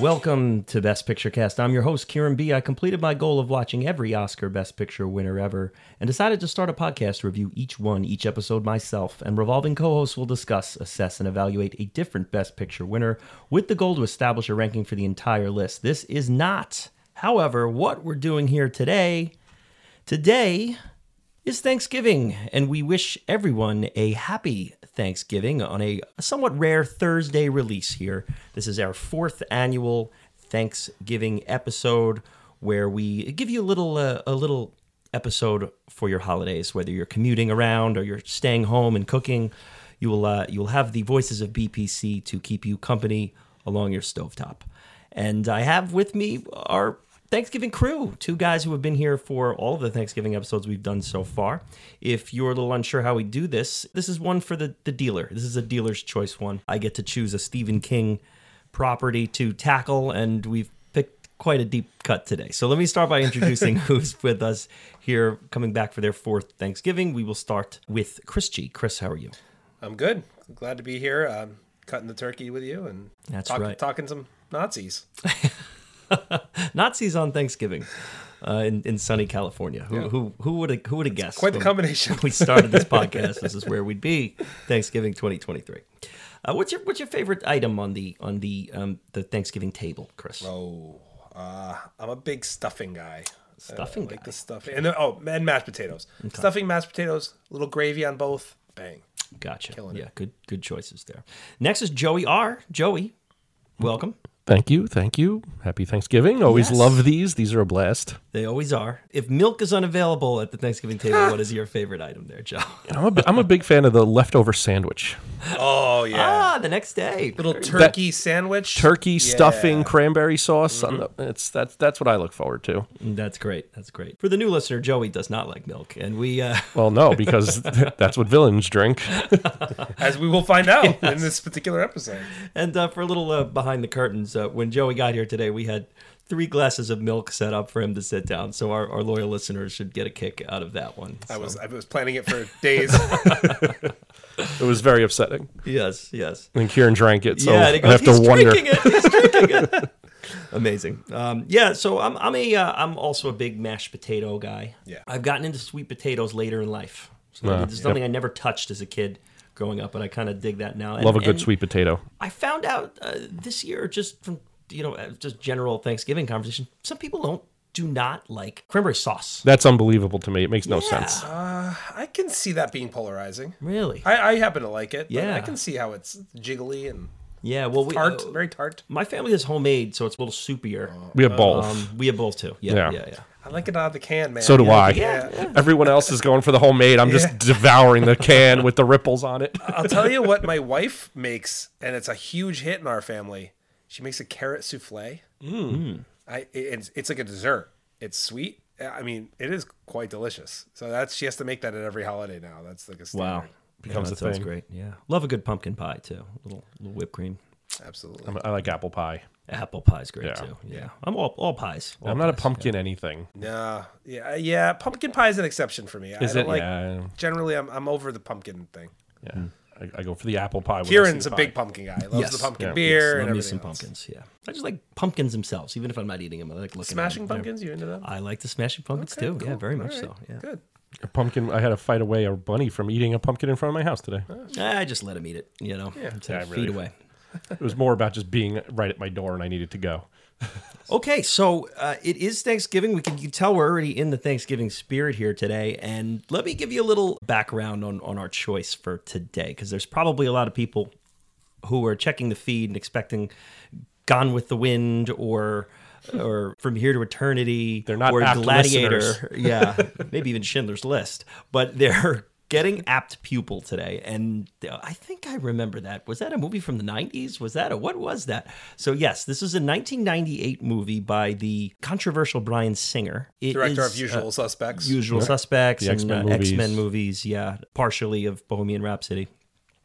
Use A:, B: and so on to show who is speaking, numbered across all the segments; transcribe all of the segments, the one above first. A: Welcome to Best Picture Cast. I'm your host, Kieran B. I completed my goal of watching every Oscar Best Picture winner ever and decided to start a podcast to review each one, each episode myself. And revolving co hosts will discuss, assess, and evaluate a different Best Picture winner with the goal to establish a ranking for the entire list. This is not, however, what we're doing here today. Today is Thanksgiving, and we wish everyone a happy Thanksgiving on a somewhat rare Thursday release here. This is our fourth annual Thanksgiving episode where we give you a little uh, a little episode for your holidays, whether you're commuting around or you're staying home and cooking. You will uh, you will have the voices of BPC to keep you company along your stovetop. And I have with me our Thanksgiving crew, two guys who have been here for all of the Thanksgiving episodes we've done so far. If you're a little unsure how we do this, this is one for the, the dealer. This is a dealer's choice one. I get to choose a Stephen King property to tackle, and we've picked quite a deep cut today. So let me start by introducing who's with us here coming back for their fourth Thanksgiving. We will start with Chris G. Chris, how are you?
B: I'm good. Glad to be here. Um, cutting the turkey with you and
A: That's
B: talk-
A: right.
B: talking some Nazis.
A: Nazis on Thanksgiving uh, in, in sunny California. Who who who would have who would have guessed?
B: Quite the
A: when-
B: combination.
A: we started this podcast. This is where we'd be Thanksgiving 2023. Uh, what's your what's your favorite item on the on the um, the Thanksgiving table, Chris?
B: Oh, uh, I'm a big stuffing guy.
A: Stuffing
B: I like
A: guy.
B: the stuffing. And then- oh, and mashed potatoes. Stuffing, mashed potatoes, a little gravy on both. Bang.
A: gotcha.
B: killing it.
A: Yeah, good good choices there. Next is Joey R. Joey, welcome.
C: Thank you, thank you. Happy Thanksgiving. Always
A: Yes.
C: love these. These are a blast.
A: They always are. If milk is unavailable at the Thanksgiving table, what is your favorite item there, Joe?
B: Ah.
C: And I'm a, I'm a big fan of the leftover sandwich.
B: Oh yeah.
A: ah, the next day.
B: little turkey sandwich.
C: Turkey
B: Yeah.
C: stuffing, cranberry sauce. I
A: Mm-hmm.
C: don't know. It's that's that's what I look forward to.
A: Mm, That's great. That's great. For the new listener, Joey does not like milk, and we uh,
C: Well, no, because that's what villains drink.
B: As we will find out in this particular episode.
A: And uh, for a little uh, behind the curtains, uh, when Joey got here today, we had three glasses of milk set up for him to sit down. So our, our loyal listeners should get a kick out of that one.
B: I
A: So-
B: was I was planning it for days.
C: It was very upsetting.
A: yes, yes.
C: And Kieran drank it, so
A: yeah, and he
C: I
A: goes,
C: have to
A: he's
C: wonder.
A: drinking it. He's drinking it. Amazing. Um, yeah, so I'm I'm a uh, I'm also a big mashed potato guy.
B: Yeah.
A: I've gotten into sweet potatoes later in life. So
C: Ah,
A: this is something I never touched as a kid growing up, but I kind of dig that now. And-
C: Love a good
A: and-
C: sweet potato.
A: I found out uh, this year just from you know uh, just general Thanksgiving conversation. Some people don't do not like cranberry sauce.
C: That's unbelievable to me. It makes no
A: Yeah.
C: sense.
B: I can see that being polarizing.
A: Really?
B: I, I happen to like it. but
A: Yeah.
B: I can see how it's jiggly and
A: yeah. Well, we
B: tart, Oh.
A: uh,
B: very tart.
A: my family is homemade, so it's a little soupier.
C: We have both.
A: Um, we have both too. Yeah, yeah,
C: Yeah.
A: yeah.
B: I like it out of the can, man.
C: so do I.
A: yeah, yeah.
C: Everyone else is going for the homemade. I'm just devouring the can with the ripples on it.
B: I'll tell you what my wife makes, and it's a huge hit in our family. She makes a carrot souffle. Mm. I it- it's it's like a dessert. It's sweet. I mean, it is quite delicious. So that's she has to make that at every holiday now. That's like a standard.
A: Wow. yeah,
C: Becomes a
A: that sounds
C: thing.
A: great. Yeah, love a good pumpkin pie too. little little whipped cream.
B: Absolutely.
C: I like apple pie.
A: Apple pie's great
C: Yeah.
A: too. Yeah, I'm all all pies. all
C: I'm not a
A: pies.
C: pumpkin anything.
B: Nah. Yeah. uh, Yeah. Pumpkin pie is an exception for me.
C: Is
B: I
C: it?
B: don't like.
C: yeah,
B: Generally, I'm I'm over the pumpkin thing.
C: yeah. I, I go for the apple pie. when I see
B: Kieran's a
C: pie.
B: big pumpkin guy. He Loves
A: Yes.
B: the pumpkin
C: Yeah.
A: Yes,
B: beer
A: love
B: and
A: me
B: everything.
A: some pumpkins. Yeah, I just like pumpkins themselves, even if I'm not eating them. I like looking
B: Smashing
A: at them. They're-
B: pumpkins. You into them?
A: I like the smashing pumpkins
B: Okay,
A: too. Yeah,
B: cool.
A: very
B: All
A: much
B: right.
A: so. Yeah.
B: Good.
C: A pumpkin. I had to fight away a bunny from eating a pumpkin in front of my house today.
A: I Eh, just let him eat it, you know, yeah,
C: Yeah, I
A: feet
C: really-
A: away.
C: It was more about just being right at my door and I needed to go.
A: Okay, so uh, it is Thanksgiving. We can you can tell we're already in the Thanksgiving spirit here today, and let me give you a little background on on our choice for today, because there's probably a lot of people who are checking the feed and expecting Gone with the Wind or or From Here to Eternity.
C: They're not
A: or
C: apt
A: Gladiator.
C: listeners.
A: yeah, maybe even Schindler's List, but they're getting apt pupil today and uh, i think i remember that was that a movie from the 90s was that a what was that so yes this is a 1998 movie by the controversial brian singer It
B: Director
A: is,
B: of Usual
A: uh,
B: Suspects.
A: usual suspects
C: The
A: and
C: X-Men
A: uh,
C: movies.
A: x-men movies yeah partially of bohemian rhapsody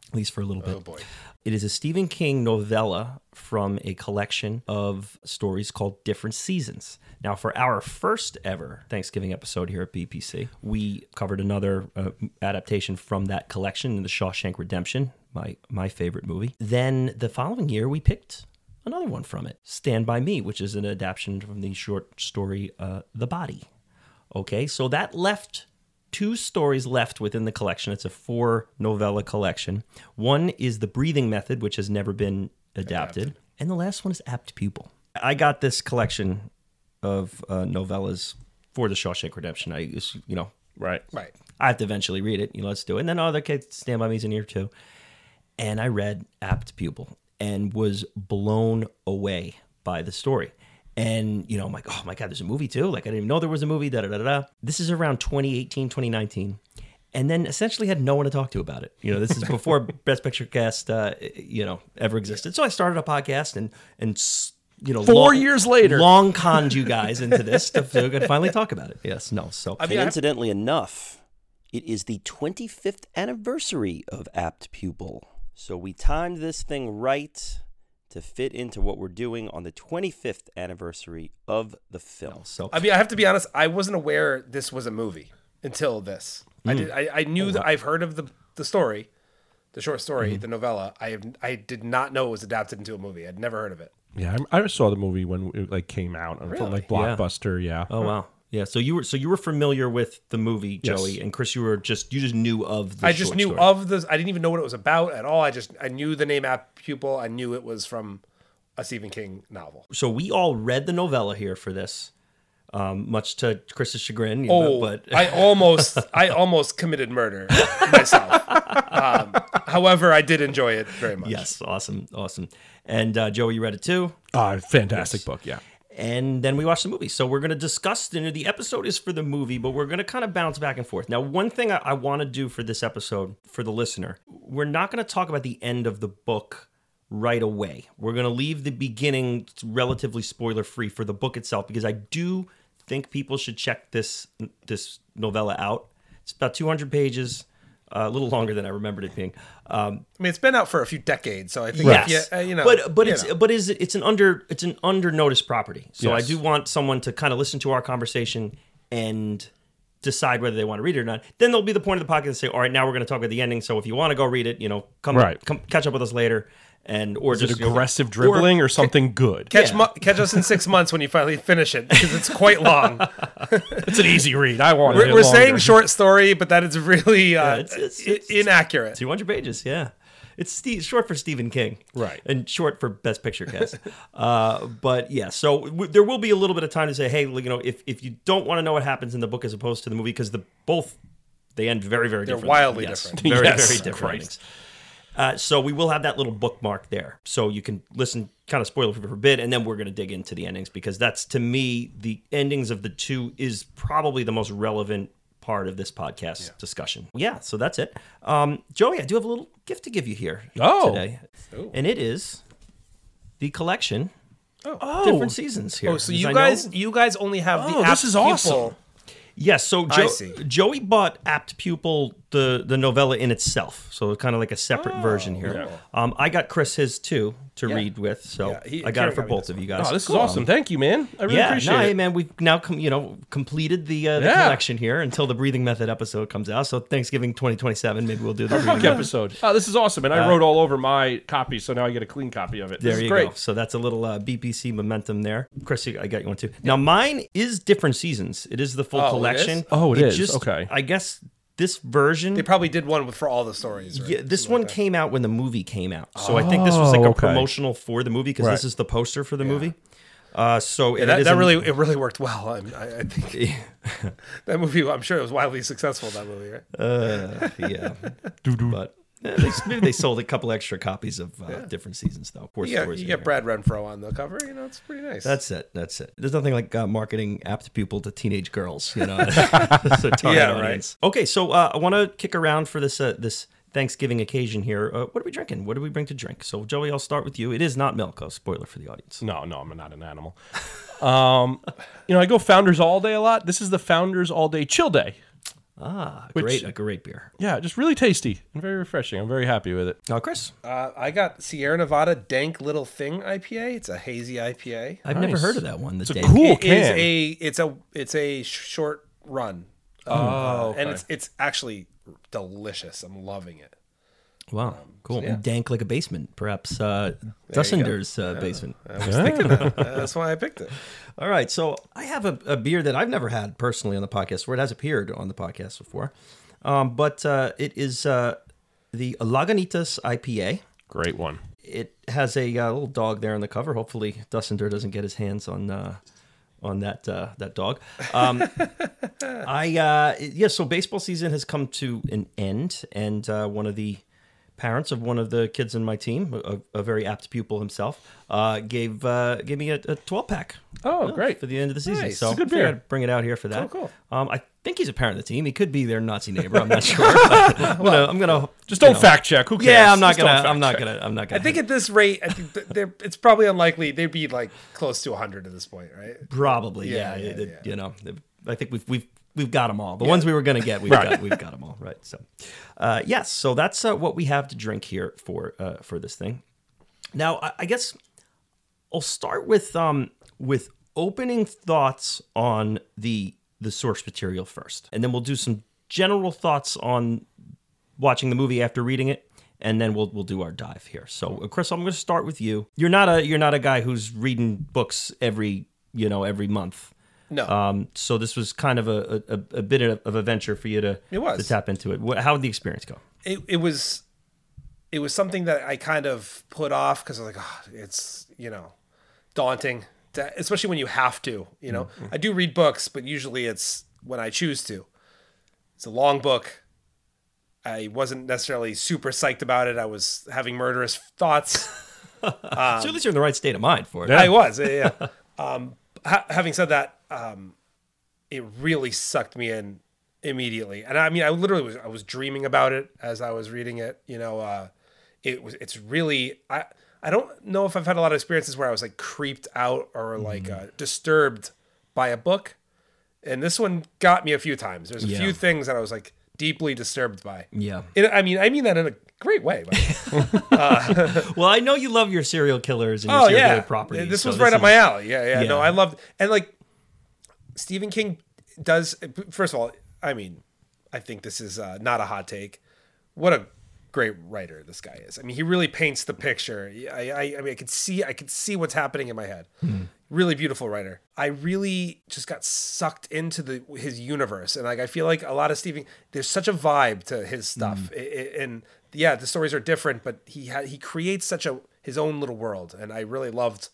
A: at least for a little bit
B: oh boy.
A: it is a Stephen King novella from a collection of stories called Different Seasons. Now, for our first ever Thanksgiving episode here at BPC, we covered another uh, adaptation from that collection in The Shawshank Redemption, my my favorite movie. Then the following year, we picked another one from it Stand By Me, which is an adaptation from the short story uh, The Body. Okay, so that left two stories left within the collection. It's a four novella collection. One is The Breathing Method, which has never been adapted. And the last one is Apt Pupil. I got this collection of uh, novellas for the Shawshank Redemption. I, it's, you know,
C: Right.
B: Right.
A: I have to eventually read it. You know, let's do it. And then other kids stand by me's in here too. And I read Apt Pupil and was blown away by the story. And you know, I'm like, oh my god, there's a movie too. Like I didn't even know there was a movie. Da da da da. This is around 2018, 2019. And then essentially had no one to talk to about it. You know, this is before Best Picture Cast, uh, you know, ever existed. So I started a podcast and and s- you know,
C: Four years later.
A: long conned you guys into this to, so we could finally talk about it. Yes, no. So
B: I mean,
D: and
B: I-
D: incidentally enough, it is the 25th anniversary of Apt Pupil. So we timed this thing right to fit into what we're doing on the 25th anniversary of the film.
A: so
B: I mean, I have to be honest. I wasn't aware this was a movie until this.
A: Mm.
B: I did. I, I
A: Oh,
B: knew that I've heard of the the story, the short story,
A: Mm-hmm.
B: the novella. I have. I did not know it was adapted into a movie. I'd never heard of it.
C: Yeah, I, I saw the movie when it like came out on from like
A: Yeah.
C: Blockbuster. Yeah.
A: Oh wow. Yeah, so you were so you were familiar with the movie
C: Yes.
A: Joey and Chris. You were just you just knew of. the
B: I just
A: short
B: knew
A: story.
B: of the. I didn't even know what it was about at all. I just I knew the name App Pupil. I knew it was from a Stephen King novel.
A: So we all read the novella here for this, um, much to Chris's chagrin. you know, but
B: Oh, I almost I almost committed murder myself. um, however, I did enjoy it very much.
A: yes, awesome, awesome. And uh, Joey, you read it too.
C: Ah, fantastic book. Yeah.
A: and then we watch the movie. So we're going to discuss, you know, the episode is for the movie, but we're going to kind of bounce back and forth. Now, one thing I, I want to do for this episode for the listener, we're not going to talk about the end of the book right away. We're going to leave the beginning relatively spoiler free for the book itself because I do think people should check this this novella out. It's about 200 pages, uh, a little longer than I remembered it being. Um,
B: I mean it's been out for a few decades, so I think
A: Yes.
B: yeah, uh, you know,
A: But but
B: you
A: it's
B: know.
A: but is it- it's an under it's an under noticed property. So I
C: Yes.
A: do want someone to kind of listen to our conversation and decide whether they want to read it or not. Then there'll be the point of the podcast and say, all right, now we're going to talk about the ending. So if you want to go read it, you know, come
C: Right.
A: come catch up with us later. And or
C: Is
A: just
C: it aggressive dribbling or, something good?
B: catch mu- catch us in six months when you finally finish it because it's quite long.
C: It's an easy read. I want
B: we're
C: it.
B: we're
C: longer.
B: saying short story, but that is really uh,
A: it's- it's-
B: i-
A: it's-
B: inaccurate.
A: Two hundred pages, yeah. It's Ste short for Stephen King,
C: Right.
A: And short for Best Picture cast. uh, but yeah, so w- there will be a little bit of time to say, hey, you know, if if you don't want to know what happens in the book as opposed to the movie, because the both they end very very
B: They're
A: different.
B: wildly
A: Yes.
B: different.
A: very
C: Yes.
A: very different.
C: Christ.
A: endings. Uh, so we will have that little bookmark there, so you can listen kind of spoiler for a bit, and then we're going to dig into the endings because that's to me the endings of the two is probably the most relevant part of this podcast discussion. Yeah, so that's it. Um, Joey, I do have a little gift to give you here
C: Oh.
A: today, and it is the collection. of different seasons here.
B: Oh, so
A: Because I
B: you
A: know-
B: guys you guys only have
C: Oh,
B: the
C: this
B: apt
C: is awesome.
B: pupil.
A: Yes, so
B: I
A: Jo-
B: see.
A: Joey bought Apt Pupil the the novella in itself, so kind of like a separate version here. Um, I got Chris his too to read with, so
B: Yeah, he-
A: I got
B: Karen
A: it for
B: got me
A: both
B: this
A: of
B: one.
A: you guys.
C: Oh, this is awesome. Thank you, man. I really
A: yeah,
C: appreciate
A: no, hey
C: it.
A: man, we've now com- you know completed the, uh, the
C: Yeah.
A: collection here until the Breathing Method episode comes out. So Thanksgiving 2027, maybe we'll do the
C: Fuck
A: Breathing Method.
C: episode. Oh, this is awesome. And I wrote all over my copy, so now I get a clean copy of it.
A: Uh, There
C: this is
A: you
C: great.
A: go. So that's a little uh, BPC momentum there. Chris, I got you one too. Now mine is different seasons. It is the full
B: Oh, it
A: collection.
B: is?
C: Oh, it is.
A: Just,
C: Okay.
A: I guess this version
B: They probably did one for all the stories. Right?
A: Yeah, this one came out when the movie came out, so I think this was like a
C: Oh, okay.
A: promotional for the movie because this
C: Right.
A: is the poster for the movie. Uh, so and it
B: that,
A: is
B: that
A: a-
B: really it really worked well. I'm- I, I think that movie. I'm sure it was wildly successful. That movie, right?
A: yeah, but eh, they, maybe they sold a couple extra copies of uh, different seasons though. Of course,
B: You get,
A: stories
B: you
A: in
B: get
A: there.
B: Brad Renfro on the cover. You know, it's pretty nice.
A: That's it. That's it. There's nothing like uh, marketing apt people to teenage girls, you know. so target
B: Yeah, right.
A: audience. Okay, so uh, I want to kick around for this uh, this Thanksgiving occasion here. Uh, what are we drinking? What do we bring to drink? So Joey, I'll start with you. It is not milk. Oh, spoiler for the audience.
C: No, no, I'm not an animal. Um, you know, I go Founders All Day a lot. This is the Founders All Day Chill Day.
A: Ah, great, a great beer.
C: Yeah, just really tasty and very refreshing. I'm very happy with it.
A: Now, Chris,
B: Uh, I got Sierra Nevada Dank Little Thing IPA. It's a hazy IPA.
A: I've never
C: Nice.
A: heard of that one. The
C: It's a
A: Dave-
C: cool
B: It is
C: can.
B: a it's a it's a sh- short Um, run. Oh, and it's it's actually delicious. I'm loving it.
A: Wow, cool. And dank like a basement, perhaps. Uh, Dussender's uh, basement.
B: Uh, That's why I picked it.
A: All right, so I have a, a beer that I've never had personally on the podcast, where it has appeared on the podcast before, um, but uh, it is uh, the Lagunitas IPA.
C: Great one.
A: It has a uh, little dog there on the cover. Hopefully, Dussender doesn't get his hands on uh, on that uh, that dog. Um, I uh, yeah. So baseball season has come to an end, and uh, one of the parents of one of the kids in my team, a, a very apt pupil himself, uh, gave uh, gave me a, a twelve pack.
C: Oh,
A: Yeah,
C: great.
A: for the end of the season.
B: Nice.
A: So
C: It's a good
A: figured
C: beer.
A: I'd bring it out here for that.
B: Cool,
A: Um, I think he's a parent of the team. He could be their Nazi neighbor. I'm not sure. I'm gonna. I'm gonna
C: Just don't fact check. Who cares?
A: yeah, I'm not
C: Just don't
A: gonna.
C: fact
A: I'm not
C: check.
A: gonna. I'm not
B: I
A: gonna.
B: think at this rate, I think th- they're, it's probably unlikely they'd be like close to 100 at this point, right?
A: probably. Yeah,
B: Yeah, yeah,
A: it- it-
B: yeah.
A: You know, it- I think we've we've we've got them all. The ones we were gonna get, we've got we've got them all. Right. So, uh, yes. So that's uh, what we have to drink here for uh, for this thing. Now, I, I guess I'll start with um with opening thoughts on the the source material first, and then we'll do some general thoughts on watching the movie after reading it, and then we'll we'll do our dive here. So, uh, Chris, I'm going to start with you. You're not a you're not a guy who's reading books every you know every month.
B: No.
A: Um, so this was kind of a a, a bit of, of a venture for you to
B: It was.
A: to tap into it. What, how did the experience go?
B: it, it was it was something that I kind of put off because I was like, oh, it's you know daunting, to, especially when you have to. You know, I do read books, but usually it's when I choose to. It's a long book. I wasn't necessarily super psyched about it. I was having murderous thoughts. Um,
A: so at least you're in the right state of mind for it.
B: I was, yeah. yeah. um, ha- having said that, um, it really sucked me in immediately, and I mean, I literally was, I was dreaming about it as I was reading it. You know, uh, it was, it's really, I, I don't know if I've had a lot of experiences where I was like creeped out or like
A: Mm-hmm.
B: uh, disturbed by a book, and this one got me a few times. There's a
A: Yeah.
B: few things that I was like deeply disturbed by.
A: Yeah.
B: And I mean, I mean that in a great way. by the way.
A: Well, I know you love your serial killers and your
B: Oh
A: serial
B: yeah,
A: killer properties.
B: This
A: so
B: was right up
A: is-
B: my alley. Yeah, yeah, No,
A: Yeah.
B: I loved and like Stephen King does. First of all, I mean, I think this is uh, not a hot take. What a great writer this guy is. I mean, he really paints the picture. I, I, I mean, I could see, I could see what's happening in my head.
A: Hmm.
B: Really beautiful writer. I really just got sucked into the his universe, and like I feel like a lot of Stephen. There's such a vibe to his stuff, I- I- and yeah, the stories are different, but he had he creates such a his own little world, and I really loved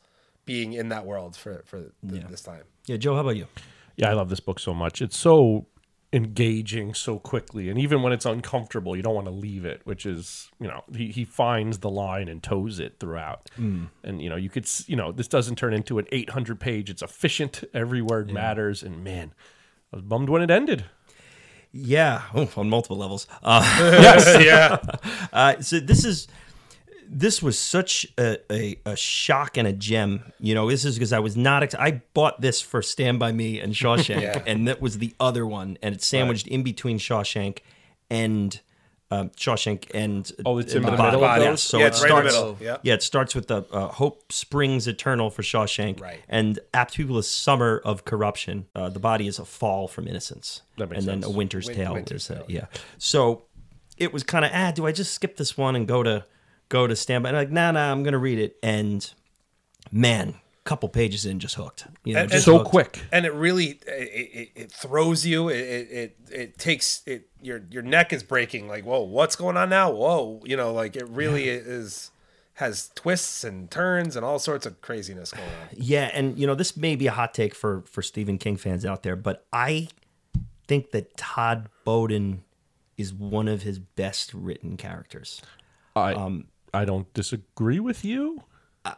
B: being in that world for for th- this time.
A: Yeah, Joe, how about you?
C: Yeah, I love this book so much. It's so engaging so quickly and even when it's uncomfortable you don't want to leave it which is you know he, he finds the line and toes it throughout and you know you could s- you know this doesn't turn into an 800 page it's efficient every word matters and man i was bummed when it ended
A: Yeah, oh, on multiple levels. Uh,
C: yes yeah
A: uh, so this is this was such a, a, a shock and a gem. You know, this is because I was not. Ex- I bought this for Stand by Me and Shawshank, and that was the other one, and it's sandwiched in between Shawshank and um, Shawshank and
C: Oh, it's
A: and
C: in the middle of
A: Body.
B: those?
A: So
B: Yeah,
A: it
B: it's right in the
A: starts.
B: middle. Yeah.
A: Yeah, it starts with the uh, Hope Springs Eternal for Shawshank,
B: Right.
A: And Apt People is Summer of Corruption. Uh, the body is a fall from innocence,
C: That makes
A: and then
C: sense.
A: a Winter's Tale.
B: Winter's
A: is a- yeah. So it was kind of ah, do I just skip this one and go to go to standby? And like, nah, nah, I'm gonna read it. And man, couple pages in, just hooked. You know,
B: And-
A: just
C: so
A: hooked.
C: quick
B: and it really it, it, it throws you it, it it it takes it your your neck is breaking like whoa what's going on now whoa you know like it really is has twists and turns and all sorts of craziness going on
A: Yeah, and you know this may be a hot take for for Stephen King fans out there, but I think that Todd Bowden is one of his best written characters.
C: i i don't disagree with you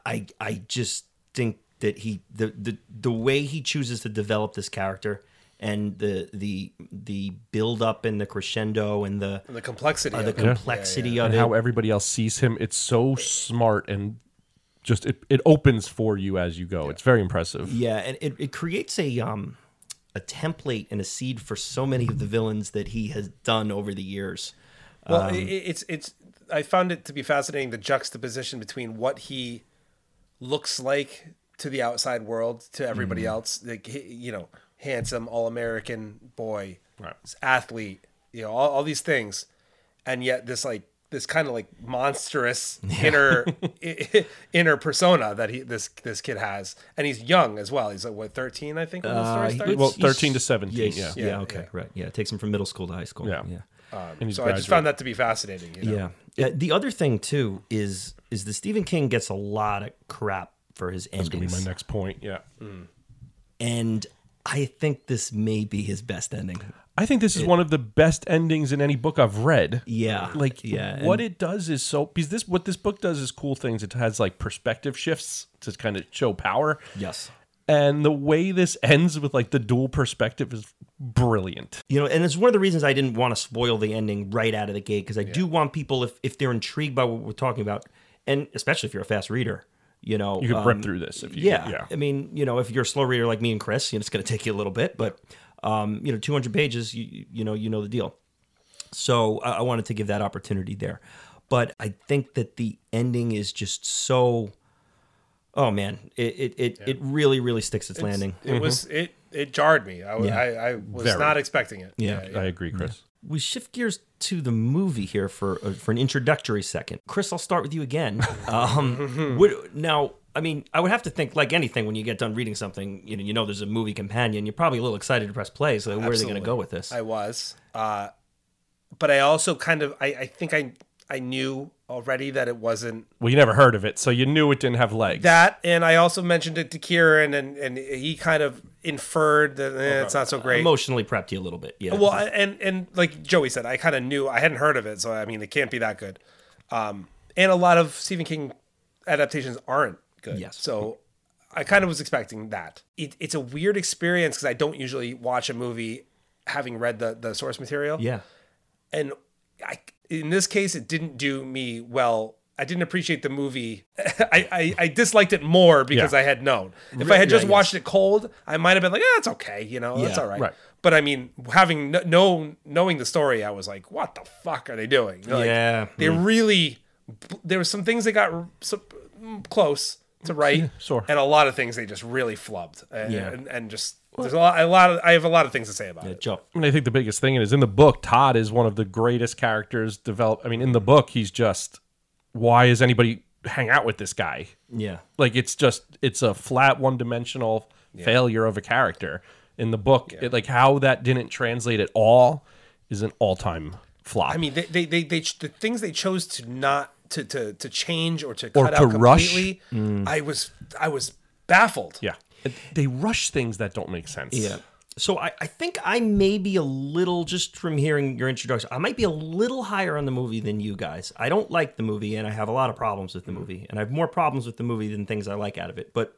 A: I I just think that he the the the way he chooses to develop this character and the the the build up and the crescendo and the
B: and the complexity
A: uh,
B: of
A: the
B: it.
A: complexity of
C: and
A: it.
C: how everybody else sees him. It's so smart and just it, it opens for you as you go. It's very impressive.
A: yeah, and it, it creates a um a template and a seed for so many of the villains that he has done over the years.
B: well
A: um,
B: i- i it's it's i found it to be fascinating the juxtaposition between what he looks like to the outside world to everybody
A: Mm-hmm.
B: else like he- you know handsome all-american boy
C: Right.
B: athlete you know all, all these things and yet this like this kind of like monstrous inner i- inner persona that he this this kid has, and he's young as well. He's like what thirteen, I think. When the story
A: Uh, he-
B: starts?
C: well,
A: he's-
C: 13 to 17,
A: yes,
C: yeah.
A: yeah,
B: Yeah,
A: okay,
B: yeah.
A: right, yeah. It takes him from middle school to high school.
C: Yeah.
A: yeah.
C: and he's
B: so I just
C: graduating.
B: found that to be fascinating. You know?
A: Yeah. Yeah. The other thing too is is that Stephen King gets a lot of crap for his
C: That's gonna be my
A: endings,
C: next point. Yeah,
A: Mm. and I think this may be his best ending.
C: I think this is one of the best endings in any book I've read.
A: Yeah.
C: Like
A: Yeah,
C: what
A: and-
C: it does is so because this what this book does is cool things. It has like perspective shifts to kind of show power.
A: Yes.
C: And the way this ends with like the dual perspective is brilliant.
A: You know, and it's one of the reasons I didn't want to spoil the ending right out of the gate because I do want people if if they're intrigued by what we're talking about, and especially if you're a fast reader, you know,
C: You could
A: um,
C: rip through this if you
A: yeah.
C: yeah.
A: I mean, you know, if you're a slow reader like me and Chris, you know, it's going to take you a little bit, but um, you know, 200 pages, you you know, you know the deal. So I, I wanted to give that opportunity there, but I think that the ending is just so. Oh man, it it it, it really really sticks its, landing.
B: It was it it jarred me. I, w-
A: Mm-hmm. Yeah.
B: I, I was
C: Very.
B: not expecting it.
A: Yeah.
C: I agree, Chris.
A: We shift gears to the movie here for uh, for an introductory second. Chris, I'll start with you again. Um, would, now, I mean, I would have to think like anything when you get done reading something, you know, you know, there's a movie companion. You're probably a little excited to press play. So where are they going to
B: Absolutely.
A: go with this?
B: I was, uh, but I also kind of I, I think I I knew already that it wasn't
C: Well, you never heard of it, so you knew it didn't have legs.
B: that, and I also mentioned it to Kieran, and and he kind of inferred that eh, it's not so great.
A: Emotionally prepped you a little bit. Yeah.
B: Well, I- and and like Joey said, I kind of knew I hadn't heard of it, so I mean, it can't be that good. Um, and a lot of Stephen King adaptations aren't good.
A: Yes.
B: So I kind of was expecting that. It, it's a weird experience because I don't usually watch a movie having read the the source material.
A: yeah.
B: And I, in this case, it didn't do me well. I didn't appreciate the movie. I, I, I disliked it more because
C: Yeah.
B: I had known. If I had
A: yeah,
B: just
A: yes.
B: watched it cold, I might have been like, "Yeah, it's okay, you know, that's
A: Yeah,
B: all right.
C: right.
B: But I mean, having kn- known knowing the story, I was like, "What the fuck are they doing?" Like,
A: Yeah. Mm.
B: they really. There were some things they got r- so, close to right,
C: sure.
B: and a lot of things they just really flubbed. And,
A: Yeah.
B: and, and just there's a lot, a lot of I have a lot of things to say about it.
A: Joe.
C: I mean, I think the biggest thing is in the book, Todd is one of the greatest characters developed. I mean, in the book, he's just why is anybody hang out with this guy?
A: Yeah.
C: Like it's just it's a flat one dimensional failure of a character. In the book, it, like how that didn't translate at all is an all time flop.
B: I mean, they, they, they, they, the things they chose to not to to, to change or to
C: Or
B: cut
C: to
B: out
C: rush. Mm.
B: completely. I was I was baffled.
C: yeah, It- they rush things that don't make sense.
A: Yeah. So I, I think I may be a little just from hearing your introduction, I might be a little higher on the movie than you guys. I don't like the movie and I have a lot of problems with the movie. And I have more problems with the movie than things I like out of it. But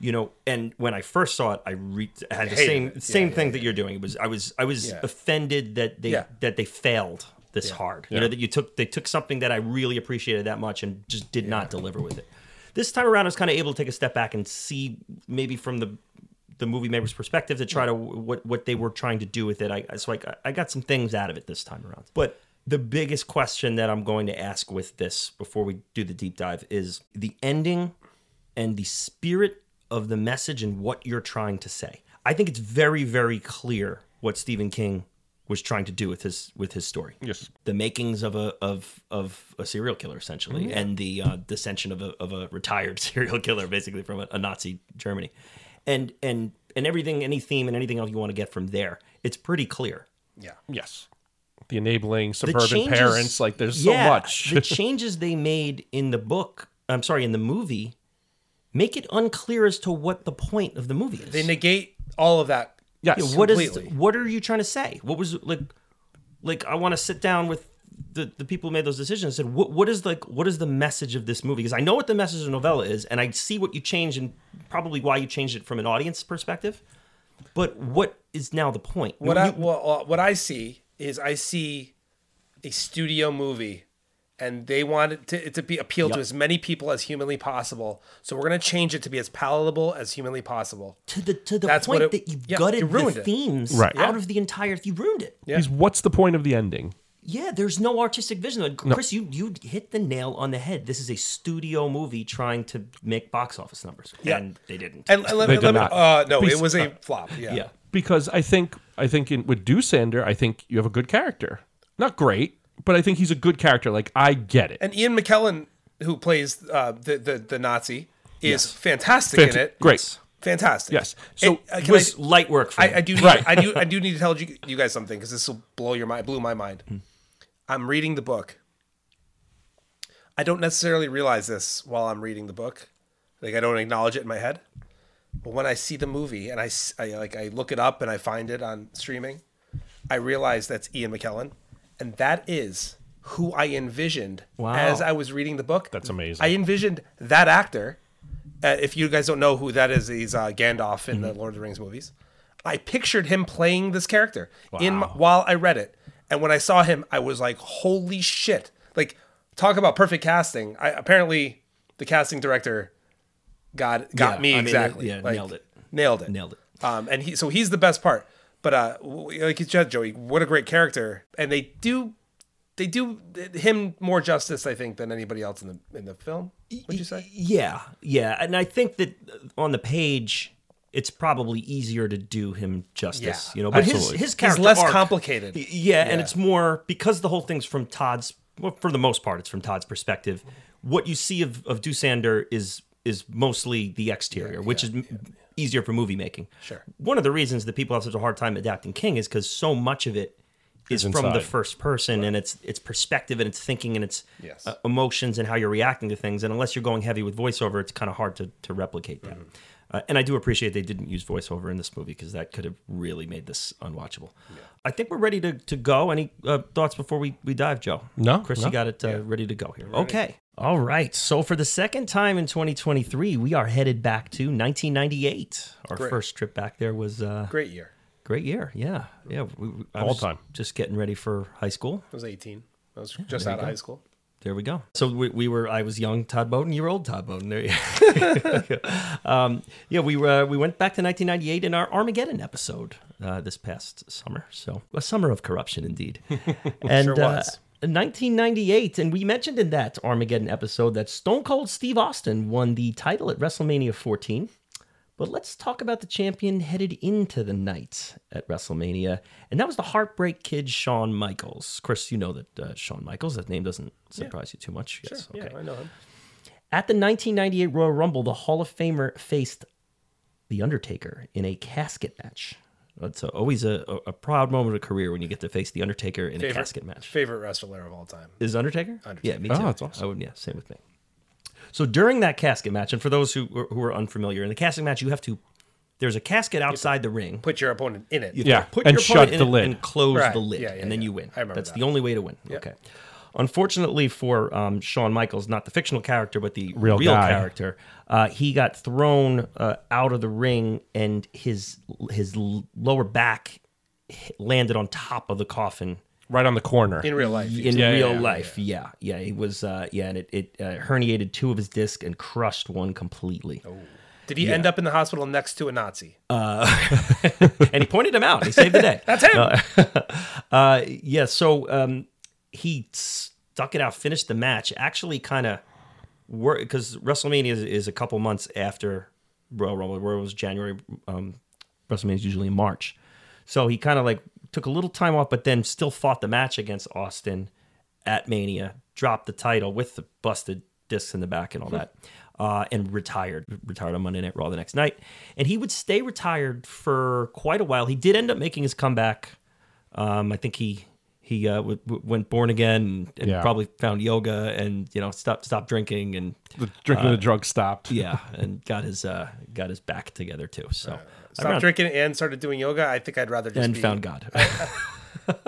A: you know, and when I first saw it, I re- had the
B: Hated
A: same
B: it. Yeah,
A: same thing that you're doing. It was I was I was
B: Yeah.
A: offended that they
B: Yeah.
A: that they failed this hard. You know that you took they took something that I really appreciated that much and just did not deliver with it. This time around, I was kind of able to take a step back and see maybe from the the movie maker's perspective to try to what what they were trying to do with it. I so I, I got some things out of it this time around. But the biggest question that I'm going to ask with this before we do the deep dive is the ending and the spirit of the message and what you're trying to say. I think it's very very clear what Stephen King was trying to do with his with his story.
C: Yes.
A: The makings of a of of a serial killer essentially and the uh, dissension of a of a retired serial killer basically from a, a Nazi Germany. And and and everything any theme and anything else you want to get from there. It's pretty clear.
B: Yeah.
C: Yes. The enabling
A: The
C: suburban
A: changes-
C: parents, like there's
A: yeah,
C: so much.
A: the changes they made in the book, I'm sorry, in the movie make it unclear as to what the point of the movie is.
B: They negate all of that.
C: yes.
A: Yeah, what is
B: completely.
A: what are you trying to say? What was like like I want to sit down with the, the people who made those decisions and said what what is like what is the message of this movie? Because I know what the message of the novella is, and I see what you changed and probably why you changed it from an audience perspective. But what is now the point?
B: What
A: You-
B: I well, uh, what I see is I see a studio movie, and they want it to, it to be appeal to as many people as humanly possible. So we're gonna change it to be as palatable as humanly possible.
A: to the to the
B: That's
A: point
B: what it-
A: that you
B: yeah,
A: gutted
B: you ruined
A: the
B: it.
A: themes
C: Right.
A: out
B: Yeah.
A: of the entire you ruined it.
B: Yeah.
C: Because what's the point of the ending?
A: Yeah, there's no artistic vision. Like, Chris, you you hit the nail on the head. This is a studio movie trying to make box office numbers,
B: Yeah.
A: and they didn't.
B: And, and let,
C: They
B: me
C: did
B: let me.
C: not.
B: Uh, no,
C: Please-
B: it was a flop. Yeah. Uh,
A: yeah.
C: because I think I think in, with Deuce Sander, I think you have a good character. Not great, but I think he's a good character. Like I get it.
B: And Ian McKellen, who plays uh, the, the the Nazi, is fantastic
C: Fant-
B: in it.
C: Great.
B: fantastic.
C: Yes.
B: So
C: So
B: can
A: was
B: I,
A: light work for
B: I,
A: him.
B: I do need,
C: Right.
B: I do I do need to tell you, you guys something because this will blow your mind blew my mind.
C: Hmm.
B: I'm reading the book. I don't necessarily realize this while I'm reading the book, like I don't acknowledge it in my head. But when I see the movie and I, s- I, like I look it up and I find it on streaming, I realize that's Ian McKellen, and that is who I envisioned
A: Wow.
B: as I was reading the book.
C: That's amazing.
B: I envisioned that actor. Uh, if you guys don't know who that is, he's uh, Gandalf in the
A: Mm-hmm.
B: Lord of the Rings movies. I pictured him playing this character in my, while I read it, and when I saw him, I was like, "Holy shit!" Like, talk about perfect casting. I apparently the casting director got got
A: Yeah,
B: me
A: I mean,
B: exactly.
A: yeah,
B: Like,
A: nailed it.
B: Nailed it.
A: Nailed it.
B: Um, and he so he's the best part. But uh, w- like you said, Joey, what a great character, and they do they do him more justice, I think, than anybody else in the in the film. Would you say?
A: Yeah, yeah, and I think that on the page, it's probably easier to do him justice,
B: Yeah,
A: you know. But
C: absolutely.
A: his his
B: He's
A: character
B: less
A: arc-
B: complicated.
A: Y- Yeah, and it's more because the whole thing's from Todd's. Well, for the most part, it's from Todd's perspective. What you see of of Dusander is is mostly the exterior, which is m easier for movie making.
B: Sure.
A: One of the reasons that people have such a hard time adapting King is because so much of it is
C: Is
A: from the
C: inside.
A: first person and it's it's perspective and it's thinking and it's
B: Yes.
A: uh, emotions and how you're reacting to things. And unless you're going heavy with voiceover, it's kind of hard to, to replicate that. Uh, and I do appreciate they didn't use voiceover in this movie because that could have really made this unwatchable. I think we're ready to, to go. Any uh, thoughts before we, we dive, Joe?
C: No,
A: Chris,
C: no.
A: you got it uh, ready to go here. Okay. All right. So for the second time in 2023, we are headed back to 1998. Our first trip back there was uh,
B: Great year.
A: great year. Yeah. Yeah. We, we- I
C: All
A: was
C: time.
A: Just getting ready for high school.
B: I was eighteen. I was just out of high school.
A: There we go. So we, we were. I was young Todd Bowden. You were old Todd Bowden. There you. um, yeah, we were. we went back to 1998 in our Armageddon episode uh, this past summer. So a summer of corruption indeed. and
B: Sure was.
A: Uh, 1998, and we mentioned in that Armageddon episode that Stone Cold Steve Austin won the title at WrestleMania 14. But let's talk about the champion headed into the night at WrestleMania, and that was the Heartbreak Kid Shawn Michaels. Chris, you know that uh, Shawn Michaels. That name doesn't surprise you too much. Yes. Okay.
B: Yeah, I know him.
A: At the 1998 Royal Rumble, the Hall of Famer faced the Undertaker in a casket match. It's a- always a, a- a proud moment of career when you get to face the Undertaker in a casket match.
B: Favorite wrestler of all time.
A: Is Undertaker? Yeah, me too.
C: Oh, that's awesome.
A: I would, yeah, same with me. So during that casket match, and for those who are- who are unfamiliar, in the casket match, you have to. There's a casket outside the ring.
B: Put your opponent in it.
A: You
C: Yeah,
A: have to put
C: and
A: your opponent
C: shut
A: in
C: the
A: it
C: lid.
A: and close
B: Right.
A: the lid,
B: Yeah, yeah,
A: and then
B: yeah.
A: you win.
B: I remember
A: That's
B: that.
A: the only way to win. Okay. Unfortunately for um, Shawn Michaels, not the fictional character, but the real,
C: Real guy.
A: character, uh, he got thrown uh, out of the ring, and his his l- lower back hit- landed on top of the coffin
C: Right on the corner.
B: In real life.
A: in
C: Yeah, yeah,
A: real
C: yeah.
A: life. Yeah. yeah, It was uh, yeah, and it, it uh, herniated two of his discs and crushed one completely.
C: Oh.
B: Did he end up in the hospital next to a Nazi?
A: Uh, and he pointed him out. He saved the day. That's him. Uh, uh, yeah. So um, he stuck it out, finished the match. Actually, kind of work because WrestleMania is, is a couple months after Royal Rumble. Royal was January. Um, WrestleMania is usually in March. So he kind of like took a little time off, but then still fought the match against Austin at Mania, dropped the title with the busted discs in the back and all that, uh, and retired. Retired on Monday Night Raw the next night, and he would stay retired for quite a while. He did end up making his comeback. Um, I think he he uh, w- w- went born again and
C: Yeah.
A: probably found yoga and you know stopped stopped drinking and
C: the drinking the drug stopped.
A: yeah and got his uh, got his back together too. So
B: Stopped drinking and started doing yoga. I think I'd rather just
A: and
B: be,
A: found God.
B: I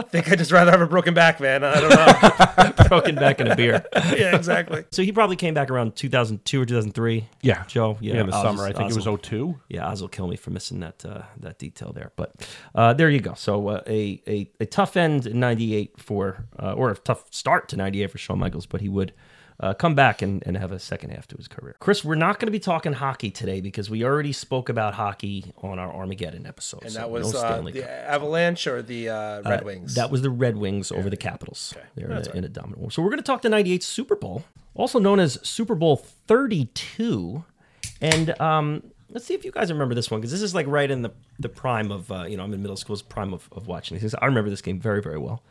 B: think I'd just rather have a broken back, man. I don't know.
A: broken back in a beer.
B: yeah, exactly.
A: So he probably came back around 2002 or 2003.
C: Yeah.
A: Joe. Yeah,
C: Yeah, in the
A: Oz-
C: summer. I think
A: Oz-
C: it was 02.
A: Yeah, Oz will kill me for missing that uh, that detail there, but uh, there you go. So uh, a, a a tough end in '98 for uh, or a tough start to '98 for Shawn Michaels, but he would uh, come back and, and have a second half to his career. Chris, we're not going to be talking hockey today because we already spoke about hockey on our Armageddon episode.
B: And
A: so
B: that was
A: no
B: uh,
A: Stanley
B: the
A: Cup.
B: Avalanche or the uh, Red Wings.
A: That was the Red Wings over the Capitals. They're in a, in a dominant war. So we're going to talk the 98 Super Bowl, also known as Super Bowl 32. And um, let's see if you guys remember this one, because this is like right in the, the prime of, uh, you know, I'm in middle school's prime of, of watching these things. I remember this game very, very well.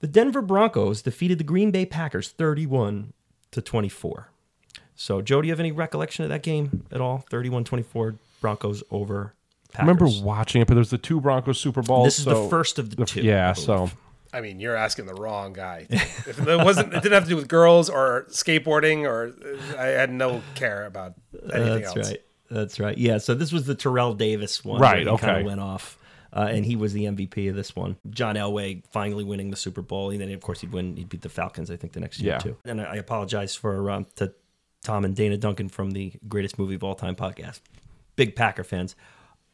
A: The Denver Broncos defeated the Green Bay Packers 31 to 24. So, Joe, do you have any recollection of that game at all? 31 24 Broncos over
C: I
A: Packers.
C: remember watching it, but there was the two Broncos Super Bowls.
A: this is the
C: so-
A: first of the, two.
C: Yeah,
A: I
C: so
A: believe.
B: I mean, you're asking the wrong guy. If it wasn't, it didn't have to do with girls or skateboarding, or uh, I had no care about anything
A: That's
B: else.
A: right. That's right. Yeah. So this was the Terrell Davis one.
C: Right,
A: where He kind
C: okay.
A: of went off, uh, and he was the MVP of this one. John Elway finally winning the Super Bowl, and then of course he'd win. He'd beat the Falcons, I think, the next year
C: Yeah.
A: too. And I I apologize for um, to Tom and Dana Duncan from the Greatest Movie of All Time podcast. Big Packer fans.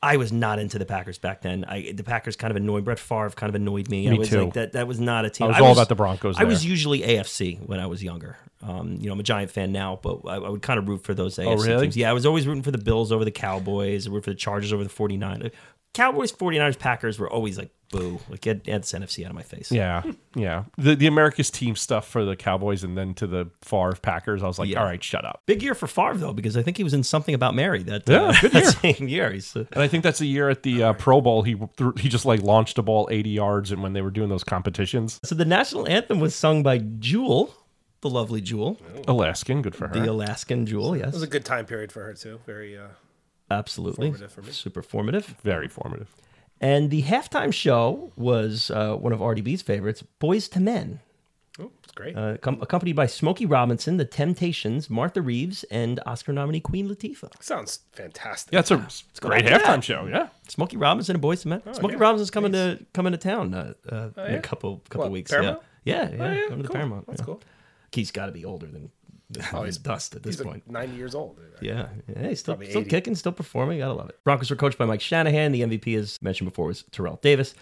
A: I was not into the Packers back then. I the Packers kind of annoyed Brett Favre, kind of annoyed me. I
C: Me
A: was
C: too.
A: like that. That was not a team.
C: I was all about the Broncos
A: I was
C: there.
A: usually AFC when I was younger. Um, you know, I'm a Giant fan now, but I, I would kind of root for those AFC
C: Oh, really?
A: teams. Yeah, I was always rooting for the Bills over the Cowboys, I rooting for the Chargers over the 49ers. Cowboys, 49ers, Packers were always like boo. Like get, get this NFC out of my face.
C: yeah, yeah. The the America's team stuff for the Cowboys, and then to the Favre Packers. I was like,
A: Yeah.
C: all right, shut up.
A: Big year for Favre though, because I think he was in something about Mary that, uh,
C: Yeah, good
A: that
C: year.
A: same year. He's, uh,
C: And I think that's the year at the uh, Pro Bowl he threw, he just like launched a ball 80 yards, and when they were doing those competitions,
A: so the national anthem was sung by Jewel, the lovely Jewel,
C: Alaskan, good for her.
A: the Alaskan Jewel.
B: It was
A: Yes,
B: a good time period for her too. Very. Uh,
A: absolutely,
B: formative for me.
A: super formative.
C: Very formative.
A: And the halftime show was uh, one of RDB's favorites, Boys to Men,
B: oh, it's great.
A: uh, com- accompanied by Smokey Robinson, The Temptations, Martha Reeves, and Oscar nominee Queen Latifah.
B: Sounds fantastic.
C: Yeah, it's a great
A: back to
C: halftime show. Yeah,
A: Smokey Robinson and Boys to Men. Smokey
B: Oh, yeah. Oh,
A: Robinson's coming to coming to town uh, uh, in a couple couple
B: What,
A: weeks.
B: Paramount? Oh,
A: Yeah, yeah, yeah.
B: yeah,
A: coming to
B: cool.
A: Paramount.
B: That's
A: yeah.
B: cool. Oh,
A: He's got to be older than, than
B: he's-
A: dust at this
B: He's
A: point.
B: like 90 years old.
A: Yeah, yeah, he's still,
B: Probably
A: still
B: 80.
A: kicking, still performing. Gotta love it. Broncos were coached by Mike Shanahan. The MVP, as mentioned before, was Terrell Davis.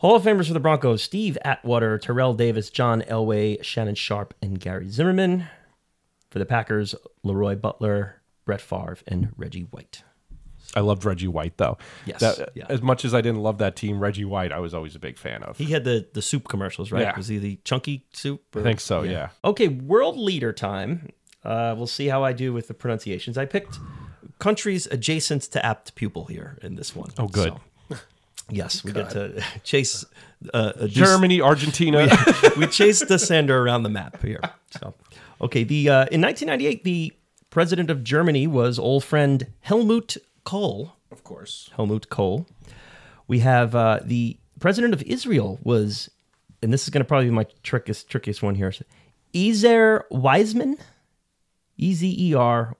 A: Hall of Famers for the Broncos: Steve Atwater, Terrell Davis, John Elway, Shannon Sharp, and Gary Zimmerman. For the Packers, Leroy Butler, Brett Favre, and Reggie White.
C: I loved Reggie White though.
A: Yes,
C: That-
A: yeah.
C: As much as I didn't love that team, Reggie White, I was always a big fan of.
A: He had the the soup commercials, right?
C: Yeah.
A: Was he the chunky soup?
C: I
A: or-
C: think so. yeah.
A: Okay, world leader time. Uh, we'll see how I do with the pronunciations. I picked countries adjacent to apt pupil here in this one.
C: Oh, good.
A: So, yes, we get to chase uh, a
C: Germany, Argentina.
A: we chased the sender around the map here. So, okay, the uh, in 1998, the president of Germany was old friend Helmut Kohl.
B: Of course.
A: Helmut Kohl. We have uh, the president of Israel was, and this is going to probably be my trickiest trickiest one here. Ezer Wiseman, E Z E R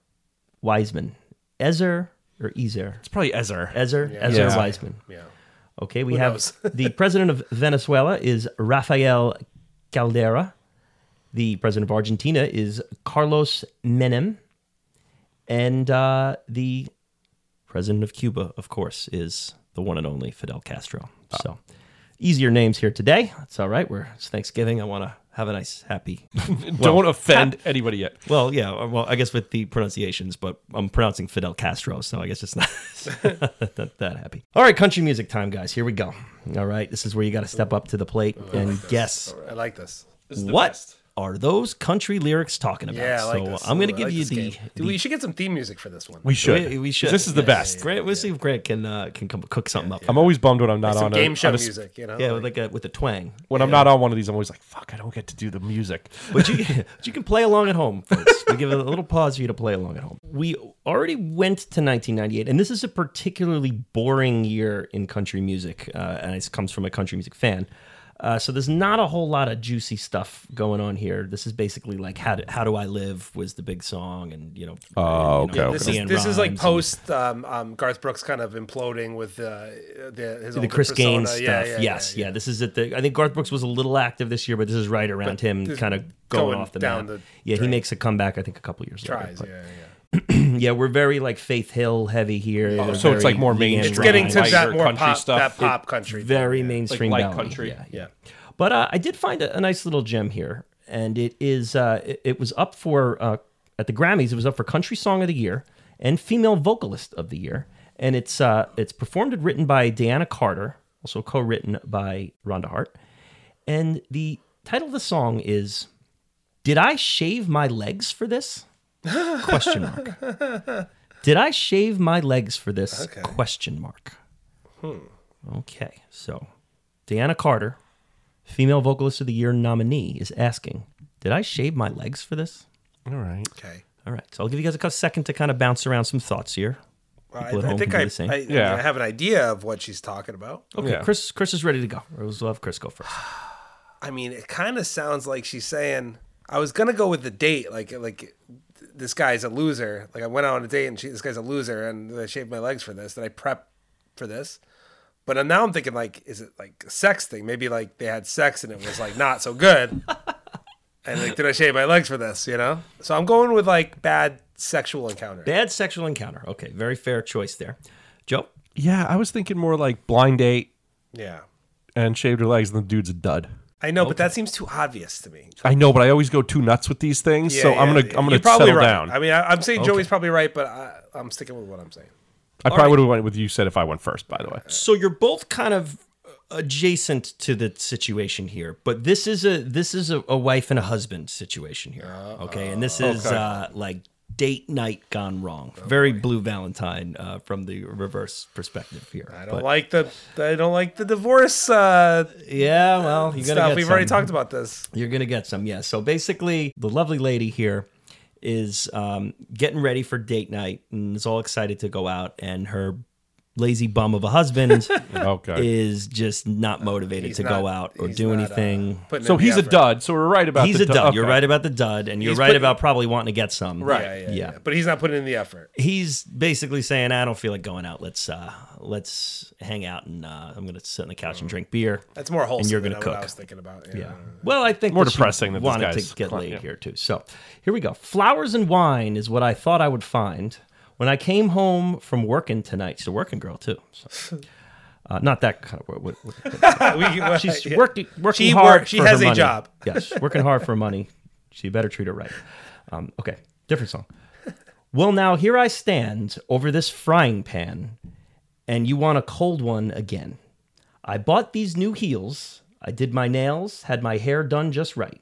A: Wiseman, Ezer or Ezer,
C: It's probably Ezer.
A: Ezer Ezer
C: Yeah.
A: Wiseman.
B: Yeah.
A: Okay, we have
B: knows?
A: the president of Venezuela is Rafael Caldera. The president of Argentina is Carlos Menem, and uh, the president of Cuba, of course, is the one and only Fidel Castro.
B: Ah.
A: So, easier names here today. That's all right. We're it's Thanksgiving. I want to have a nice, happy.
C: Don't offend anybody yet.
A: well, yeah. uh, Well, I guess with the pronunciations, but I'm pronouncing Fidel Castro, so I guess it's not, not that happy. All right, country music time, guys. Here we go. All right, this is where you got to step up to the plate
B: Oh,
A: and guess
B: I like this.
A: what are those country lyrics talking about.
B: Yeah, I like
A: so
B: this.
A: I'm going to
B: Ooh,
A: give
B: I like
A: you
B: this
A: the.
B: game. Dude, we should get some theme music for this one.
C: We should.
A: We, we should.
C: This is the
A: yes.
C: best.
A: Grant, we'll see if Grant can uh, can come cook something up.
C: I'm always bummed when I'm not
B: some
C: on
B: game
C: a,
B: show
C: on a s-
B: music, you know.
A: Yeah,
B: like-
A: with like a, with a twang.
C: When I'm not on one of these, I'm always like, "Fuck, I don't get to do the music."
A: but you, but you can play along at home, folks. We give a little pause for you to play along at home. We already went to 1998, and this is a particularly boring year in country music, uh, and it comes from a country music fan. Uh, so there's not a whole lot of juicy stuff going on here. This is basically like how do, how do I live was the big song, and you know,
C: Oh,
A: and, you know,
C: okay, okay.
B: This
A: Leanne
B: is, this is like
A: Rimes and-
B: post um, um, Garth Brooks kind of imploding with uh, the his
A: the
B: older
A: Chris
B: persona.
A: Gaines stuff.
B: Yeah, yeah,
A: yes,
B: yeah,
A: yeah, This is at the. I think Garth Brooks was a little active this year, but this is right around him,
B: this-
A: kind of going,
B: going
A: off the
B: down
A: map.
B: the
A: yeah, he
B: drain.
A: makes a comeback. I think a couple years later.
B: Tries,
A: but-
B: yeah, yeah.
A: Yeah, we're very like Faith Hill heavy here.
C: Oh, so
A: Very
C: it's like more
A: Leanne
C: mainstream.
B: It's
A: Rimes,
B: getting to
C: Lighter
B: that more
C: country
B: pop,
C: stuff.
B: that pop country. thing.
A: very mainstream
C: light
A: ballad.
C: country.
A: Yeah, yeah.
B: Yeah.
A: But uh, I did find a, a nice little gem here, and it is uh, it, it was up for uh, at the Grammys. It was up for Country Song of the Year and Female Vocalist of the Year, and it's uh, it's performed and written by Deanna Carter, also co-written by Rhonda Hart, and the title of the song is "Did I Shave My Legs for This?" Question mark. Did I shave my legs for this? Question mark. Okay, so Deanna Carter, Female Vocalist of the Year nominee is asking, Did I shave my legs for this?
C: All right.
B: Okay.
A: All right. So I'll give you guys a cou- second to kind of bounce around some thoughts here.
B: I,
A: People at
B: I
A: home
B: think
A: can do
B: I,
A: the same.
B: I, I mean,
C: Yeah.
B: I have an idea of what she's talking about.
A: Okay.
C: Yeah.
A: Chris Chris is ready to go. We'll we'll have Chris go first.
B: I mean, it kind of sounds like she's saying, "I was gonna go with the date, like like this guy's a loser. Like I went out on a date and she, this guy's a loser, and I shaved my legs for this. Did I prep for this?" But now I'm thinking, like, is it like a sex thing? Maybe like they had sex and it was like not so good. and like, did I shave my legs for this? You know. So I'm going with like bad sexual encounter.
A: Bad sexual encounter. Okay. Very fair choice there. Joe?
C: Yeah, I was thinking more like blind date
B: yeah,
C: and shaved her legs, and the dude's a dud.
B: I know, but that seems too obvious to me.
C: I know, but I always go too nuts with these things,
B: Yeah,
C: so I'm
B: yeah,
C: gonna
B: yeah.
C: I'm gonna
B: You're probably
C: settle
B: right.
C: down.
B: I
C: I,
B: mean, I, I'm saying Joey's probably right, but I, I'm sticking with what I'm saying.
C: probably would have went with you said if I went first. By the way,
A: So you're both kind of adjacent to the situation here, but this is a this is a, a wife and a husband situation here. Okay. And this is uh like date night gone wrong.
B: Oh,
A: Very blue Valentine uh, from the reverse perspective here.
B: I don't like the I don't like the divorce uh,
A: Yeah, well, you're gonna
B: stuff.
A: get
B: We've already
A: some.
B: talked about this.
A: You're gonna get some, yeah. So basically, the lovely lady here is um, getting ready for date night and is all excited to go out, and her lazy bum of a husband
C: okay.
A: is just not motivated to go
B: not-
A: out or
B: he's
A: do
B: not, uh,
A: anything.
B: Putting
C: so
B: in the
C: he's a
B: effort.
C: dud. So we're right about
A: He's
C: the
A: a dud. You're
C: okay.
A: right about the dud, and you're
B: He's
A: right
B: put-
A: about probably wanting to get some.
C: Right.
B: Yeah, yeah,
A: Yeah.
B: yeah. But he's not putting in the effort.
A: He's basically saying, "I don't feel like going out. Let's uh, let's hang out, and uh, I'm gonna sit on the couch
B: Mm.
A: and drink beer."
B: That's more wholesome.
A: you're
B: than
A: gonna
B: what
A: cook.
B: I was thinking about. Yeah.
A: Yeah. Well, I think
C: More
A: that she
C: depressing that this
A: wanted
C: guy's
A: to get
C: cl-
A: laid
C: yeah.
A: here too. So here we go. Flowers and wine is what I thought I would find when I came home from working tonight. She's a working girl too. So. Uh, not that kind of work. What, what-
B: We- well,
A: she's
B: yeah.
A: working working
B: She
A: hard.
B: work- she
A: for her
B: has a
A: money.
B: job.
A: yes, she's working hard for her money. She better treat her right. Um, okay, different song. Well, now here I stand over this frying pan, and you want a cold one again. I bought these new heels. I did my nails, had my hair done just right.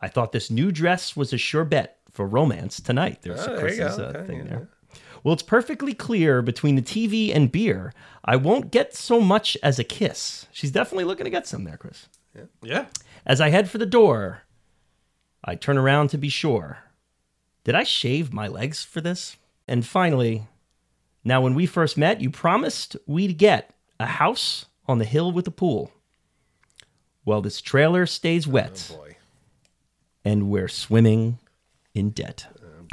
A: I thought this new dress was a sure bet for romance tonight. There's
B: Oh,
A: a
B: there you
A: Chris's
B: go.
A: uh,
B: Okay,
A: thing
B: yeah.
A: there. Well, it's perfectly clear between the TV and beer, I won't get so much as a kiss. She's definitely looking to get some there, Chris.
C: Yeah.
A: As I head for the door, I turn around to be sure. Did I shave my legs for this? And finally, now when we first met, you promised we'd get a house on the hill with a pool. Well, this trailer stays wet,
B: Oh, boy.
A: and we're swimming in debt.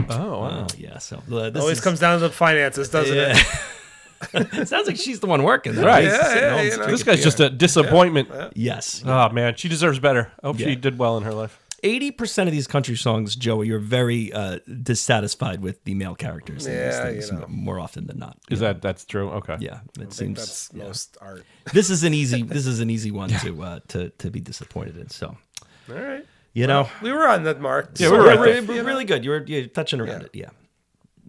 C: Oh wow.
A: Oh yeah, so uh, this
B: Always
A: is-
B: comes down to the finances, doesn't it?
A: it sounds like she's the one working, though.
C: Right.
A: He's
C: Yeah,
A: sitting
B: yeah,
A: home
B: you know.
C: This guy's just a disappointment.
A: Yes.
C: Oh man, she deserves better. I hope she did well in her life.
A: Eighty percent of these country songs, Joey, you're very uh, dissatisfied with the male characters in
B: Yeah, you
A: these things
B: know.
A: more often than not.
C: Is that that's true? Okay.
A: Yeah, it seems
B: That's most art.
A: this is an easy this is an easy one to uh, to to be disappointed in. So
B: All right.
A: you know,
B: We were on that mark.
C: Yeah,
B: So
C: we were
A: We're-
C: right
A: we're-
C: there.
A: we're really good. You're you're touching around
B: Yeah.
A: it.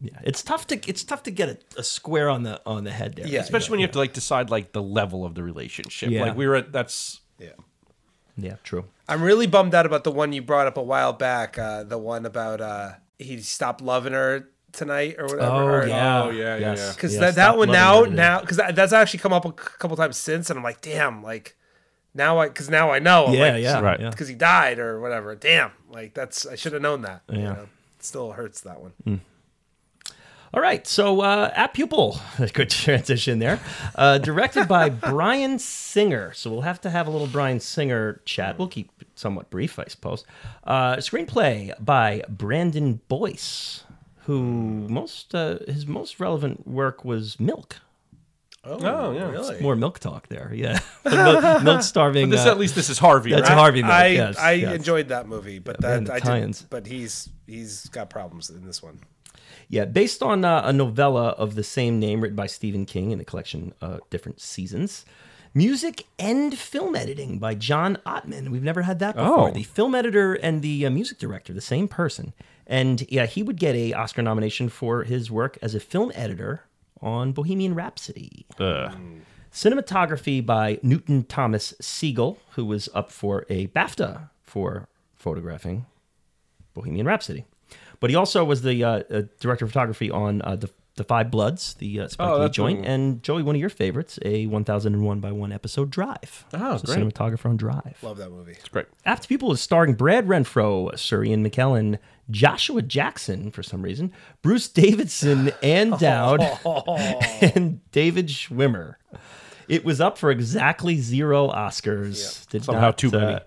A: Yeah, yeah. It's tough to it's tough to get a, a square on the on the head there.
B: Yeah.
C: Especially when you have to like decide like the level of the relationship.
A: Yeah.
C: Like we were at that's
B: yeah.
A: yeah, true.
B: I'm really bummed out about the one you brought up a while back. Uh, the one about uh, he stopped loving her tonight or whatever. or-
C: Oh, yeah, yeah, yeah.
B: because
A: Yeah,
B: that,
A: stop
B: that one
A: loving
B: now
A: her today.
B: now because that's actually come up a c- couple times since and i'm like damn like now i because now i know I'm
A: yeah,
B: like,
A: yeah,
C: Right.
A: yeah.
B: because he died or whatever damn like that's i should have known that yeah
A: Yeah. Mm.
B: It still hurts that one
A: All right, so uh, at pupil, good transition there. Uh, directed by Brian Singer, so we'll have to have a little Brian Singer chat. We'll keep it somewhat brief, I suppose. Uh, screenplay by Brandon Boyce, who most uh, his most relevant work was Milk.
B: oh,
C: yeah.
B: really
A: More milk talk there, yeah. But milk, milk starving.
C: this
A: uh,
C: at least this is Harvey,
A: that's
C: right?
A: Harvey Milk.
B: i
A: yes,
B: i
A: yes.
B: enjoyed that movie but
A: man,
B: that
A: the
B: i
A: tie-ins.
B: did but he's he's got problems in this one
A: Yeah, based on uh, a novella of the same name written by Stephen King in the collection uh, Different Seasons. Music and film editing by John Ottman. We've never had that before.
C: Oh.
A: The film editor and the uh, music director, the same person. And yeah, he would get a Oscar nomination for his work as a film editor on Bohemian Rhapsody.
C: Ugh.
A: Cinematography by Newton Thomas Siegel, who was up for a BAFTA for photographing Bohemian Rhapsody. But he also was the uh, uh, director of photography on uh, the, the Five Bloods, the uh, Spike
C: Oh,
A: Lee
C: that's
A: joint,
C: cool.
A: and Joey, one of your favorites, a 1001 by one episode Drive.
C: Oh,
A: He's a
C: great.
A: cinematographer on Drive.
B: Love that movie.
C: It's great.
A: Apt People is starring Brad Renfro, Sir Ian McKellen, Joshua Jackson for some reason, Bruce Davidson, and Dowd, and David Schwimmer. It was up for exactly zero Oscars. Did
C: Somehow
A: not, uh,
C: too many.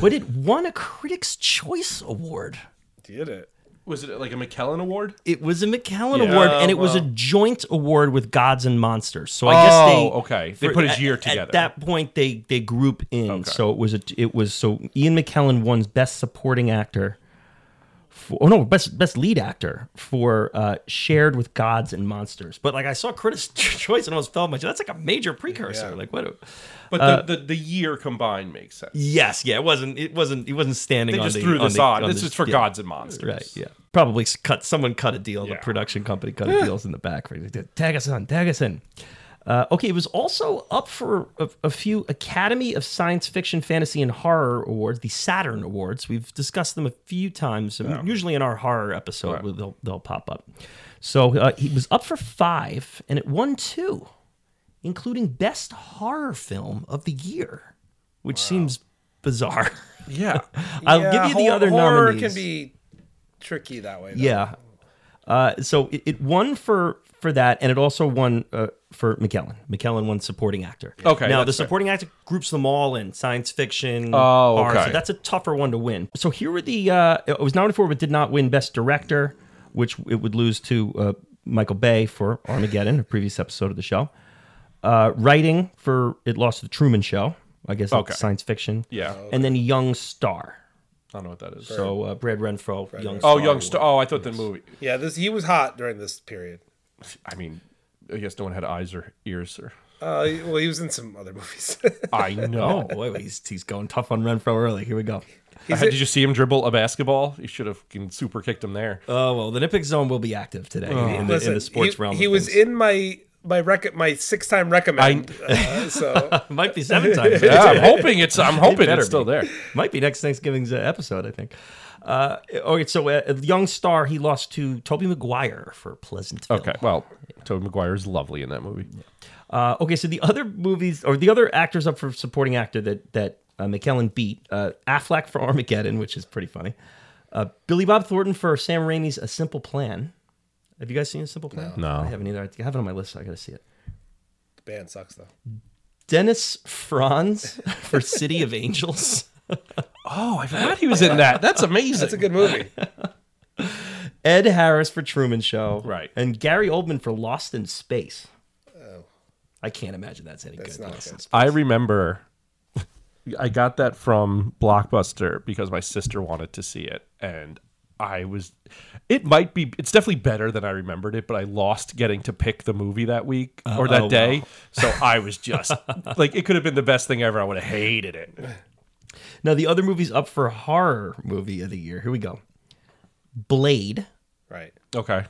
A: but it won a Critics' Choice Award.
B: Did it?
C: Was it like a McKellen Award?
A: It was a McKellen
C: Yeah.
A: Award,
C: Oh,
A: and it was a
C: wow.
A: joint award with Gods and Monsters. So I guess
C: Oh,
A: they
C: okay. They put his
A: at-
C: year
A: at,
C: together.
A: that point, they they group in. So it was a, it was so Ian McKellen won Best Supporting Actor. For, oh no, best best lead actor for uh, shared with Gods and Monsters. But like I saw Critics' Choice and I was felt much. That's like a major precursor. Like what? a-
C: But the, the, the year combined makes sense.
A: yes, uh, yeah. It wasn't. It wasn't. It wasn't standing.
C: They
A: on
C: just
A: the-
C: threw
A: on
C: this
A: the-
C: on.
A: on
C: This
A: the-
C: is for
A: yeah.
C: gods and monsters.
A: Right. Yeah. Probably s- cut. Someone cut a deal.
C: Yeah.
A: The production company cut a deals in the back. Tag us on. Tag us in. Uh, okay, it was also up for a, a few Academy of Science Fiction, Fantasy, and Horror awards, the Saturn Awards. We've discussed them a few times, and usually in our horror episode, where they'll, they'll pop up. So uh, he was up for five, and it won two, including Best Horror Film of the Year, which seems bizarre.
C: Yeah.
A: I'll
B: Yeah,
A: give you the
B: hor-
A: other
B: horror
A: nominees.
B: can be tricky that way. though.
A: Yeah. Uh, so it, it won for for that, and it also won uh, for McKellen. McKellen won supporting actor.
C: Okay,
A: Now the
C: that's fair.
A: supporting actor groups them all in science fiction.
C: Oh,
A: horror,
C: okay.
A: So that's a tougher one to win. So here were the uh, it was nominated for, but did not win best director, which it would lose to uh, Michael Bay for Armageddon, a previous episode of the show. Uh, writing for it lost to the Truman Show. I guess that's
C: Okay.
A: science fiction.
C: Yeah.
A: And then Young Star.
C: I don't know what that is.
A: So uh, Brad Renfro, Young Star.
C: oh, young star. Oh, I thought the movie.
B: yeah. This he was hot during this period.
C: I mean, I guess no one had eyes or ears or.
B: Uh, well, he was in some other movies.
C: I
A: Oh
C: know.
A: boy, he's he's going tough on Renfro early. Here we go.
C: How- Did you see him dribble a basketball? You should have super kicked him there.
A: Oh well, the Nippic Zone will be active today
C: Oh.
A: in, the, in the sports
B: he,
A: realm.
B: He was in my my rec- my six time recommend. uh, so
A: in. Might be seven times.
C: yeah, I'm hoping it's. I'm hoping
A: better
C: it's still
A: be.
C: there.
A: Might be next Thanksgiving's uh, episode, I think. Uh, all right, so uh, young star he lost to Toby Maguire for Pleasantville.
C: Okay. Well, Tobey Maguire is lovely in that movie.
A: Uh, okay, so the other movies or the other actors up for supporting actor that that uh, McKellen beat uh, Affleck for Armageddon, which is pretty funny. Uh, Billy Bob Thornton for Sam Raimi's A Simple Plan. Have you guys seen A Simple Plan?
C: No.
A: I haven't either. I have it on my list. So I got to see it.
B: the band sucks though.
A: Dennis Franz for City of Angels,
C: Oh, I forgot he was in that. That's amazing.
B: That's a good movie.
A: Ed Harris for Truman Show,
C: Right.
A: and Gary Oldman for Lost in Space. I can't imagine that's any good.
B: not
A: Lost in
B: good.
A: Space.
C: I remember I got that from Blockbuster because my sister wanted to see it and I was it might be it's definitely better than I remembered it, but I lost getting to pick the movie that week or that
A: oh,
C: day. So I was just like it could have been the best thing ever. I would have hated it.
A: Now the other movies up for horror movie of the year. Here we go. Blade,
B: Right.
C: Okay.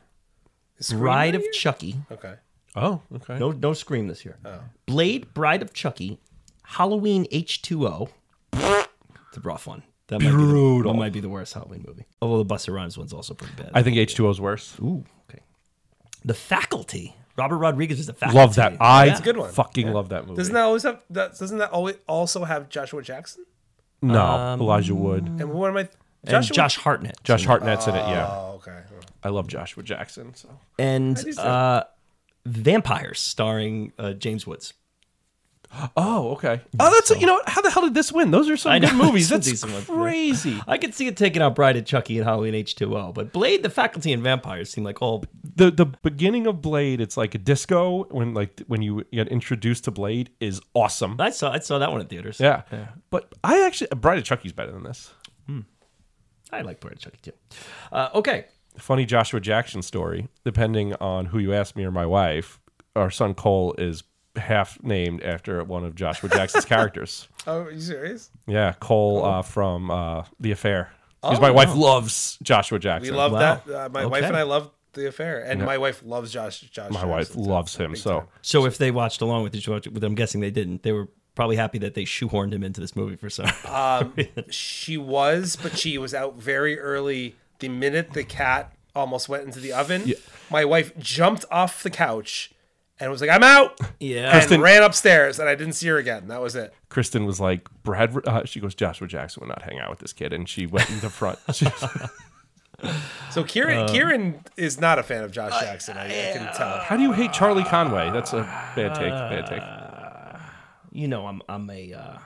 A: Bride of Chucky.
B: Okay.
C: Oh, okay.
A: No, no scream this year. Blade, Bride of Chucky, Halloween H two O. It's a rough one. That might Be the,
C: Brutal.
A: that might be the worst Halloween movie. Although the Buster Rhymes one's also pretty bad.
C: I think H2O is worse.
A: Ooh, okay. The Faculty. Robert Rodriguez is the faculty.
C: Love that. I
A: That's a
B: good one.
C: fucking love that movie.
B: Doesn't that always have that? Doesn't that always also have Joshua Jackson?
C: no, Elijah Wood.
B: um, And what am I?
A: and
B: Joshua.
A: Josh Hartnett.
C: Josh Hartnett's in it, yeah.
B: Oh, okay.
C: I love Joshua Jackson, so
A: And uh, Vampires, starring uh, James Woods.
C: Oh, okay. Oh, that's you know what? how the hell did this win? Those are some
A: I know,
C: good movies.
A: some
C: That's
A: decent ones, yeah.
C: crazy.
A: I could see it taking out Bride of Chucky and Halloween H2O, but Blade, the faculty, and Vampires seem like all.
C: the The beginning of Blade, it's like a disco when like when you get introduced to Blade is awesome.
A: I saw I saw that one in theaters.
C: Yeah, but I actually Bride of Chucky's better than this.
A: I like Bride of Chucky too. Uh, okay.
C: Funny Joshua Jackson story. Depending on who you ask, me or my wife, our son Cole is half named after one of Joshua Jackson's characters.
B: Oh, are you serious?
C: Yeah, Cole uh, from uh, The Affair. Because my wife loves Joshua
B: We
C: Jackson.
B: love
A: Wow.
B: that. Uh, my wife
A: Okay.
B: and I love the affair, and my wife loves Josh. Josh.
C: my wife loves him so.
A: So if they watched along with each other, I'm guessing they didn't. They were probably happy that they shoehorned him into this movie for some.
C: Uh,
B: Um, She was, but she was out very early. The minute the cat almost went into the oven. My wife jumped off the couch and was like, "I'm out!"
A: Yeah.
B: and ran upstairs, and I didn't see her again. That was it.
C: Kristen was like, Brad, uh, she goes, Joshua Jackson would not hang out with this kid. And she went in the front. She-
B: So Kieran, Kieran is not a fan of Josh Jackson. I, I can tell.
C: How do you hate Charlie Conway? That's a bad take. Bad take.
A: You know, I'm I'm a uh,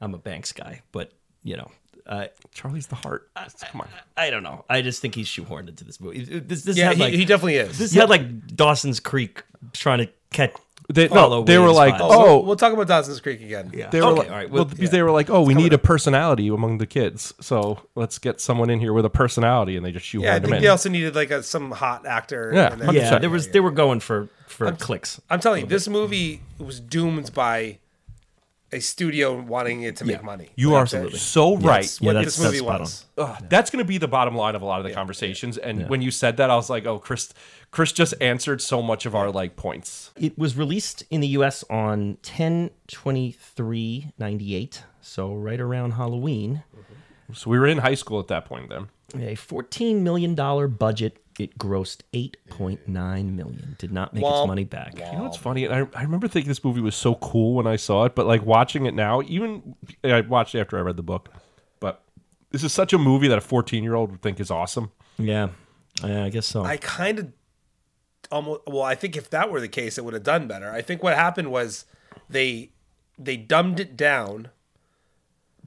A: I'm a Banks guy, but you know, uh,
C: Charlie's the heart. Come on.
A: I don't know. I just think he's shoehorned into this movie. This this
B: Yeah,
A: had
B: he,
A: like
B: he definitely is.
A: this had like Dawson's Creek trying to catch.
C: They, no,
A: Follow
C: they were
A: Williams'
C: like,
A: vibes.
B: oh,
C: oh,
B: we'll, we'll talk about Dawson's Creek again.
A: Yeah.
C: they were
A: okay,
C: like,
A: all right.
C: well,
A: Well,
C: because they were like, oh, we need a personality among the kids, so let's get someone in here with a personality, and they just shoehorned
B: Yeah, I
C: him
B: think
C: in.
B: they also needed like a, some hot actor.
C: Yeah,
B: in
A: yeah,
C: 100%.
A: there was they were going for for clicks.
B: I'm telling you, this movie was doomed by a studio wanting it to make money.
C: you are so right.
B: That's
A: Yeah,
B: what
A: that's-
B: this movie
A: that's spot
B: was.
C: Ugh, That's going to be the bottom line of a lot of the conversations. And when you said that, I was like, oh, Chris, Chris just answered so much of our like points.
A: It was released in the US on 10 23 98, so right around Halloween.
C: So we were in high school at that point. Then
A: A 14 million dollar budget. It grossed 8.9 million. Did not make
B: Womp.
A: its money back.
C: you know what's funny? And I, I remember thinking this movie was so cool when I saw it, but like watching it now, even I watched it after I read the book. But this is such a movie that a 14 year old would think is awesome.
A: Yeah. Yeah, I guess so.
B: I kind of almost well, I think if that were the case, it would have done better. I think what happened was they they dumbed it down,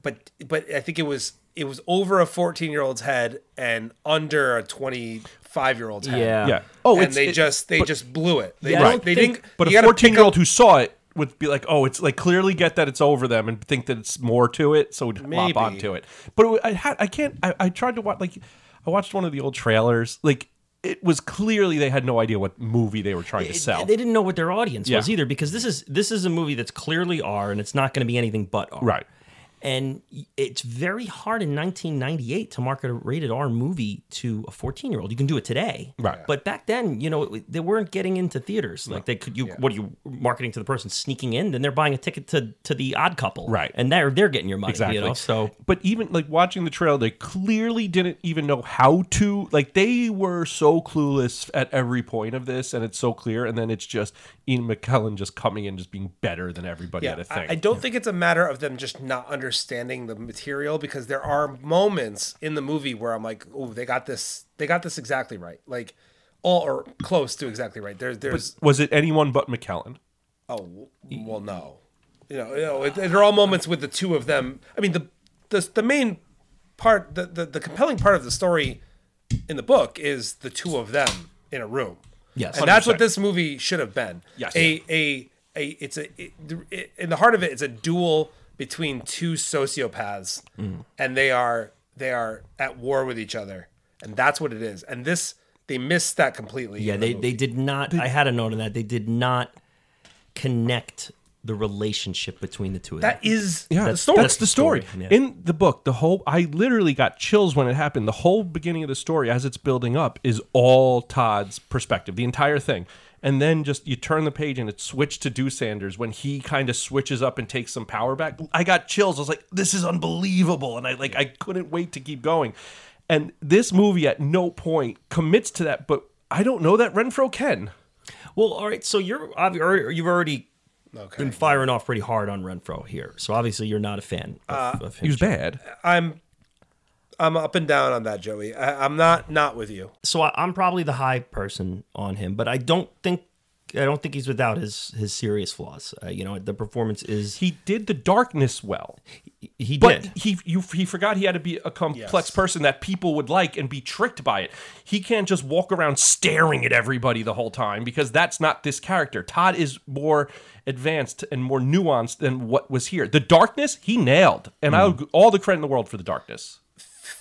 B: but but I think it was it was over a 14 year old's head and under a 25 year old's head.
A: yeah.
C: Yeah. Oh,
B: and
C: it's,
B: they
C: it-
B: just they just blew it. They,
A: Yeah, I
B: just-
A: don't
B: they
A: think-
B: didn't.
C: But
B: you
C: a
B: gotta pick
C: 14 year
B: up-
C: old who saw it would be like, oh, it's like clearly get that it's over them and think that it's more to it, so would
B: Maybe.
C: hop onto it. But it, I had, I can't, I, I tried to watch, like, I watched one of the old trailers. Like, it was clearly they had no idea what movie they were trying to
A: It-
C: sell.
A: They didn't know what their audience was
C: Yeah.
A: either because this is this is a movie that's clearly R and it's not going to be anything but R.
C: Right.
A: And y- it's very hard in 1998 to market a rated R movie to a 14 year old. You can do it today,
C: Right.
A: But back then, you know, it- they weren't getting into theaters. Like they could, you what are you marketing to the person sneaking in? Then they're buying a ticket to to the Odd Couple,
C: Right.
A: And they're they're getting your money,
C: Exactly.
A: You know? So
C: but even like watching the trail, they clearly didn't even know how to. Like they were so clueless at every point of this, and it's so clear. And then it's just Ian McKellen just coming in, just being better than everybody at a
B: I-
C: thing.
B: I, don't think it's a matter of them just not understanding the material because there are moments in the movie where I'm like, oh, they got this, they got this exactly right, like all or close to exactly right. There's, there's,
C: was it anyone but McKellen?
B: oh, well, no, you know, you know, it, they're all moments with the two of them. I mean, the the the main part, the, the the compelling part of the story in the book is the two of them in a room.
A: Yes.
B: and that's what this movie should have been.
C: Yes.
B: a a a it's a it, it, in the heart of it it's a duel between two sociopaths
A: Mm.
B: and they are they are at war with each other and that's what it is and this they missed that completely
A: Yeah, they, they did not. I had a note on that. They did not connect the relationship between the two of
B: that
A: them.
B: is
C: Yeah,
B: the story
C: That's the story.
A: story, yeah.
C: In the book, the whole I literally got chills when it happened. The whole beginning of the story, as it's building up, is all Todd's perspective, the entire thing. And then just you turn the page and it switched to Do Sanders when he kind of switches up and takes some power back. I got chills. I was like, this is unbelievable. And I like I couldn't wait to keep going. And this movie at no point commits to that, but I don't know that Renfro can.
A: Well, all right. So you're I've already- you've already
B: okay
A: been firing off pretty hard on Renfro here. So obviously you're not a fan of,
B: Uh,
A: of him.
C: He was bad.
B: i'm i'm up and down on that joey I, i'm not not with you
A: So I, I'm probably the high person on him, but I don't think I don't think he's without his his serious flaws. Uh, you know, the performance is
C: He did the darkness well.
A: he
C: But
A: did.
C: he you, he forgot he had to be a complex
B: Yes.
C: person that people would like and be tricked by it. He can't just walk around staring at everybody the whole time because that's not this character. Todd is more advanced and more nuanced than what was here. The darkness he nailed, and I
B: Mm.
C: would, all the credit in the world for the darkness.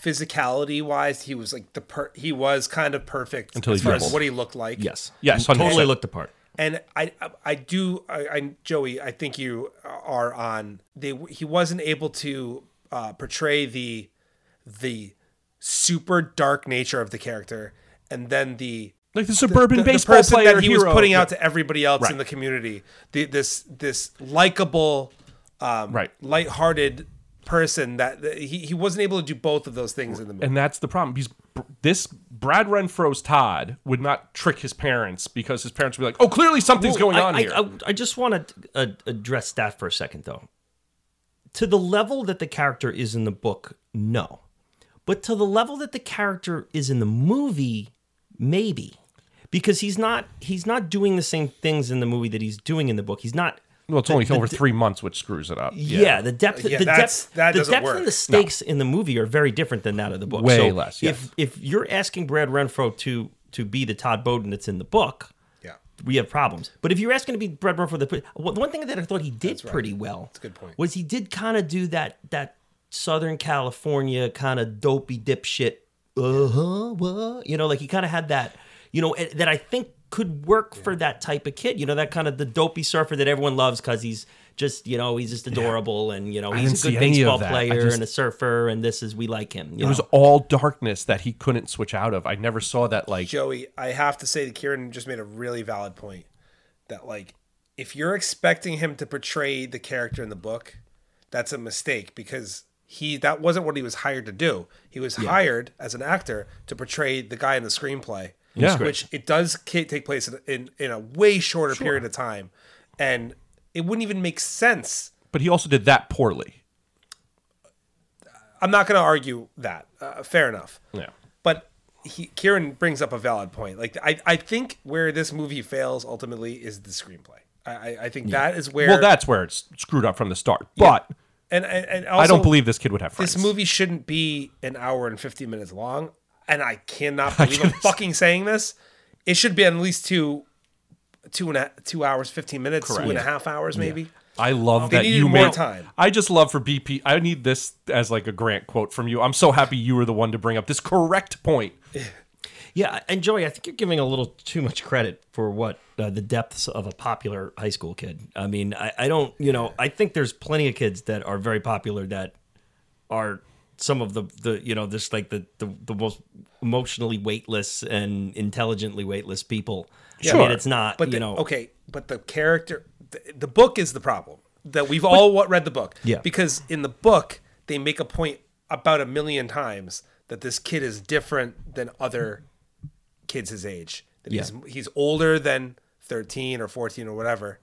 B: physicality wise he was like the per he was kind of perfect
C: Until he
B: as far as
C: dribbled.
B: what he looked like
A: Yes.
C: Yes,
A: He totally
C: 100%.
A: looked the part.
B: and I, I- I do, I, I, Joey, I think you are on. They, he wasn't able to uh, portray the, the super dark nature of the character, and then the
C: Like the suburban
B: the, the
C: baseball
B: person
C: player
B: that he
C: hero.
B: was putting out to everybody else in the community. The, this, this likable, um,
C: Right.
B: lighthearted person that that he, he wasn't able to do both of those things in the movie.
C: and that's the problem. He's this Brad Renfro's Todd would not trick his parents because his parents would be like, "Oh, clearly something's
A: Well,
C: going on
A: I,
C: here."
A: I, I, I just want to uh, address that for a second, though. To the level that the character is in the book, no. But to the level that the character is in the movie, maybe, because he's not he's not doing the same things in the movie that he's doing in the book. He's not.
C: well, it's only over three months, which screws it up.
A: Yeah, the depth,
B: Yeah,
A: the
B: that's-
A: depth,
B: that
A: the
B: doesn't
A: depth
B: work.
A: and the stakes in the movie are very different than that of the book.
C: Way
A: so
C: less, yes.
A: If if you're asking Brad Renfro to to be the Todd Bowden that's in the book,
B: Yeah.
A: we have problems. But if you're asking to be Brad Renfro, the well, the one thing that I thought he did pretty well. That's a
B: good point.
A: Was he did kind of do that that Southern California kind of dopey dipshit? Uh huh. What? You know, like he kind of had that. You know, eh, that I think could work for that type of kid. You know, that kind of the dopey surfer that everyone loves because he's just you know he's just adorable and you know
C: didn't
A: he's a
C: see
A: good
C: any
A: baseball
C: of that. I
A: player
C: just-
A: and a surfer and this is we like him. You
C: It was
A: know?
C: all darkness that he couldn't switch out of. I never saw that. Like,
B: Joey, I have to say that Kieran just made a really valid point that like if you're expecting him to portray the character in the book, that's a mistake because he that wasn't what he was hired to do. He was hired as an actor to portray the guy in the screenplay.
C: Yeah.
B: Which it does ca- take place in in, in a way shorter period of time and it wouldn't even make sense.
C: but he also did that poorly.
B: I'm not going to argue that. Uh, fair enough.
C: Yeah.
B: But he, Kieran brings up a valid point. Like I, I think where this movie fails ultimately is the screenplay. I, I, I think that is where.
C: Well, that's where it's screwed up from the start. But
B: and and, and
C: I don't
B: also,
C: believe this kid would have friends.
B: this movie shouldn't be an hour and fifty minutes long. And I cannot believe I'm fucking saying this. It should be at least two, two and a, two hours, fifteen minutes, two and a half hours, maybe.
C: I love that
B: needed
C: you
B: more
C: made.
B: time.
C: I just love for BP. I need this as like a grant quote from you. I'm so happy you were the one to bring up this correct point.
A: Yeah, and Joey, I think you're giving a little too much credit for what uh, the depths of a popular high school kid. I mean, I, I don't, you know, I think there's plenty of kids that are very popular that are some of the the you know just like the the, the most emotionally weightless and intelligently weightless people. I mean,
C: Sure.
A: it's not,
B: But
A: you
B: the-
A: know,
B: okay, but the character, the, the book is the problem. That we've all what read the book,
A: Yeah.
B: Because in the book, they make a point about a million times that this kid is different than other kids his age. That he's he's older than thirteen or fourteen or whatever,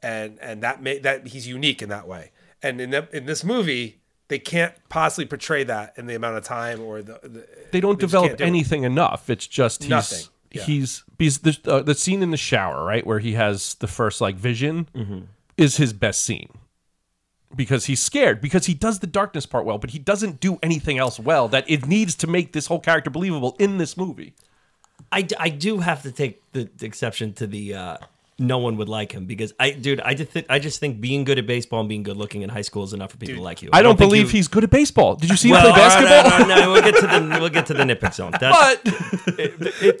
B: and and that may, that he's unique in that way. And in the, in this movie, they can't possibly portray that in the amount of time or the, the
C: They don't
B: just
C: develop
B: can't do it.
C: anything enough. It's just he's
B: Nothing. Yeah.
C: he's because the uh, the scene in the shower right where he has the first like vision
B: Mm-hmm.
C: is his best scene because he's scared because he does the darkness part well, but he doesn't do anything else well that it needs to make this whole character believable in this movie.
A: I, d- I do have to take the the exception to the uh, no one would like him because I dude I just th- I just think being good at baseball and being good looking in high school is enough for people to like you.
C: I don't,
A: think
C: believe
A: you-
C: he's good at baseball. Did you see him
A: Well,
C: play
A: all right,
C: basketball?
A: No, no, no, we'll get to the we'll get to the nitpick zone. That's,
C: But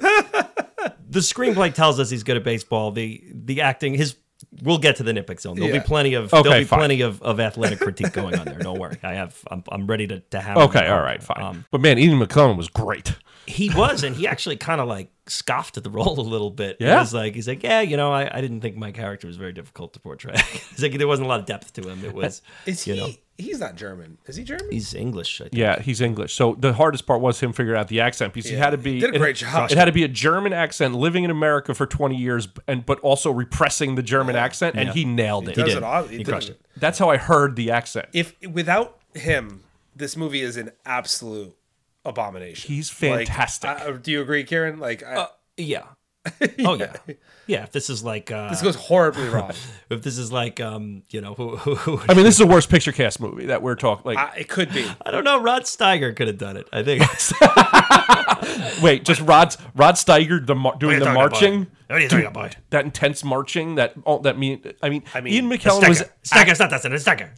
A: the screenplay tells us he's good at baseball. The the acting, his we'll get to the nitpick zone. There'll
B: Yeah.
A: be plenty of
C: Okay,
A: there'll be
C: fine.
A: plenty of, of athletic critique going on there. Don't worry, I have I'm, I'm ready to to have.
C: okay, all right, fine.
A: Um,
C: but man, Ian McClellan was great.
A: he was, and he actually kind of like scoffed at the role a little bit.
C: Yeah.
A: he was like he's like, yeah, you know, I, I didn't think my character was very difficult to portray. he's like there wasn't a lot of depth to him. It was
B: Is he?
A: you know
B: He's not German. Is he German?
A: he's English. I think.
C: Yeah, he's English. So the hardest part was him figuring out the accent because he had to be
B: Did a
C: it-
B: great job.
C: It had to be a German accent, living in America for twenty years, and but also repressing the German accent, and he nailed it.
B: Does
A: did.
B: it all? He,
A: crushed
B: does it.
C: That's how I heard the accent.
B: if without him, this movie is an absolute abomination.
C: He's
B: Like,
C: fantastic.
B: I- do you agree, Karen? Like, I,
A: Uh, yeah. Oh yeah, yeah. If this is like uh,
B: this goes horribly wrong.
A: if this is like um, you know who who, who
C: I mean, this is the worst picture cast movie that we're talking. Like,
B: I, it could be.
A: I don't know. Rod Steiger could have done it. I think.
C: wait, just Rod's Rod Steiger the, mar- doing
B: you
C: the
B: talking about?
C: marching.
A: what are you talking about?
C: That intense marching. That all that mean. I mean, I mean Ian McKellen
A: Steiger.
C: was
A: Steiger's not that center. Steiger.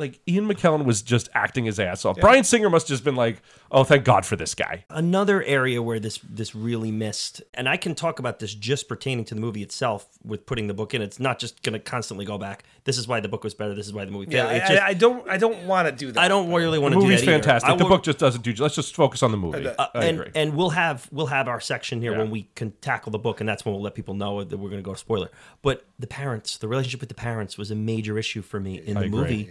C: like Ian McKellen was just acting his ass off. Brian Singer must have just been like, oh, thank God for this guy.
A: Another area where this this really missed, and I can talk about this just pertaining to the movie itself with putting the book in. It's not just going to constantly go back. This is why the book was better. This is why the movie
B: Yeah,
A: failed.
B: I,
A: It's just,
B: I, I don't. I don't want to do that.
A: I, don't really want
C: The
A: to do that.
C: movie's
A: either.
C: fantastic.
A: I
C: the
A: will-
C: book just doesn't do. Let's just focus on the movie.
B: uh,
C: I
A: and,
C: agree.
A: and we'll have we'll have our section here when
C: Yeah.
A: we can tackle the book, and that's when we'll let people know that we're going to go spoiler. But the parents, the relationship with the parents, was a major issue for me in the movie.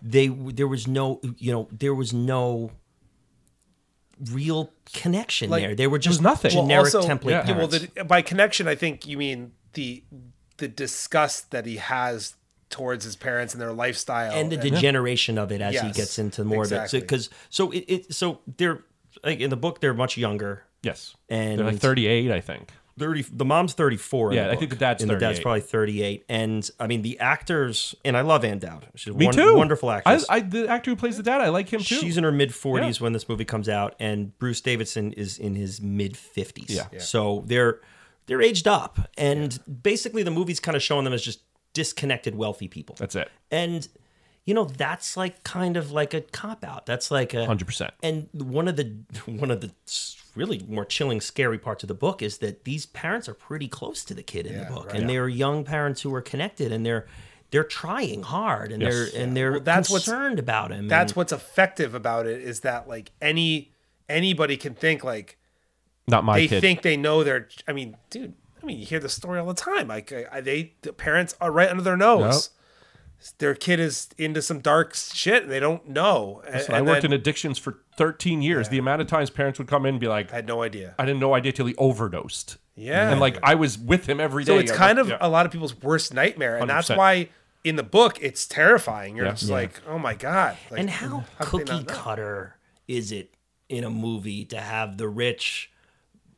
A: They there was no you know there was no real connection
B: Like,
A: there. They were
C: there's
A: just
C: nothing. Well,
A: generic
B: also-
A: template
C: yeah.
B: Yeah, well,
A: parents.
B: the, by connection, I think you mean the the disgust that he has towards his parents and their lifestyle.
A: and the degeneration of it as he
B: Yes,
A: gets into more
B: exactly.
A: of it. Because so, it, it so they're like in the book they're much younger
C: Yes.
A: and
C: They're like 38, I think.
A: 30 the mom's 34 in
C: Yeah,
A: the
C: I
A: book,
C: think the dad's
A: and the dad's
C: 38.
A: probably 38 and i mean the actors and i love anne dowd she's
C: Me
A: one,
C: too.
A: wonderful actress
C: I, I, the actor who plays the dad, I like him too.
A: she's in her mid 40s when this movie comes out and bruce davidson is in his mid 50s
C: Yeah.
A: so they're they're aged up and basically the movie's kind of showing them as just disconnected wealthy people
C: That's it.
A: and you know that's like kind of like a cop out that's like a
C: 100%.
A: and one of the one of the s- really more chilling scary parts of the book is that these parents are pretty close to the kid in the book and they're young parents who are connected and they're they're trying hard and
C: Yes.
A: they're and they're
B: that's what's-
A: concerned about him
B: that's what's effective about it is that like any anybody can think like
C: Not my
B: they
C: kid.
B: think they know their. I mean, dude. I mean, you hear the story all the time. Like I, I- they, the parents are right under their nose. Their kid is into some dark shit, and they don't know. And,
C: So I
B: and
C: worked
B: then-
C: in addictions for 13 years. The amount of times parents would come in and be like,
B: I had no idea.
C: I didn't know I did till he overdosed.
B: Yeah.
C: And like I was with him every day.
B: So it's
C: I'm
B: kind
C: like,
B: of
C: yeah.
B: a lot of people's worst nightmare, and that's
C: 100%.
B: why in the book it's terrifying. You're
C: Yeah.
B: just like, oh my god. Like,
A: and how
B: could they
A: cookie
B: not know?
A: cutter is it in a movie to have the rich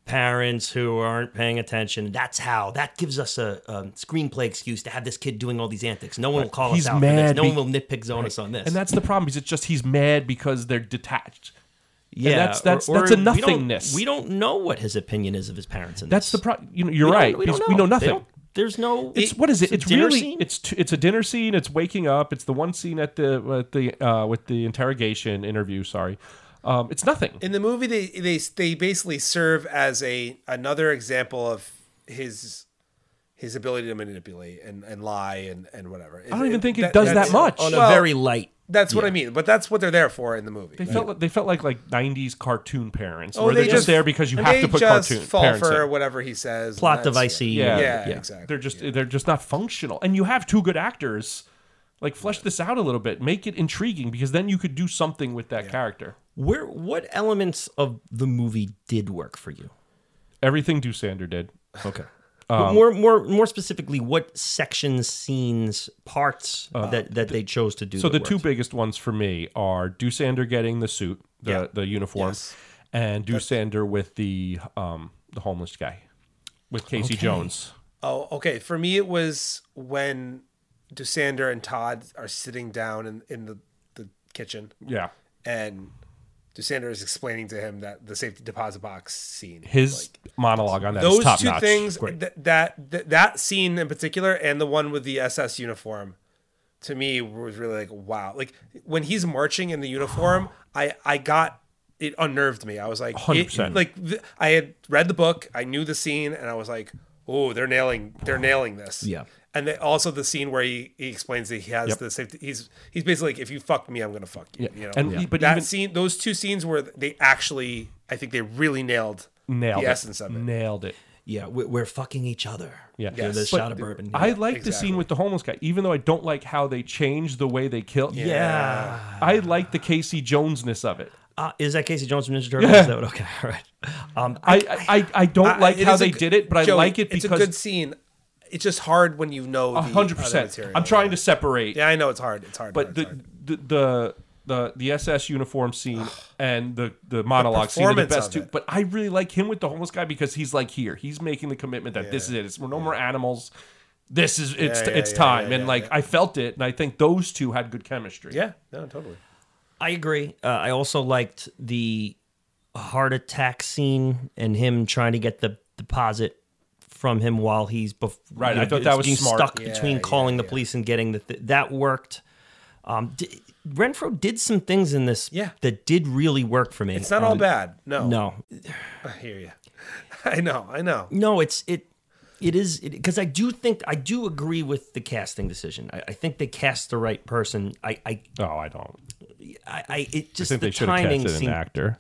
A: parents who aren't paying attention that's how that gives us a, um screenplay excuse to have this kid doing all these antics no one will call
C: He's
A: us out for this
C: mad
A: no
C: be-
A: one will nitpick zone us on this
C: And that's the problem because it's just he's mad because they're detached.
A: yeah
C: that's- that's- that's a
A: we don't-
C: nothingness.
A: we don't, know what his opinion is of his parents in
C: That's the
A: this.
C: problem. You know, you're
A: We don't-
C: right.
A: we,
C: because
A: don't
C: we know
A: They
C: nothing.
A: don't- there's no
C: It's what is it?
A: a
C: It's,
A: dinner
C: really
A: scene?
C: it's t- it's a dinner scene. It's waking up. It's the one scene at the at the uh, with the interrogation interview. Sorry, um, it's nothing.
B: in the movie they they they basically serve as a another example of his his ability to manipulate and, and lie and, and whatever.
C: I don't even think it does that
B: that's-
C: much.
A: on a
B: Well,
A: very light
B: That's what I mean, but that's what they're there for in the movie.
C: They felt like, they felt like like '90s cartoon parents,
B: Oh,
C: where they're just, there because you
B: and
C: have
B: they
C: to put
B: just
C: cartoon
B: fall
C: parents
B: for
C: in.
B: whatever he says. and
A: plot
B: that's-
A: devicey
C: Yeah,
B: Yeah, exactly,
C: They're just they're just not functional. And you have two good actors. Like flesh this out a little bit, make it intriguing because then you could do something with that character.
A: where what elements of the movie did work for you
C: Everything Dusander did.
A: Okay.
C: Um,
A: more, more, more specifically, what sections, scenes, parts that that they chose to do?
C: So
A: that
C: Uh, the two
A: worked?
C: biggest ones for me are Dusander getting the suit, the
B: Yeah.
C: the uniform,
B: Yes.
C: and Dusander with the um the homeless guy, with Casey Jones.
B: Oh, okay. For me, it was when Dusander and Todd are sitting down in, in the, the kitchen,
C: Yeah,
B: and Dusander is explaining to him that the safety deposit box scene.
C: his monologue on that is
B: those
C: top
B: two
C: notch.
B: things, th- that th- that scene in particular, and the one with the SS uniform, to me was really like wow. Like when he's marching in the uniform, I I got it unnerved me. I was like,
C: 100%.
B: it- like th- I had read the book, I knew the scene, and I was like, oh, they're nailing, they're nailing this.
A: Yeah.
B: And then also the scene where he, he explains that he has the safety. He's he's basically like, if you fuck me, I'm gonna fuck you. You know,
C: And- Yeah. but
B: but that
C: even-
B: scene, those two scenes where they actually, I think they really nailed
C: Nailed
B: the
C: it.
B: essence of it.
C: Nailed it.
A: yeah, we're, we're fucking each other.
C: Yeah.
A: They're the
B: Yes.
A: shot of bourbon.
C: I
A: yeah.
C: like the scene with the homeless guy, even though I don't like how they changed the way they killed.
A: yeah.
C: I like the Casey Jonesness of it.
A: Uh, is that Casey Jones from Ninja Turtles? Is that what- okay, all right. Um,
C: I I, I, I don't
B: I-
C: like
B: it
C: how
B: is a
C: they
B: g-
C: did it, but
B: Joey,
C: I like it
B: it's a good
C: because
B: scene. It's just hard when you know the
C: hundred
B: other
C: percent.
B: material.
C: I'm trying to separate
B: Yeah, I know it's hard. It's hard.
C: but
B: hard,
C: the,
B: hard.
C: the the the the SS uniform scene and the the monologue scene are the
B: performance
C: best
B: of
C: too.
B: it.
C: But I really like him with the homeless guy because he's like here. He's making the commitment that this is it. It's we're no more animals. This is it's
B: yeah,
C: it's
B: yeah,
C: time.
B: yeah,
C: and
B: yeah,
C: like I felt it, and I think those two had good chemistry.
B: yeah, no, totally.
A: I agree. Uh, I also liked the heart attack scene and him trying to get the deposit from him while he's bef-
C: Right,
A: you
C: I thought that was
A: being
C: smart.
A: stuck
B: Yeah,
A: between
B: yeah,
A: calling the police and getting the th- that worked. Um, d- Renfro did some things in this
B: Yeah.
A: that did really work for me. Um,
B: It's
C: Um,
B: not all bad. No,
A: No,
B: I hear you. I know. I know.
A: no, it's it. It is because I do think I do agree with the casting decision. I, I think they cast the right person. I I,
C: Oh, I don't.
A: I, I it
C: I
A: just
C: think
A: the
C: they should have
A: timing
C: casted an
A: seemed.
C: actor.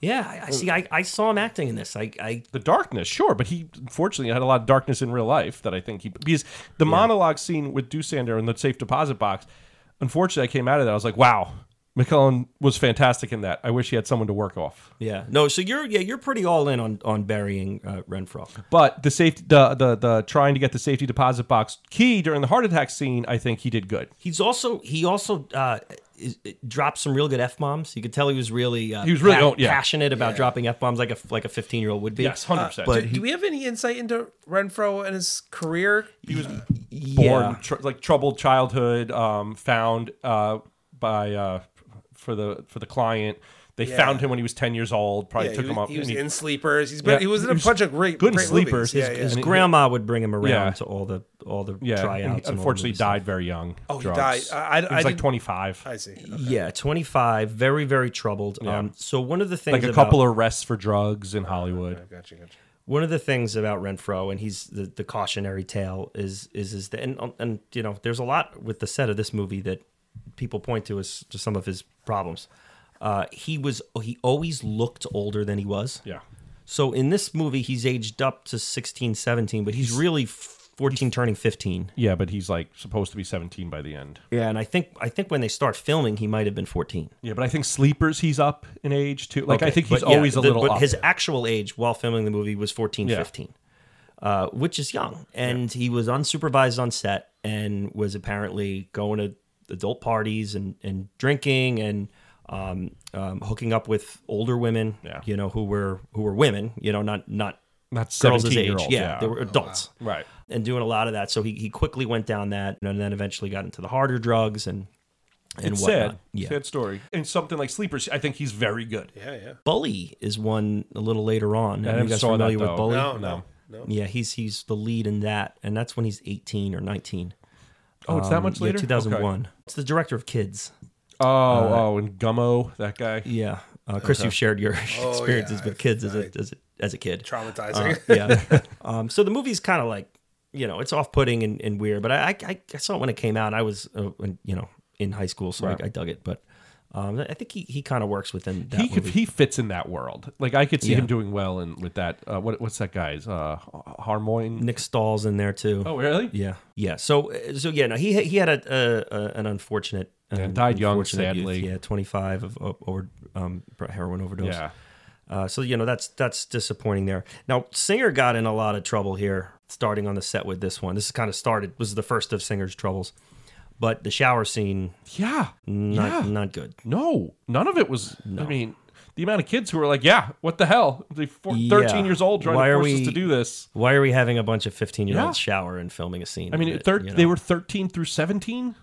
A: Yeah, I, I see. I, I saw him acting in this. I, I
C: The darkness, sure, but he unfortunately had a lot of darkness in real life that I think he because the monologue scene with Dusander in the safe deposit box. Unfortunately, I came out of that. I was like, wow, McCullen was fantastic in that. I wish he had someone to work off.
A: Yeah. No. So you're yeah you're pretty all in on on burying uh, Renfro.
C: But the safety, the, the the trying to get the safety deposit box key during the heart attack scene, I think he did good.
A: He's also he also uh, is, dropped some real good f bombs. You could tell he was really uh,
C: He was really- oh, yeah.
A: passionate about dropping f bombs like a like a fifteen year old would be.
C: Yes, hundred percent.
A: but
B: do, do we have any insight into Renfro and his career?
C: he was born
A: yeah.
C: tr- like troubled childhood, um, found uh, by uh, for the for the client. They
B: Yeah.
C: found him when he was ten years old. Probably
B: Yeah,
C: took
B: he,
C: him
B: was-
C: up.
B: he was
C: and he-
B: in sleepers. He's been,
C: Yeah,
B: he was in a
C: he was
B: bunch of great,
C: good in
B: great Movies.
C: Sleepers. His-
B: yeah, yeah.
A: his grandma would bring him around
C: Yeah.
A: to all the all the
C: yeah, and he
A: tryouts. and all
C: unfortunately
A: the stuff.
C: died very young.
B: Oh, he
C: drugs.
B: died. I- I-
C: he was
B: I
C: like
B: didn't-
C: twenty five.
B: I see. Oh,
A: Yeah, twenty five. Very very troubled. Um, so one of the things
C: Like a
A: about-
C: couple arrests for drugs in Hollywood.
B: Gotcha, gotcha.
A: one of the things about Renfro and he's the, the cautionary tale is is is that and and you know there's a lot with the set of this movie that people point to as to some of his problems. Uh, he was he always looked older than he was.
C: Yeah,
A: So in this movie he's aged up to 16, 17, but he's really 14 turning 15.
C: yeah, but he's like supposed to be seventeen by the end.
A: Yeah, and I think I think when they start filming he might have been 14.
C: Yeah, but I think sleepers he's up in age too. Like I
A: Okay,
C: think he's
A: but yeah,
C: always a
A: the-
C: little
A: But
C: up.
A: his actual age while filming the movie was 14,
C: Yeah.
A: 15, uh, which is young. And he was unsupervised on set and was apparently going to adult parties and, and drinking and um, um, hooking up with older women,
C: Yeah.
A: you know, who were who were women, you know, not not
C: Not
A: girls his
C: seventeen year
A: age.
C: old.
A: Yeah, they were adults
C: Oh, right.
A: and doing a lot of that. So he, he quickly went down that and then eventually got into the harder drugs and and
C: It's
A: whatnot.
C: sad. Sad story. And something like sleepers, I think he's very good.
B: Yeah, yeah.
A: Bully is one a little later on. Are
C: never
A: you guys
C: saw that,
A: familiar with
C: though.
A: Bully?
B: No, no, no.
A: Yeah, he's he's the lead in that, and that's when he's eighteen or nineteen.
C: Oh, it's that much
A: Yeah,
C: later.
A: two thousand one. It's the director of Kids.
C: Oh, oh, and Gummo, that guy.
A: Yeah, uh, Chris, you've shared your experiences
B: Oh, yeah,
A: with
B: I've-
A: Kids as
B: I-
A: a, as a as a kid.
C: Uh,
B: Traumatizing.
A: yeah. Um, so the movie's kind of like, you know, it's off-putting and, and weird, but I, I I saw it when it came out. And I was, uh, when, you know, in high school, so I, I dug it. But um, I think he, he kind of works within that
C: He could,
A: movie.
C: he fits in that world. Like I could see
A: Yeah.
C: him doing well in with that. Uh, what what's that guy's uh, Harmoin?
A: Nick Stahl's in there too.
C: Oh, really?
A: Yeah, yeah. So, uh, so yeah. No, he he had a, a, a an unfortunate uh,
C: died young,
A: unfortunate youth.
C: sadly.
A: Yeah, twenty five of, of over um, heroin overdose.
C: Yeah.
A: Uh, so you know that's that's disappointing there. Now Singer got in a lot of trouble here, starting on the set with this one. This is kind of started was the first of Singer's troubles, but the shower scene
C: Yeah.
A: not
C: yeah.
A: not good.
C: No, none of it was. I mean, the amount of kids who were like, "Yeah, what the hell? They're four,
A: Yeah.
C: thirteen years old trying
A: Why
C: to
A: are
C: force us
A: we-
C: to do this."
A: Why are we having a bunch of fifteen year
C: Yeah.
A: olds shower and filming a scene?
C: I mean,
A: with it,
C: thir-
A: you know?
C: they were thirteen through seventeen,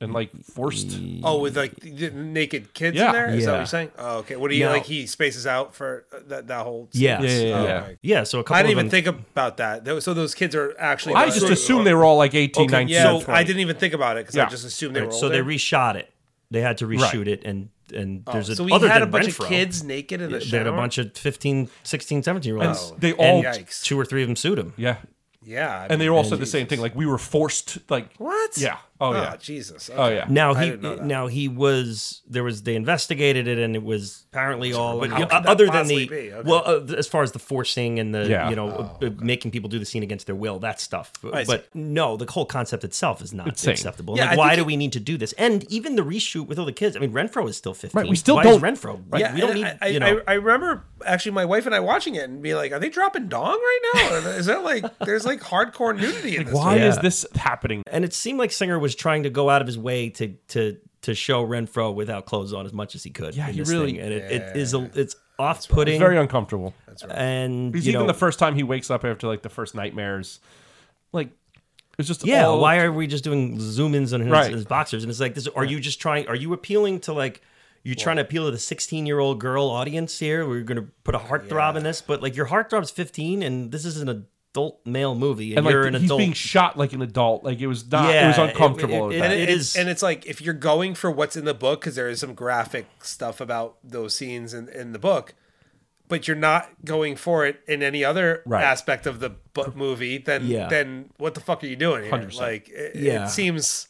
C: and like forced.
B: Oh, with like the naked kids
C: Yeah.
B: in there. Is that what
A: Yeah.
B: you're saying? Oh, okay. What do you
A: No.
B: like? He spaces out for uh, that that whole. scene?
A: yes.
C: Yeah, yeah, yeah.
B: Oh,
C: yeah.
B: okay.
A: Yeah, So a couple
B: I didn't
A: of
B: even
A: them-
B: think about that. Tho- So those kids are actually.
C: I just
B: uh,
C: assumed they were all like 18, 19.
B: Yeah,
C: and
B: I
C: 20.
B: didn't even think about it because
C: Yeah.
B: I just assumed they were.
A: Right, so they
B: older. Oh.
A: reshot it. They had to reshoot
C: Right.
A: it, and and there's a
B: so we
A: other
B: had a
A: than
B: bunch
A: Renfro,
B: of kids naked in the shower.
A: They had a bunch of 15, 16, 17 year olds.
C: They all
A: And
B: Yikes.
A: two or three of them sued him.
C: Yeah.
B: Yeah, I
C: And they
B: mean,
C: all said the same thing. Like we were forced. Like
B: What?
C: Yeah. Oh, yeah.
B: Jesus.
C: Oh
B: Okay.
C: yeah.
A: Now
B: I
A: he
B: didn't know that.
A: now he was there was they investigated it and it was apparently all
B: But how
A: uh,
B: could that
A: other than the
B: possibly be? Okay. Oh,
A: well uh, as far as the forcing and the
C: Yeah.
A: you know uh, uh, making people do the scene against their will that stuff
B: I see.
A: but no the whole concept itself is not
C: Insane.
A: acceptable
B: Yeah,
A: Like,
B: I think
A: why do
B: it-
A: we need to do this and even the reshoot with all the kids I mean Renfro is still 15
C: Right, we still
A: why
C: don't-
A: is Renfro like
B: yeah,
A: we don't
B: and
A: need
B: I,
A: you
B: I-
A: know
B: I, I remember actually my wife and I watching it and being like, "Are they dropping dong right now? Or Is that like there's like hardcore nudity in this?"
C: Why
B: one.
C: is
A: Yeah.
C: this happening?
A: and it seemed like Singer was trying to go out of his way to to to show Renfro without clothes on as much as he could.
C: Yeah,
A: in
C: he
A: this
C: really-
A: thing. and it, it is a, it's off putting.
C: It's very uncomfortable.
A: and
C: Because
A: you
C: even
A: know,
C: the first time he wakes up after like the first nightmares, like it's just
A: yeah,
C: all-
A: why are we just doing zoom ins on his,
C: Right.
A: his boxers? And it's like this. Are you just trying? Are you appealing to like? You're trying to appeal to the 16 year old girl audience here. We're gonna put a heartthrob in this, but like your heartthrob's 15, and this is an adult male movie, and,
C: and like
A: you're an
C: he's
A: adult.
C: being shot like an adult. Like it was not. it
A: Yeah,
C: was
A: it-
C: uncomfortable.
A: it-
C: with that.
B: And
A: it
B: and-
A: is-
B: and it's like if you're going for what's in the book, because there is some graphic stuff about those scenes in, in the book, but you're not going for it in any other
C: Right.
B: aspect of the bu- movie. Then,
A: Yeah.
B: then what the fuck are you doing? Here? Like, it,
A: Yeah.
B: it seems,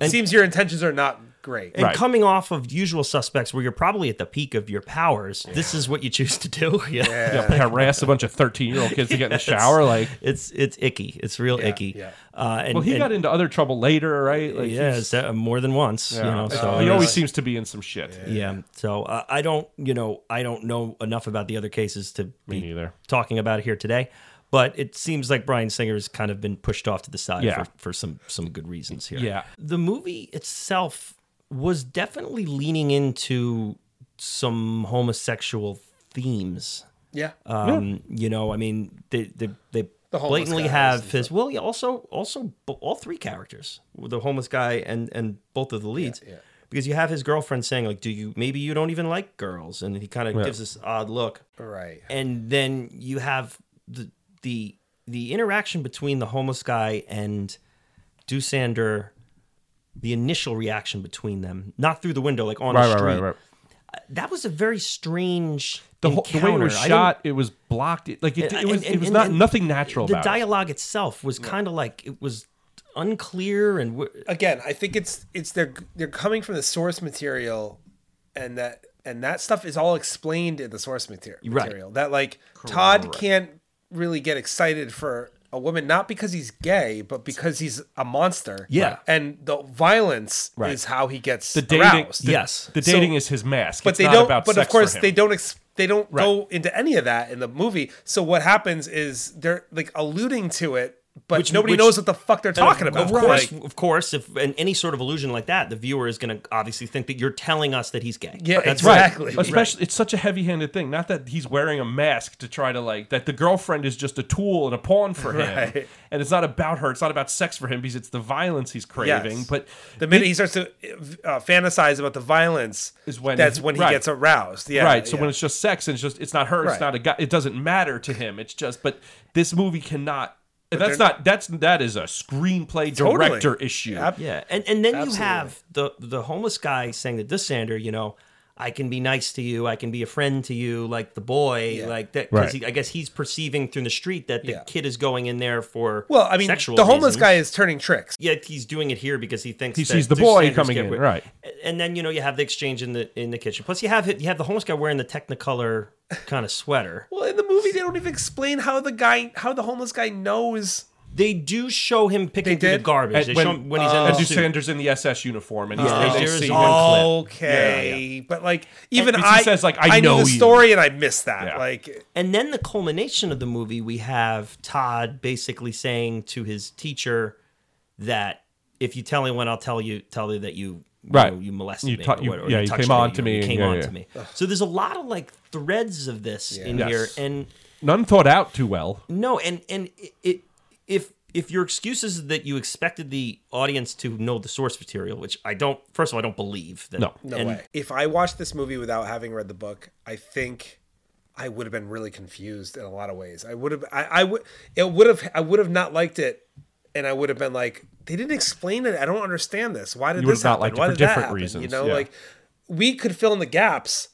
B: it seems your intentions are not great.
A: And
C: Right.
A: coming off of usual suspects where you're probably at the peak of your powers, this is what you choose to do. Yeah.
C: harass a bunch of 13 year old kids to get in the shower. Like,
A: It's it's icky. It's real icky.
B: yeah.
A: Uh, and,
C: well, he
A: and-
C: got into other trouble later, right? Like,
A: yeah,
C: he's-
A: it's, uh, more than once. You know, so
C: he
A: it's-
C: always seems to be in some shit.
A: Yeah. So uh, I don't, you know, I don't know enough about the other cases to be
C: neither.
A: talking about it here today. But it seems like Brian Singer has kind of been pushed off to the side
C: Yeah.
A: for, for some some good reasons here.
C: Yeah.
A: The movie itself was definitely leaning into some homosexual themes.
B: Yeah.
A: Um, you know, I mean, they they, they
B: The homeless
A: blatantly
B: guy
A: have his well, yeah, also also b- all three characters, the homeless guy and and both of the leads, because you have his girlfriend saying like, "Do you maybe you don't even like girls?" and he kind of gives this odd look,
B: right.
A: and then you have the the the interaction between the homeless guy and Dusander, the initial reaction between them, not through the window, like on
C: Right,
A: the
C: right,
A: street.
C: right, right.
A: That was a very strange.
C: The, whole, the way it
A: encounter.
C: was
A: I didn't-
C: shot, it was blocked. It, like, it, it
A: uh, and-
C: was, it
A: and-
C: was
A: and-
C: not
A: and
C: nothing natural
A: the
C: about it.
A: dialogue itself was kind of like it was unclear and w-
B: Again, I think it's it's they're they're coming from the source material, and that and that stuff is all explained in the source mater-
A: Right.
B: material. That like Todd can't really get excited for a woman not because he's gay, but because he's a monster.
A: Yeah.
B: And the violence
A: Right.
B: is how he gets
C: The dating,
B: aroused.
C: the,
A: Yes.
C: the
B: So-
C: dating is his mask.
B: but
C: It's
B: they
C: not
B: don't.
C: About
B: but of
C: sex for
B: course,
C: him.
B: they don't. Ex- they don't go into any of that in the movie. So what happens is they're like alluding to it, but
A: Which-
B: nobody
A: which-
B: knows what the fuck they're talking about.
A: of course
B: Like,
A: of course if in any sort of illusion like that the viewer is going to obviously think that you're telling us that he's gay
B: yeah,
A: that's
C: Right.
B: exactly.
C: Especially, it's such a heavy-handed thing. Not that he's wearing a mask to try to like that. The girlfriend is just a tool and a pawn for him,
B: Right.
C: and it's not about her. It's not about sex for him because it's the violence he's craving.
B: Yes.
C: But
B: The minute he starts to uh, fantasize about the violence,
C: Is when
B: that's
C: he-
B: when he
C: right.
B: gets aroused. Yeah,
C: right, so
B: yeah.
C: when it's just sex and it's just it's not her, it's
B: Right.
C: not a guy. It doesn't matter to him. It's just. But this movie cannot. and that's
B: they're-
C: not. That's that is a screenplay
B: Totally.
C: director issue.
B: Ab-
A: yeah and and then you
B: Absolutely.
A: have the the homeless guy saying that this sander you know i can be nice to you i can be a friend to you like the boy like that because
C: Right.
A: i guess he's perceiving through the street that the
B: Yeah.
A: kid is going in there for
B: well, I mean,
A: sexual
B: the homeless
A: reasons.
B: guy is turning tricks.
A: yet he's doing it here because he thinks
C: He
A: that
C: sees the
A: Dick
C: boy
A: Sanders
C: coming
A: get
C: in,
A: wi-
C: right.
A: And then you know you have the exchange in the in the kitchen. Plus you have it, you have the homeless guy wearing the Technicolor kind of sweater.
B: Well, in the movie, they don't even explain how the guy, how the homeless guy knows.
A: They do show him picking
B: They
A: through the
B: did?
A: garbage.
C: And
A: they
C: when- uh,
A: show him when he's in
C: and
B: Oh,
A: the
C: Duke
A: suit.
C: Sanders in the SS uniform, and he's
A: Yeah.
C: they
A: There
C: just
A: is
C: see
A: all-
C: him.
B: Okay, but like even
C: Because he
B: I
C: says, like, I
B: knew
C: know
B: the
C: you.
B: story and I missed that.
C: Yeah.
B: Like
A: And then the culmination of the movie, we have Todd basically saying to his teacher that if you tell anyone, I'll tell you tell you that you you
C: Right.
A: know, you molested
C: You
A: me.
C: ta-
A: or
C: you-
A: whatever,
C: yeah, you
A: touched
C: came
A: me,
C: on to
A: know, you
C: me,
A: came
C: yeah,
A: on
C: yeah.
A: to me. So there's a lot of like threads of this in
C: Yes.
A: here, and
C: None thought out too well.
A: No, and and it, it if if your excuse is that you expected the audience to know the source material, which I don't. First of all, I don't believe that.
C: No.
B: No
A: and-
B: way. If I watched this movie without having read the book, I think I would have been really confused in a lot of ways. I would have, I, I would, it would have, I would have not liked it, and I would have been like, they didn't explain it. I don't understand this. Why did
C: You would
B: this
C: have not
B: happen?
C: liked it
B: Why
C: for
B: did that
C: different
B: happen?" You
C: reasons,
B: know,
C: yeah.
B: like we could fill in the gaps.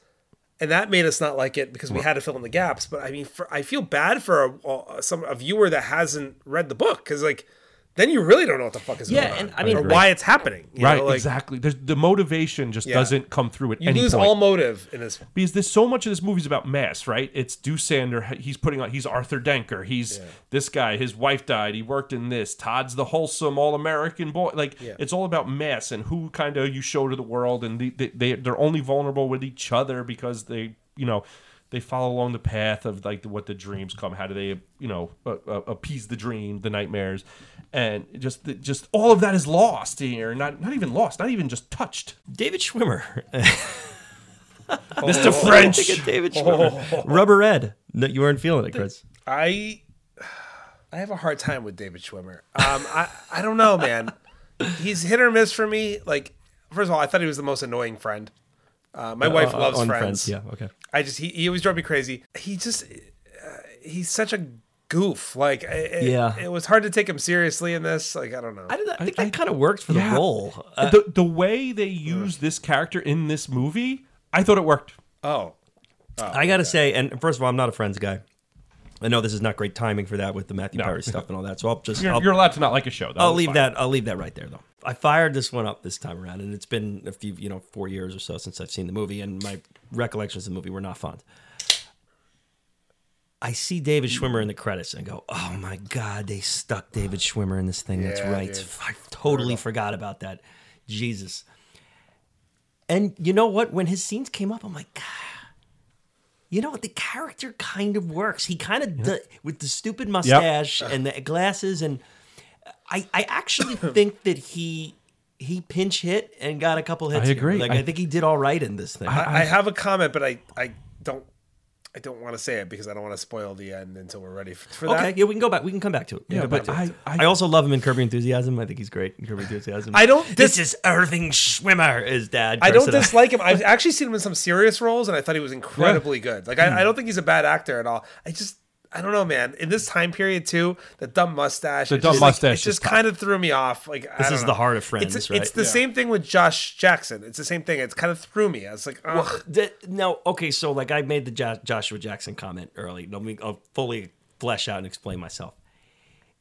B: And that made us not like it because we had to fill in the gaps. But I mean, for, I feel bad for a, a, some a viewer that hasn't read the book because, like, then you really don't know what the fuck is
A: Yeah,
B: going on
A: and I mean-
B: or why it's happening. you
C: Right,
B: know, like,
C: exactly. There's, the motivation just doesn't come through at
B: You
C: any
B: lose
C: point.
B: all motive in this
C: because there's so much of this movie's about mass, right? It's Deusander. He's putting on. He's Arthur Denker. He's this guy. His wife died. He worked in this. Todd's the wholesome all-American boy. Like it's all about mass and who kind of you show to the world, and the, they, they they're only vulnerable with each other because they you know they follow along the path of like what the dreams come. How do they you know uh, uh, appease the dream, the nightmares, and just the, just all of that is lost here. Not not even lost. Not even just touched.
A: David Schwimmer,
C: Mr.
A: Look
C: French.
A: at David Schwimmer, Rubber Ed. No, you weren't feeling it, Chris.
B: I I have a hard time with David Schwimmer. Um, I I don't know, man. He's hit or miss for me. Like, first of all, I thought he was the most annoying friend. Uh, my wife
A: Uh,
B: loves
A: on
B: friends.
A: Yeah. Okay.
B: I just he, he always drove me crazy. He just uh, he's such a goof. Like, I- it,
A: Yeah.
B: it was hard to take him seriously in this. Like, I don't know.
A: I, don't know, I think that kind of worked for
C: Yeah.
A: the role.
B: Oh,
A: Uh,
C: the the way they use this character in this movie, I thought it worked.
B: oh,
A: I gotta say, and first of all, I'm not a Friends guy. I know this is not great timing for that with the Matthew Perry stuff and all that. So I'll just
C: You're,
A: I'll,
C: you're allowed to not like a show. though.
A: I'll leave that I'll leave that right there though. I fired this one up this time around, and it's been a few, you know, four years or so since I've seen the movie, and my recollections of the movie were not fond. I see David Schwimmer in the credits and go, "Oh my god, they stuck David Schwimmer in this thing." That's
B: Yeah,
A: right.
B: dude.
A: I totally forgot about that. Jesus. And you know what? When his scenes came up, I'm like, God, you know what? The character kind of works. He kind of d- with the stupid mustache and the glasses, and I, I actually think that he he pinch hit and got a couple hits.
C: I
A: here.
C: agree.
A: Like
C: I-
A: I, think he did all right in this thing.
B: I, I have a comment, but I, I don't I don't want to say it because I don't want to spoil the end until we're ready for, for
A: okay,
B: that.
A: yeah, we can go back. We can come back to it. We can
C: Yeah,
A: come back
C: but
A: to it.
C: I- I-
A: I also love him in Kirby Enthusiasm. I think he's great in Kirby Enthusiasm.
B: I don't
A: This,
B: dis-
A: is Irving Schwimmer. Is dad?
B: I don't
A: cursing us.
B: dislike him. I've actually seen him in some serious roles, and I thought he was incredibly good. Like I, I don't think he's a bad actor at all. I just I don't know, man. In this time period too, the dumb mustache. The
C: dumb mustache
B: It
C: is
B: just
C: tough.
B: kind of threw me off. Like
A: This is the heart of Friends,
B: It's,
A: right?
B: it's the same thing with Josh Jackson. It's the same thing. It's kind of threw me. I was like, ugh.
A: The, no, okay, so like I made the jo- Joshua Jackson comment early. Let me I'll fully flesh out and explain myself.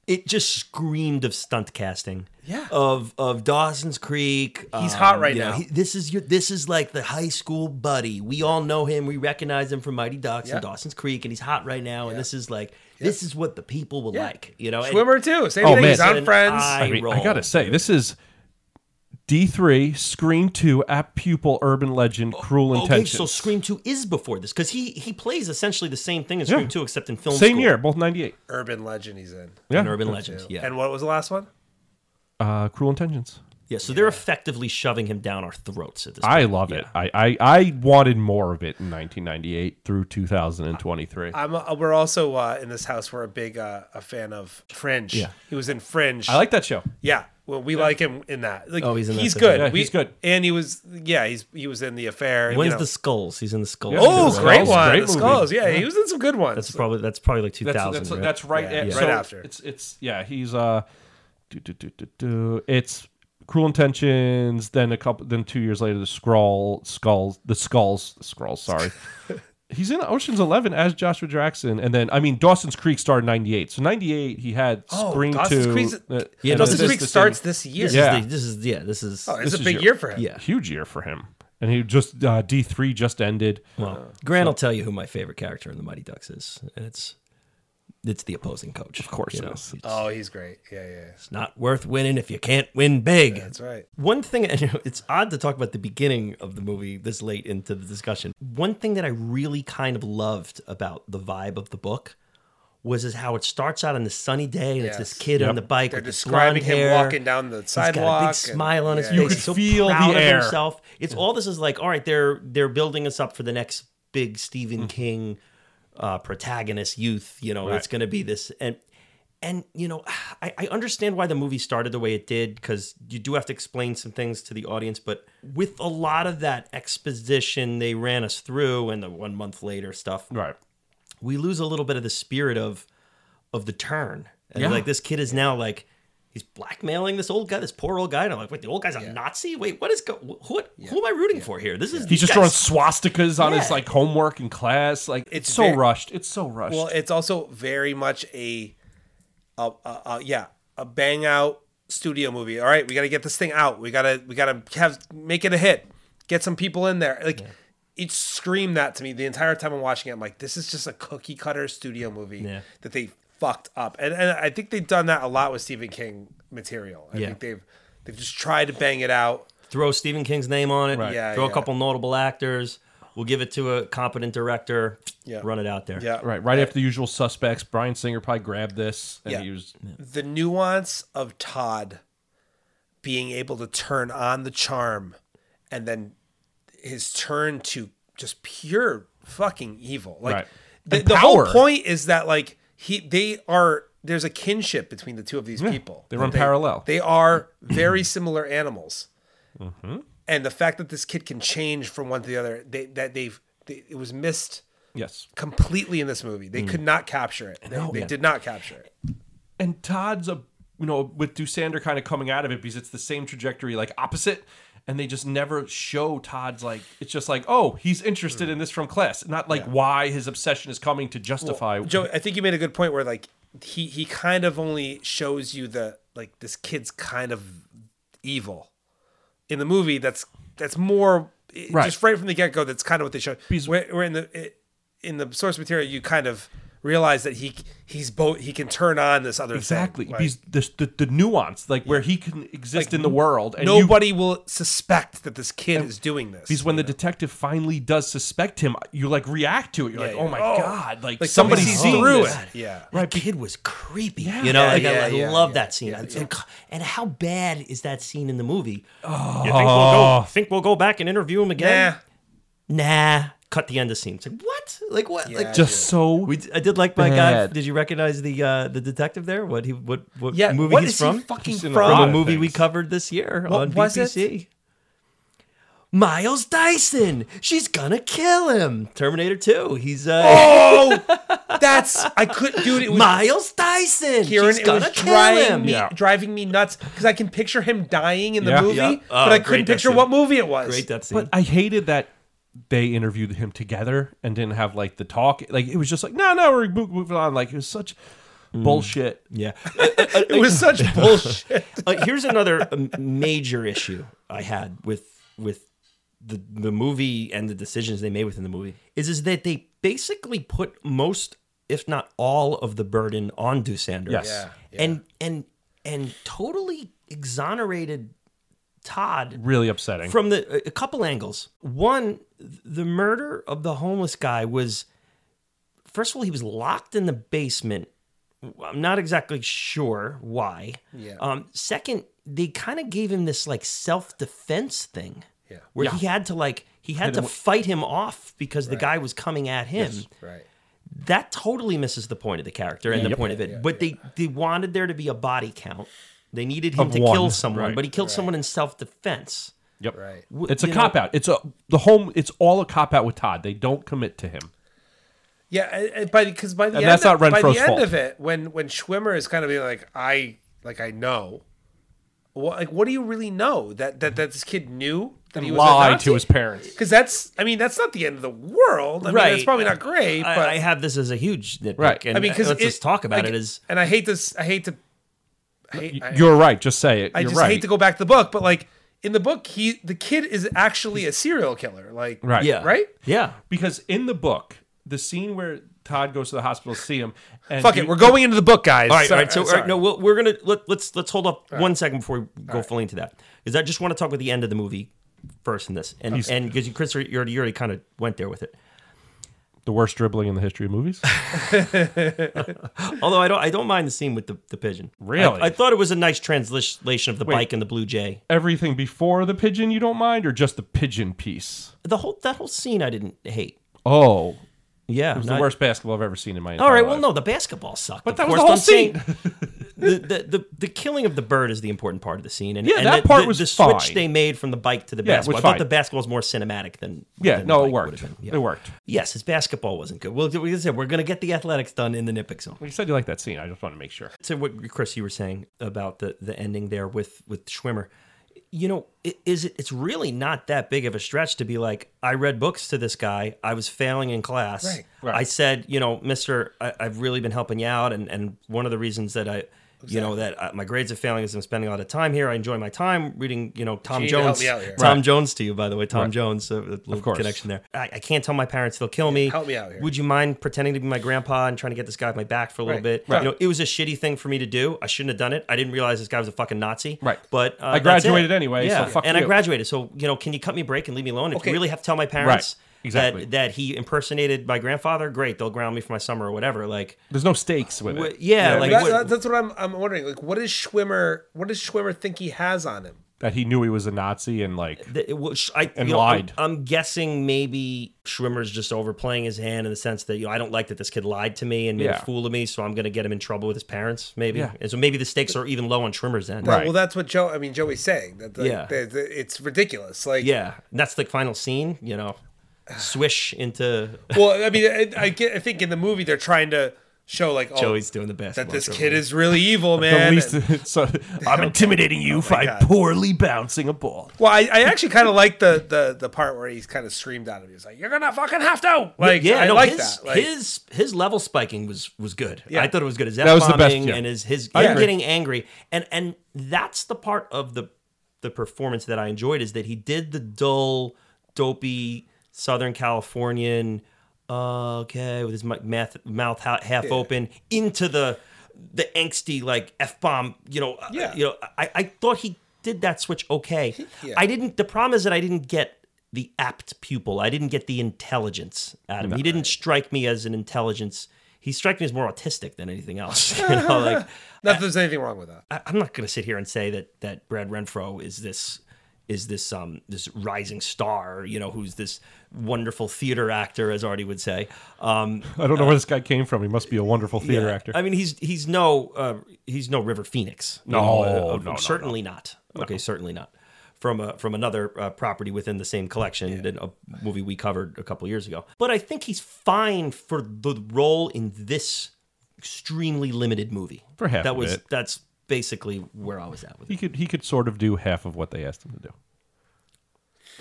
A: It just screamed of stunt casting.
B: Yeah.
A: Of of Dawson's Creek.
B: He's hot right
A: you know,
B: now.
A: this is your this is like the high school buddy. We all know him. We recognize him from Mighty Ducks
B: Yeah.
A: and Dawson's Creek, and he's hot right now. And this is like this is what the people will
B: Yeah.
A: like. You know, And-
B: Schwimmer too. Same
C: Oh,
B: thing.
C: man.
B: He's on
A: And
B: Friends.
A: I-
C: I mean, I
A: roll.
C: gotta say, this is D three, Screen two, App Pupil, Urban Legend, Cruel
A: Oh, Okay,
C: Intentions.
A: so Scream Two is before this because he he plays essentially the same thing as Scream
C: Yeah.
A: Two, except in film
C: Same
A: school.
C: year, both ninety eight.
B: Urban Legend. He's in.
A: An
C: Yeah.
A: urban legend. Yeah.
B: And what was the last one?
C: Uh, Cruel Intentions.
A: Yeah, so they're effectively shoving him down our throats at this point.
C: I love it. I, I I wanted more of it in 1998 through 2023. I,
B: I'm uh we're also uh, in this house. We're a big uh, a fan of Fringe.
C: Yeah.
B: He was in Fringe.
C: like that show.
B: Yeah, well, we like him in that. Like,
A: Oh, he's in that
B: he's
A: too.
B: good.
C: Yeah,
B: We-
C: he's good.
B: And he was, yeah, he's he was in the affair. you
A: When's
B: know.
A: the skulls? He's in the skulls.
B: oh,
C: Skulls?
B: great one,
C: Great
B: the
C: movie.
B: Skulls. Yeah, he was in some good ones.
A: That's probably that's probably like two
C: That's
A: thousand.
C: that's,
A: right?
C: that's right.
B: Yeah,
C: at-
B: yeah.
C: so
B: Right after.
C: It's it's yeah. He's uh, do, do, do, do, do. it's Cruel Intentions. Then a couple. Then two years later, the Scrawl Skulls. The Skulls. The Skrulls. Sorry. He's in Ocean's Eleven as Joshua Jackson, and then I mean Dawson's Creek started in '98. So '98 he had
B: Oh,
C: Scream
B: Dawson's
C: Two.
B: Creek's-
C: uh,
A: Yeah,
C: and
B: Dawson's
C: this-
B: Creek
C: this
B: starts
C: thing-
B: this year.
A: this
C: yeah.
A: is the, this is yeah this is
B: Oh, it's
C: this
B: a
C: is
B: big
C: your-
B: year for him.
A: yeah.
C: huge year for him, and he just uh, D three just ended.
A: Well, Grant will tell you who my favorite character in the Mighty Ducks is, and it's it's the opposing coach. Of
C: course it
A: know.
C: is.
A: It's
B: Oh, he's great. Yeah, yeah, yeah.
A: not worth winning if you can't win big.
B: That's right.
A: One thing, and it's odd to talk about the beginning of the movie this late into the discussion. One thing that I really kind of loved about the vibe of the book was is how it starts out on this sunny day and it's this
B: Yes.
A: kid on the bike
B: They're
A: with this
B: describing
A: blonde
B: him
A: hair.
B: walking down the
A: He's got a
B: sidewalk.
A: big
B: and-
A: smile on his
B: yeah.
A: face.
C: could
A: He's so
C: feel the
A: proud
C: air.
A: of himself. It's all this is like, all right, they're they're building us up for the next big Stephen King uh, protagonist youth. You know, it's going to be this and. And you know, I, I understand why the movie started the way it did because you do have to explain some things to the audience. But with a lot of that exposition they ran us through, and the one month later stuff,
C: Right.
A: we lose a little bit of the spirit of of the turn. And
C: Yeah.
A: like this kid is now like he's blackmailing this old guy, this poor old guy. And I'm like, wait, the old guy's a Nazi? Wait, what is go- wh- who who am I rooting for here? This is
C: He's
A: these
C: just
A: guys-
C: throwing swastikas on his
A: Yeah.
C: like homework and class. Like it's,
B: It's
C: so
B: very-
C: rushed. It's so rushed.
B: Well, it's also very much a, a, a, a yeah, a bang out studio movie. All right, we got to get this thing out. We gotta we gotta have make it a hit. Get some people in there. Like it screamed that to me the entire time I'm watching it. I'm like, this is just a cookie cutter studio movie
A: Yeah.
B: that they fucked up. And and I think they've done that a lot with Stephen King material. I think they've they've just tried to bang it out.
A: throw Stephen King's name on it,
B: Yeah,
A: throw
B: yeah.
A: a couple notable actors, we'll give it to a competent director,
B: Yeah.
A: run it out there.
B: Yeah.
C: right. Right after the usual suspects, Brian Singer probably grabbed this and
B: Uh, Yeah.
C: he was
B: the nuance of Todd being able to turn on the charm and then his turn to just pure fucking evil. Like
C: Right.
B: the,
C: And
B: the whole
C: power.
B: point is that like he they are there's a kinship between the two of these people.
C: they run
B: They-
C: parallel.
B: They are very similar animals.
C: Mm-hmm.
B: And the fact that this kid can change from one to the other, they that they've they, it was missed
C: yes.
B: completely in this movie.
C: Mm.
B: They could not capture it. They, they did not capture it.
C: And Todd's a you know with Dusander kind of coming out of it because it's the same trajectory like opposite. And they just never show Todd's like it's just like oh he's interested in this from class, not like why his obsession is coming to justify.
B: Joe, I think you made a good point where like he he kind of only shows you the like this kid's kind of evil. In the movie, that's that's more it-
C: Right.
B: just right from the get go. That's kind of what they showed.
C: Because-
B: Where, where in the it, in the source material, you kind of realize that he he's both he can turn on this other
C: Exactly.
B: thing. Like,
C: Because this- the, the nuance, like where he can exist in the world, and you-
B: nobody will suspect that this kid is doing this.
C: Because when the detective finally does suspect him, you like react to it. You're like,
B: yeah.
C: "Oh my
B: Oh.
C: god!" Like,
B: Like,
C: somebody's
B: somebody
C: somebody
B: sees
C: seeing
B: through
C: this.
B: it. Yeah.
A: Right, kid was creepy. you know,
B: Yeah,
A: like I,
B: yeah,
A: I
B: yeah,
A: love
B: yeah,
A: that scene. And- and, and how bad is that scene in the movie? Oh. You
C: Oh.
A: think we'll go back and interview him
B: Nah.
A: again? Nah. Cut the end of scene. It's like what? Like what? like
C: Just so
A: we, I did like my guy.
C: Bad.
A: Did you recognize the uh, the detective there? What he what what
B: Yeah,
A: movie
B: what
A: he's
B: is he
A: from?
B: fucking
C: He's in a
B: from?
A: from
C: lot
A: a
C: of
A: movie we
C: things.
A: covered this year on
B: was it?
A: BBC. Miles Dyson. She's gonna kill him. Terminator 2. He's uh
B: Oh, that's I couldn't, dude. It was
A: Miles Dyson.
B: Kieran,
A: She's
B: it was
A: gonna kill
B: driving
A: him.
B: me,
C: Yeah.
B: driving me nuts because I can picture him dying in the
C: Yeah.
B: movie,
C: Yeah.
B: but
A: Oh,
B: I
A: great,
B: couldn't
A: that
B: picture
A: scene.
B: what movie it was.
A: Great that scene.
C: But I hated that they interviewed him together and didn't have like the talk. Like it was just like, no, no, we're mo- moving on. Like it was such bullshit.
A: yeah.
B: It was such bullshit.
A: Uh, here's another um, major issue I had with with the the movie and the decisions they made within the movie is is that they basically put most, if not all, of the burden on Dusanders.
C: Yes. Yeah,
A: and and and totally exonerated Todd
C: Really upsetting.
A: from the a- a couple angles. One, the murder of the homeless guy was first of all he was locked in the basement. I'm not exactly sure why.
B: Yeah.
A: Um, second, they kind of gave him this like self defense thing. Yeah. Where he had to like he had to fight him off because the guy was coming at him
B: Right.
A: that totally misses the point of the character and the point of it. but they they wanted there to be a body count. They needed him
C: Of
A: to
C: one,
A: kill someone,
C: right.
A: but he killed someone in self defense.
C: yep.
B: Right.
C: It's a
A: You know-
C: cop out. It's a the home. It's all a cop out with Todd. They don't commit to him.
B: Yeah, and- and by because by the
C: And
B: end
C: that's
B: of,
C: not
B: by the
C: Renfro's
B: end
C: fault.
B: of it, when when Schwimmer is kind of being like, I like I know, what like what do you really know that that, that this kid knew that he was
C: Lie to his parents.
B: because that's I mean that's not the end of the world. I mean,
A: Right.
B: it's probably not great,
A: I,
B: but
A: I have this as a huge nitpick.
C: Right.
A: And
B: I mean, because
A: let's just talk about it as
B: and I hate this. I hate to. I hate, I,
C: You're right. Just say it.
B: I
C: You're
B: just
C: right.
B: hate to go back to the book, but like in the book, he the kid is actually a serial killer. Like
C: Right.
A: yeah,
B: right.
A: Yeah,
C: Because in the book, the scene where Todd goes to the hospital to see him. And
B: Fuck
C: you-
B: it, we're going into the book, guys.
A: All right,
B: Sorry,
A: all right. So, all
B: sorry.
A: right, no, we'll, we're gonna let, let's let's hold up one second before we go fully into that, because I just want to talk about the end of the movie first in this, and and because you, Chris, you already, you already kind of went there with it.
C: The worst dribbling in the history of movies.
A: Although I don't, I don't mind the scene with the, the pigeon.
C: Really?
A: I, I thought it was a nice translation of the bike and the blue jay.
C: Everything before the pigeon you don't mind, or just the pigeon piece?
A: The whole that whole scene I didn't hate.
C: Oh.
A: Yeah,
C: It was the worst basketball I've ever seen in my entire
A: All right,
C: life.
A: well, no, the basketball sucked. But
C: Uh, that was the whole
A: the, the the the killing of the bird is the important part of the scene, and
C: Yeah,
A: and
C: that
A: the,
C: part
A: the,
C: was
A: the switch
C: fine.
A: they made from the bike to the
C: Yeah, it was
A: basketball. I thought
C: fine.
A: the basketball was more cinematic than
C: Yeah,
A: than
C: no,
A: the
C: it
A: bike would
C: worked.
A: have been.
C: It worked.
A: Yes, his basketball wasn't good. Well, we said we're going to get the athletics done in the nitpick zone.
C: Well, you said you like that scene. I just want to make sure.
A: to what Chris you were saying about the the ending there with with Schwimmer, you know, i- is it? It's really not that big of a stretch to be like, I read books to this guy. I was failing in class.
B: Right,
A: I said, you know, Mister, I, I've really been helping you out, and and one of the reasons that I. You know that uh, my grades are failing is I'm spending a lot of time here. I enjoy my time reading. You know Tom
B: Gee, to help
A: Jones.
B: me out here.
A: Tom Jones to you, by the way. Tom Jones. A little
C: course.
A: connection there. I, I can't tell my parents; they'll kill me.
B: help me out here.
A: Would you mind pretending to be my grandpa and trying to get this guy off my back for a little
B: Right,
A: bit?
B: right.
A: You know, it was a shitty thing for me to do. I shouldn't have done it. I didn't realize this guy was a fucking Nazi.
C: Right.
A: But uh,
C: I
A: that's it.
C: graduated anyway, so
A: Yeah.
C: fuck
A: and I
C: you.
A: graduated. So you know, can you cut me a break and leave me alone? If
B: Okay.
A: you really have to tell my parents
C: Right. Exactly.
A: that that he impersonated my grandfather, great. They'll ground me for my summer or whatever. Like,
C: There's no stakes with
A: wh-
C: it.
A: yeah, like
B: That-
A: what-
B: that- that's what I'm I'm wondering. Like, what does Schwimmer? What does Schwimmer think he has on him?
C: That he knew he was a Nazi and like
A: Th- it was- I,
C: And
A: you know,
C: lied.
A: I'm, I'm guessing maybe Schwimmer's just overplaying his hand in the sense that you know I don't like that this kid lied to me and made
C: Yeah.
A: a fool of me, so I'm going to get him in trouble with his parents, maybe.
C: Yeah.
A: And so maybe the stakes are even low on Schwimmer's end.
C: Right.
B: Well, that's what Joe. I mean, Joey's saying that. Like,
A: Yeah.
B: that- that it's ridiculous. Like,
A: Yeah, And that's the final scene. You know, swish into
B: Well, I mean, I, I get. I think in the movie they're trying to show like, oh,
A: Joey's doing the best.
B: that this kid is really evil, man.
C: the
B: and-
C: least. so, I'm intimidating you by poorly bouncing a ball.
B: Well, I, I actually kind of like the, the the part where he's kind of screamed at him. He's like, "You're gonna fucking have to!" Like,
A: yeah,
B: I
A: no,
B: like
A: his,
B: that. Like,
A: his his level spiking was was good.
B: Yeah.
A: I thought it was good. His
C: That was the best,
A: F-bombing
C: yeah.
A: and his his
C: I
A: him
C: agree.
A: getting angry and and that's the part of the the performance that I enjoyed is that he did the dull, dopey Southern Californian, uh, okay, with his mu- math, mouth ha- half open into the the angsty like f bomb. You know, uh,
B: Yeah.
A: you know. I, I thought he did that switch okay.
B: Yeah.
A: I didn't. The problem is that I didn't get the apt pupil. I didn't get the intelligence out of him. He didn't strike me as an intelligence. He struck me as more autistic than anything else. You know, like
B: Not that there's anything wrong with that.
A: I, I'm not going to sit here and say that that Brad Renfro is this is this um this rising star, you know, who's this wonderful theater actor, as Artie would say. Um,
C: I don't know where this guy came from. He must be a wonderful theater actor.
A: I mean, he's he's no uh, he's no River Phoenix. you
C: No,
A: know, uh,
C: no, no, no.
A: certainly not. Okay, certainly not. From a, from another uh, property within the same collection, that a movie we covered a couple years ago. But I think he's fine for the role in this extremely limited movie.
C: For half
A: that
C: of
A: was
C: it.
A: that's basically where I was at with it.
C: he could he could sort of do half of what they asked him to do.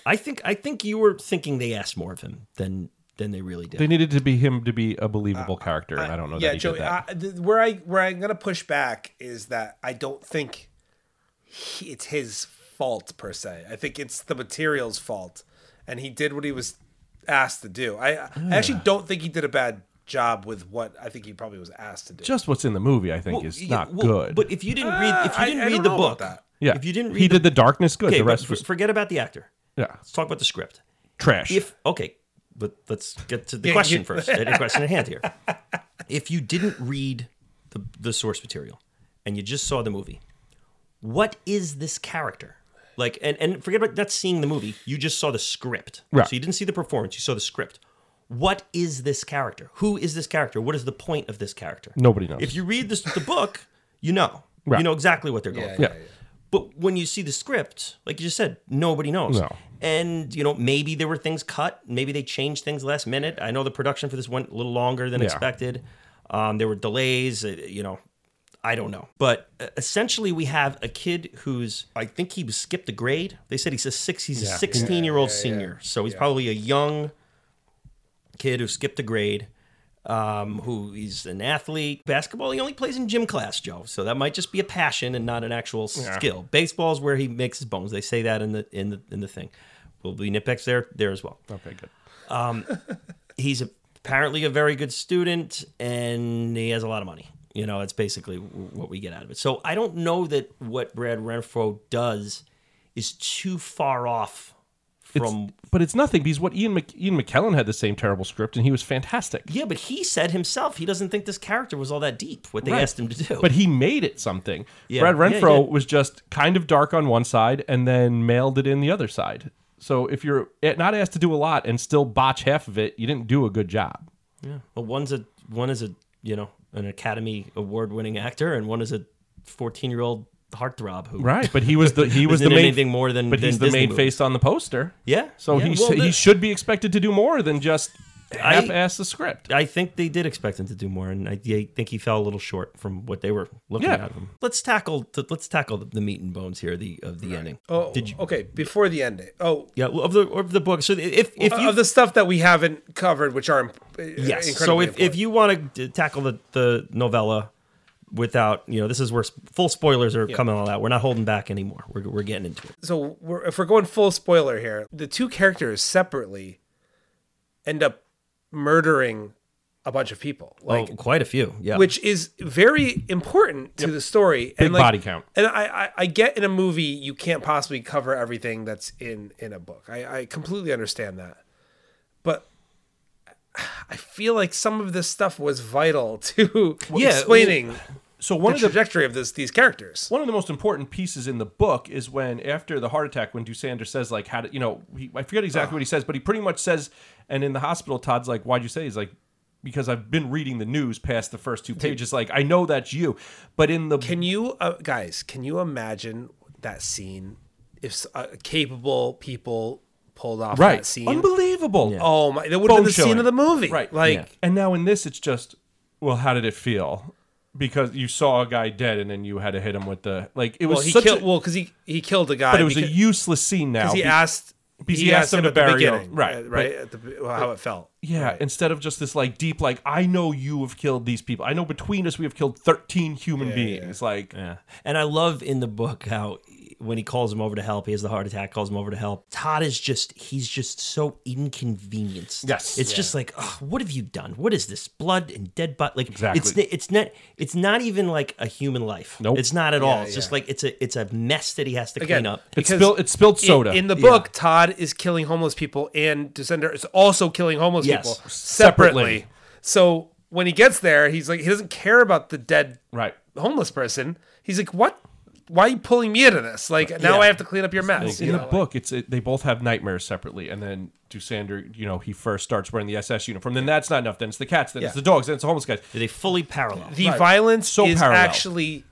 A: I think I think you were thinking they asked more of him than than they really did.
C: They needed to be him to be a believable character, and Uh, I don't know
B: yeah,
C: that he
B: Joey.
C: did that.
B: I, th- where I where I'm gonna push back is that I don't think he, it's his fault per se. I think it's the material's fault, and he did what he was asked to do. I, I actually don't think he did a bad job with what I think he probably was asked to do.
C: Just what's in the movie, I think, is
A: Yeah,
C: not
A: well,
C: good.
A: But if you didn't read if you
B: Uh, I-
A: didn't
B: I
A: read
B: don't
A: the
B: know about
A: book,
B: that.
C: yeah,
A: if you didn't read
C: he
A: the,
C: did the darkness good.
A: okay,
C: the
A: but
C: rest
A: f-
C: was
A: forget about the actor.
C: yeah
A: Let's talk about the script.
C: trash.
A: If okay, but let's get to the
B: Yeah,
A: question
B: you-
A: first. The question at hand here. If you didn't read the the source material and you just saw the movie, what is this character? Like and, and forget about not seeing the movie. You just saw the script.
C: Right.
A: So you didn't see the performance, you saw the script. What is this character? Who is this character? What is the point of this character?
C: Nobody knows.
A: If you read this, the book, you know.
C: Right.
A: You know exactly what they're going
B: yeah,
A: for.
B: yeah,
C: Yeah.
B: yeah.
A: But when you see the script, like you just said, nobody knows.
C: No.
A: And you know, maybe there were things cut. Maybe they changed things last minute. I know the production for this went a little longer than
C: Yeah.
A: expected. Um, there were delays. uh, You know, I don't know. But uh, essentially, we have a kid who's I think he was skipped a grade. They said he's a six. He's a sixteen-year-old senior, so he's probably a young kid who skipped a grade. Um, who he's an athlete. Basketball, he only plays in gym class, Joe. So that might just be a passion and not an actual skill. Baseball is where he makes his bones. They say that in the in the in the thing. Will be nitpicks there there as well. Um,
C: okay, good.
A: He's apparently a very good student and he has a lot of money. You know, that's basically w- what we get out of it. So I don't know that what Brad Renfro does is too far off from
C: But it's nothing because what Ian Mc, Ian McKellen had the same terrible script, and he was fantastic.
A: Yeah, but he said himself he doesn't think this character was all that deep what they
C: Right.
A: asked him to do.
C: But he made it something.
A: Yeah.
C: Brad
A: Yeah, he
C: Renfro
A: did.
C: was just kind of dark on one side and then mailed it in the other side. So if you're not asked to do a lot and still botch half of it, you didn't do a good job.
A: Well, one's a one is a you know an Academy Award winning actor, and one is a fourteen year old heartthrob who
C: Right, but he was the he was the
A: Isn't
C: main
A: anything more than-
C: but
A: than
C: he's the
A: Disney
C: main
A: movies.
C: face on the poster.
A: Yeah,
C: So
A: yeah.
C: he
A: Well,
C: sh-
A: the-
C: he should be expected to do more than just
A: I-
C: half-ass the script.
A: I think they did expect him to do more, and I, I think he fell a little short from what they were looking
C: Yeah.
A: at of him. Let's tackle the, let's tackle the, the meat and bones here the of the ending.
B: Oh,
A: did you?
B: okay. Before the ending. Oh,
A: Yeah, well, of the of the book. So if
C: Oh,
A: if
B: of-
A: you
B: of the stuff that we haven't covered, which are imp-
A: yes. So if,
B: incredibly
A: if
B: important.
A: you want to tackle the, the novella without, you know, this is where s- full spoilers are coming all out. We're not holding back anymore. We're, we're getting into it.
B: so we're, if we're going full spoiler here, the two characters separately end up murdering a bunch of people, like
A: oh, quite a few. Yeah.
B: which is very important to the story. and
C: Big
B: like,
C: body count.
B: And I, I, I get in a movie you can't possibly cover everything that's in in a book. I, I completely understand that, but I feel like some of this stuff was vital to
A: Yeah,
B: explaining
C: So one
B: the
C: of the
B: trajectory of this these characters.
C: one of the most important pieces in the book is when after the heart attack when dusander says like how did you know he, i forget exactly what he says but he pretty much says and in the hospital todd's like why'd you say he's like because i've been reading the news past the first two pages like i know that's you but in the
B: Can you uh, guys? Can you imagine that scene if s- uh, capable people pulled off
C: right
B: that scene?
C: unbelievable
B: Oh my! That would have been
C: Bone
B: the scene
C: chilling.
B: of the movie,
C: Right.
B: Like.
A: Yeah.
C: and now in this it's just well how did it feel because you saw a guy dead and then you had to hit him with the like it was
B: Well, he
C: such
B: killed.
C: a,
B: well, because he he killed a guy.
C: but it was a
B: because-
C: useless scene now
B: Because he
C: be-
B: asked.
C: because he asked him to
B: at the
C: bury him.
B: beginning,
C: Right,
B: uh, Right. At the, well, how it felt.
C: Yeah, instead of just this like deep, like I know you have killed these people. I know between us we have killed thirteen human beings. Like
A: Yeah. And I love in the book how when he calls him over to help, he has the heart attack, calls him over to help. Todd is just, he's just so inconvenienced.
C: Yes.
A: It's just like, oh, what have you done? What is this? Blood and dead butt. Like it's
C: Exactly.
A: it's not it's not even like a human life.
C: Nope.
A: It's not at all. It's just
B: yeah.
A: like it's a it's a mess that he has to
B: Again,
A: clean up.
C: it's
B: because
C: spilled, it's spilled
B: in-
C: soda
B: In, the book, Todd is killing homeless people, and Descender is also killing homeless
A: Yes.
B: people
C: Separately.
B: separately. So when he gets there, he's like, he doesn't care about the dead
C: Right.
B: homeless person. He's like, what? Why are you pulling me into this? Like now I have to clean up your mess.
C: in
B: you
C: the
B: know?
C: book, it's it, they both have nightmares separately, and then Dusander, you know, he first starts wearing the SS uniform. Then that's not enough. Then it's the cats. Then it's
B: Yeah.
C: the dogs. Then it's the homeless guys.
A: They fully parallel.
B: the violence
C: So
B: is
C: parallel.
B: actually